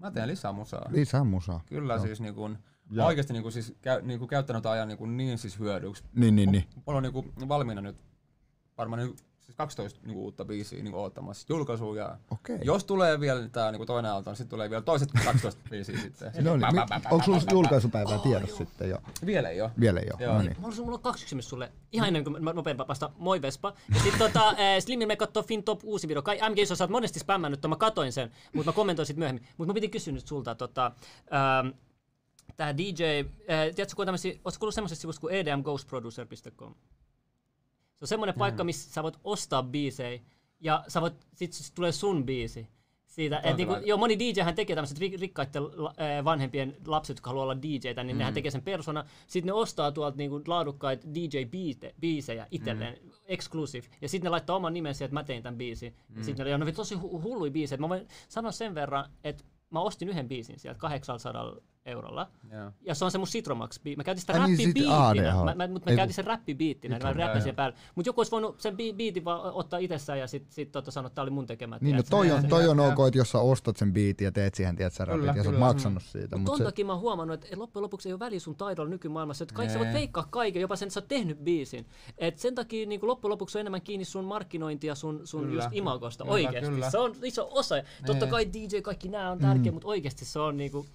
Speaker 2: Mä teen lisää musaa.
Speaker 1: Lisää musaa.
Speaker 2: Kyllä siis niin kuin, mä oikeasti niin kuin, siis, käy, niin kuin käyttänyt tämän ajan niin, kuin, niin siis hyödyksi.
Speaker 1: Niin, niin, niin.
Speaker 2: Mulla on niin kuin, valmiina nyt varmaan niin, siis 12 niin kuin, uutta biisiä niin kuin, oottamassa julkaisuun. Ja
Speaker 1: Okei.
Speaker 2: Jos tulee vielä tämä niin kuin toinen aalto, niin sitten tulee vielä toiset 12 *laughs* biisiä sitten.
Speaker 1: No
Speaker 2: Pä,
Speaker 1: niin,
Speaker 2: pä, pä, pä,
Speaker 1: onko sulla
Speaker 2: pä, pä,
Speaker 1: julkaisupäivää tiedossa sitten jo?
Speaker 2: pä. Vielä ei ole.
Speaker 1: Vielä ei ole.
Speaker 2: Joo.
Speaker 1: No niin.
Speaker 4: Mulla on, mulla on kaksi kysymystä sulle, ihan ennen kuin mä nopeampaa vasta, moi Vespa. Ja sit tota, eh, Slimin me katsoo FinTop uusi video, kai MG, sä oot monesti spämmännyt, ton, mä katoin sen, mutta mä kommentoin sit myöhemmin. Mutta mä piti kysyä nyt sulta, tota, ähm, tää DJ, äh, tiedätkö, kun on tämmösiä, ootko kuullut semmoisesta sivusta kuin E edmghostproducer.com? Se on semmoinen paikka, missä sä voit ostaa biisejä ja sä voit, sit s- tulee sun biisi. Siitä, et
Speaker 2: on
Speaker 4: niinku,
Speaker 2: kyllä-
Speaker 4: joo, moni DJhän tekee tämmöiset ri- rikkaiden la- ää, vanhempien lapset, jotka haluaa olla DJtä, niin mm. nehän tekee sen persona. Sitten ne ostaa tuolta niinku laadukkaita DJ-biisejä itselleen, mm. exclusive. Ja sitten ne laittaa oman nimensä, että mä tein tämän biisin. Mm. Sitten ne, ja ne on tosi hu- hulluja biisejä. Mä voin sanoa sen verran, että mä ostin yhden biisin sieltä 800 eurolla.
Speaker 2: Joo.
Speaker 4: Ja se on se mun Citromax biisi. Mä käytin sitä
Speaker 1: Ai niin, sit-
Speaker 4: rappibiittinä.
Speaker 1: ADH.
Speaker 4: Mä, mä, mut mä
Speaker 1: Ei
Speaker 4: käytin
Speaker 1: kun-
Speaker 4: sen rappibiittinä, niin mä räppäsin sen päälle. Mut joku olisi voinut sen bi- biitin vaan ottaa itsessään ja sit, sit tota sanoa, että tää oli mun tekemä.
Speaker 1: Niin, no
Speaker 4: tiedätkö?
Speaker 1: toi
Speaker 4: Ja
Speaker 1: on,
Speaker 4: se-
Speaker 1: toi on ok, että jos sä ostat sen biitin ja teet siihen, tiedät sä rapit, ja sä oot
Speaker 2: kyllä.
Speaker 1: maksanut siitä.
Speaker 4: Mut
Speaker 1: Mutta
Speaker 4: ton
Speaker 1: se,
Speaker 4: takia mä oon huomannut, että loppujen lopuksi ei ole väliä sun taidolla nykymaailmassa. Että kaikki sä voit
Speaker 2: Nee.
Speaker 4: veikkaa kaiken, jopa sen, että sä oot tehnyt biisin. Et sen takia niin loppujen lopuksi on enemmän kiinni sun markkinointi ja sun, sun
Speaker 2: Kyllä.
Speaker 4: just imagosta
Speaker 2: Kyllä,
Speaker 4: oikeesti.
Speaker 2: kyllä.
Speaker 4: Se on iso osa. Totta kai DJ, kaikki nää on tärkeä, mut oikeesti se on niinku,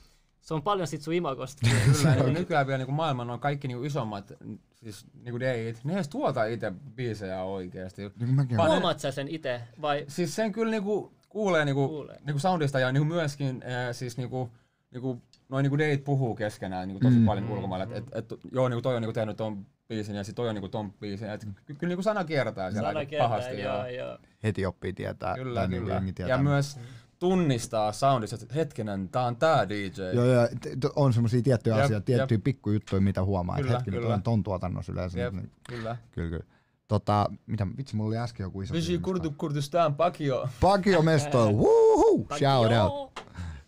Speaker 4: se on paljon sit sun imagosta.
Speaker 2: Kyllä, niin nykyään vielä niin maailman on kaikki niin isommat siis niin deit, ne ei edes tuota itse biisejä oikeasti.
Speaker 1: niin mäkin
Speaker 2: Vaan-
Speaker 4: Huomaat sä sen itse vai
Speaker 2: Siis sen kyllä niinku kuulee niinku,
Speaker 4: Kuulee.
Speaker 2: niinku soundista ja niinku myöskin äh, siis niinku, niinku, noin niinku deit puhuu keskenään niinku tosi mm. paljon niinku ulkomailla. Et, et, et, joo, niinku toi on niinku tehnyt ton biisin ja sit toi on niinku ton biisin. Et, ky- kyllä niinku sana kiertää siellä
Speaker 4: Sana
Speaker 2: aika
Speaker 4: kiertää,
Speaker 2: pahasti.
Speaker 4: joo, joo.
Speaker 1: heti oppii tietää.
Speaker 2: Kyllä,
Speaker 1: tai niinku
Speaker 2: kyllä.
Speaker 1: jengi
Speaker 2: ja
Speaker 1: tietää.
Speaker 2: myös tunnistaa soundista, että hetkenen, tää on tää DJ.
Speaker 1: Joo, ja t- t- on semmoisia tiettyjä
Speaker 2: Jep,
Speaker 1: asioita, tiettyjä pikkujuttuja, mitä huomaa, että
Speaker 2: Kyllä,
Speaker 1: hetkinen, toi
Speaker 2: kyllä.
Speaker 1: on ton tuotannossa yleensä.
Speaker 2: Jep,
Speaker 1: niin-
Speaker 2: kyllä.
Speaker 1: Kyllä, kyllä. Tota, mitä, vitsi, mulla oli äsken joku iso
Speaker 2: Visi
Speaker 1: kysymys.
Speaker 2: kurdu kurdistan pakio.
Speaker 1: Pakio mestoilla, woohoo, shout out.
Speaker 4: Joo,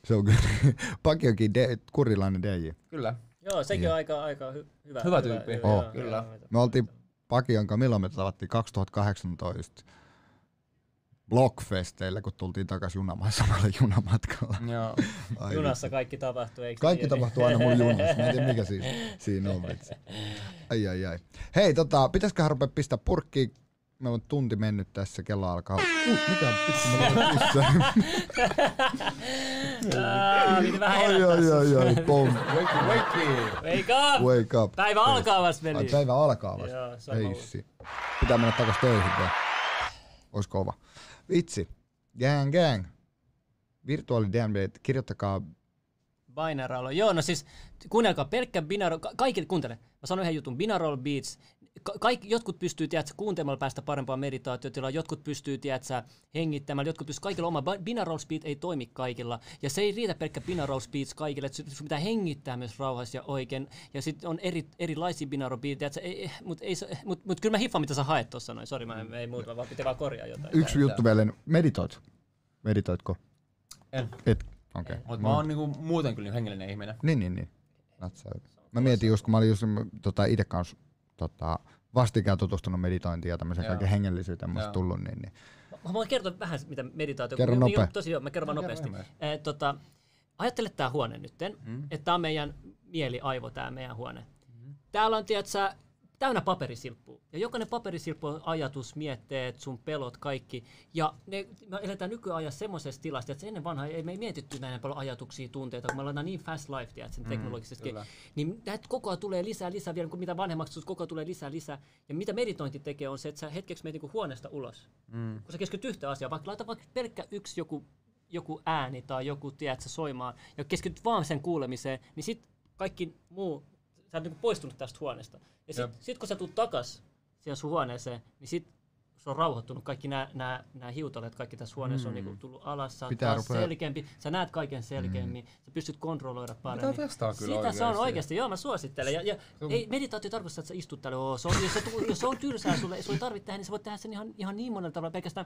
Speaker 1: Se on kyllä, *laughs* Pakiokin de, kurilainen DJ.
Speaker 2: Kyllä.
Speaker 4: joo, sekin on aika, aika hy- Niin. hyvä.
Speaker 2: Hyvä tyyppi.
Speaker 1: Oo.
Speaker 4: joo,
Speaker 2: Kyllä.
Speaker 4: joo.
Speaker 1: Me oltiin Pakion kanssa, milloin me tavattiin? 2018 Blockfesteillä, kun tultiin takaisin junamaan samalla junamatkalla.
Speaker 2: Joo.
Speaker 1: Ai
Speaker 4: Junassa kaikki tapahtuu, eikö
Speaker 1: Kaikki
Speaker 4: niin?
Speaker 1: tapahtuu aina mun junassa. Mä en tiedä mikä siinä, siinä on. Vitsi. Ai ai ai. Hei, tota, pitäisiköhän rupea pistää purkkiin? Meillä on tunti mennyt tässä, kello alkaa. Uh, mikä vitsi, mä olen missä.
Speaker 4: Aa, piti vähän
Speaker 1: *laughs* Ai
Speaker 4: herättää.
Speaker 1: ai ai ai, pom.
Speaker 2: Wake, wake.
Speaker 4: Wake up!
Speaker 1: Wake up.
Speaker 4: Päivä alkaa vasta,
Speaker 1: Ai,
Speaker 4: veli.
Speaker 1: päivä alkaa vasta.
Speaker 4: Joo, sama
Speaker 1: Ei
Speaker 4: uutinen.
Speaker 1: si. Pitää mennä takas töihin vielä. Ois kova. Vitsi. Gang gang. Virtuaali DMD, kirjoittakaa.
Speaker 4: Binarolo. Joo, no siis kuunnelkaa pelkkä binarolo. Ka- kaikille kuuntele. Mä sanon yhden jutun. Binarolo Beats. Ka- kaikki, jotkut pystyy, tiedätkö, kuuntelemalla päästä parempaan meditaatiotilaan. Jotkut pystyy, tiedätkö, hengittämällä. Jotkut pystyy kaikilla oma. Ba- Binarolo Beat ei toimi kaikilla. Ja se ei riitä pelkkä Binarolo Beats kaikille. Et Sun sun pitää hengittää myös rauhassa ja oikein. Ja sitten on eri, erilaisia Binarolo Beats. Mutta mut, mut, kyllä mä hiffaan, mitä sä haet tuossa noin. Sori, mä en, ei muuta, vaan pitää vaan korjaa jotain.
Speaker 1: Yksi juttu vielä. Meditoit. Meditoitko?
Speaker 2: En.
Speaker 1: Et. Okei. Okay.
Speaker 2: Mut mä oon niinku muuten kyllä hengellinen ihminen.
Speaker 1: Niin, niin, niin. Natsa. Mä mietin just, kun mä olin just mm, tota, itse kanssa tota, vastikään tutustunut meditointiin ja tämmöisen
Speaker 2: Joo.
Speaker 1: kaiken hengellisyyteen musta
Speaker 2: Joo.
Speaker 1: tullut, niin, niin.
Speaker 4: Mä voin kertoa vähän, mitä meditaatio...
Speaker 1: Kerro
Speaker 4: Mikä-
Speaker 1: nopea.
Speaker 4: Tosi joo, mä kerron vaan
Speaker 2: Kerro
Speaker 4: nopeasti.
Speaker 2: ihmeessä.
Speaker 4: Eh, tota, ajattele tää
Speaker 2: Mm.
Speaker 4: huone nytten, mm. että tää on meidän mieli, aivo, tää meidän huone. Täällä on, tiedätkö, täynnä paperisilppua. Ja jokainen paperisilppu on ajatus, mietteet, sun pelot, kaikki. Ja ne, me eletään nykyajassa semmoisessa tilasta, että se ennen vanhaa ei me ei mietitty näin paljon ajatuksia, tunteita, kun me ollaan niin fast life, tiedät, sen teknologisesti.
Speaker 2: Mm, kyllä.
Speaker 4: niin näitä koko ajan tulee lisää, lisää vielä, kun mitä vanhemmaksi sut koko ajan tulee lisää, lisää. Ja mitä meditointi tekee on se, että sä hetkeksi menet niinku huoneesta ulos. Mm. Kun sä keskityt yhteen asiaan, vaikka laita vaikka pelkkä yksi joku, joku ääni tai joku, tiedät, sä soimaan, ja keskityt vaan sen kuulemiseen, niin sit kaikki muu, sä oot niinku poistunut tästä huoneesta. Ja sit,
Speaker 2: Jep.
Speaker 4: sit kun sä tulet takas siihen sun huoneeseen, niin sit se on rauhoittunut, kaikki nämä hiutaleet, kaikki tässä huoneessa mm. on niinku tullut alas, sä oot
Speaker 1: Pitää
Speaker 4: taas
Speaker 1: rupea-
Speaker 4: selkeämpi, sä näet kaiken selkeämmin, mm. sä pystyt kontrolloida paremmin.
Speaker 2: testaa kyllä
Speaker 4: Sitä se on
Speaker 2: oikeesti.
Speaker 4: oikeasti, joo mä suosittelen. Ja, ja ei, meditaatio tarkoittaa, että sä istut täällä, oo, se on, jos, se, tu- jos se on tylsää sulle, ei sulla ei tarvitse tehdä, niin sä voit tehdä sen ihan, ihan niin monella tavalla, pelkästään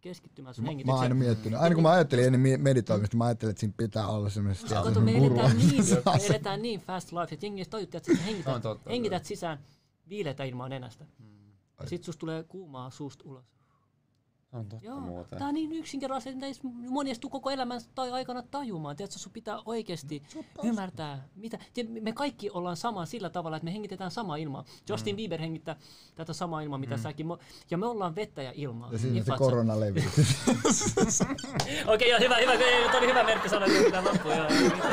Speaker 4: keskittymään sun
Speaker 1: Mä oon aina
Speaker 4: hengitykseen.
Speaker 1: miettinyt. Aina kun mä ajattelin ennen mi- meditoimista, mä ajattelin, että siinä pitää olla semmoista
Speaker 4: Kato, me
Speaker 1: murua.
Speaker 4: eletään
Speaker 1: *laughs*
Speaker 4: niin,
Speaker 2: *laughs*
Speaker 4: me eletään niin fast life, että jengi ei tajuttu, että sä
Speaker 2: Se on
Speaker 4: hengität,
Speaker 2: totta, Mm.
Speaker 4: hengität sisään, viiletä ilman nenästä. Ja sit susta tulee kuumaa suusta ulos.
Speaker 2: On totta
Speaker 4: Joo,
Speaker 2: muuten.
Speaker 4: tää on niin yksinkertaisesti, että ei s- moni edes tule koko elämän tai aikana tajumaan. Tiedätkö, sun pitää
Speaker 1: Mm.
Speaker 4: oikeasti ymmärtää, mitä. Tiedä, me kaikki ollaan sama sillä tavalla, että me hengitetään samaa ilmaa.
Speaker 1: Mm.
Speaker 4: Justin Bieber hengittää tätä samaa ilmaa, mitä säkin. Mo- Ja me ollaan vettä ja ilmaa.
Speaker 1: Ja siinä se
Speaker 4: Inflatio-
Speaker 1: korona leviää.
Speaker 4: Okei, joo, hyvä, hyvä. Tämä oli hyvä merkki sanoa, että pitää loppua. Joo,
Speaker 1: *laughs*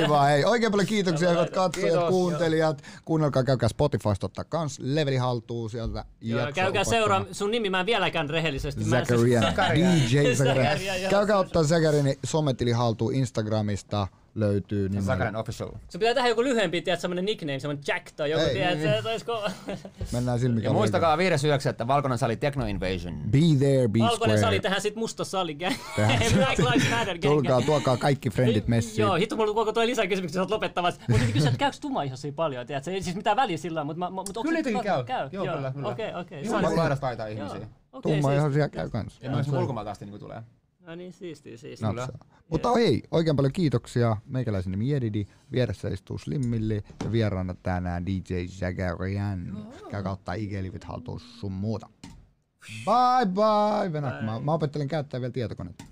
Speaker 1: Ei vaan, ei. Oikein paljon kiitoksia hyvät katsojat,
Speaker 2: Kiitos.
Speaker 1: kuuntelijat. Kuunnelkaa, käykää Spotifysta ottaa kans leveli haltuun sieltä.
Speaker 4: joo,
Speaker 1: jakso
Speaker 4: käykää
Speaker 1: opakkona.
Speaker 4: seuraa. Sun nimi mä en vieläkään rehellisesti. mä en siis-
Speaker 1: Zakaria, DJ
Speaker 4: Zakaria,
Speaker 1: Zakaria.
Speaker 4: joo.
Speaker 1: Käykää ottaa Zakarin sometili haltuun Instagramista löytyy nimellä.
Speaker 2: Sakarin official.
Speaker 4: Sun pitää tehdä joku lyhyempi, tiedät, semmonen nickname, semmonen Jack tai joku,
Speaker 1: Ei,
Speaker 4: tiedät,
Speaker 1: niin,
Speaker 4: se olisiko...
Speaker 1: Mennään sillä, mikä
Speaker 2: Ja
Speaker 1: on
Speaker 2: muistakaa 5.9. että Valkoinen sali Techno Invasion.
Speaker 1: Be there, be
Speaker 4: Valkoinen sali,
Speaker 1: square.
Speaker 4: tähän sit musta sali, gang.
Speaker 1: Tehdään se.
Speaker 4: *laughs* Black Lives Matter, gang.
Speaker 1: Tulkaa, tuokaa kaikki frendit messiin.
Speaker 4: Joo, hitto, mulla koko toi lisäkysymys, kun sä oot lopettamassa. Mut nyt kysyä, että käykö tuma ihan siinä paljon, tiedät, se ei siis mitään väliä sillä, mutta mä, mä, mut onks
Speaker 2: Kyllä
Speaker 4: nyt-
Speaker 2: niitäkin käy.
Speaker 4: Käy,
Speaker 2: Joo, kyllä, kyllä.
Speaker 4: Okei, okei.
Speaker 2: Ihan
Speaker 4: saa-
Speaker 2: mulla laidasta taitaa
Speaker 4: Joo,
Speaker 2: ihmisiä.
Speaker 4: Okei,
Speaker 1: Tumma
Speaker 4: siis.
Speaker 1: ihan siellä käy kanssa.
Speaker 2: Ja myös ulkomailta asti niinku tulee.
Speaker 4: No niin, siistiä, siistiä.
Speaker 1: Napsaa. Mutta hei, oikein paljon kiitoksia. Meikäläisen nimi Jedidi, vieressä istuu Slimmilli ja vieraana tänään DJ Zagarian. Käykää ottaa IG-livit haltuun sun muuta. Bye bye! Venä, mä, mä opettelen käyttää vielä tietokonetta.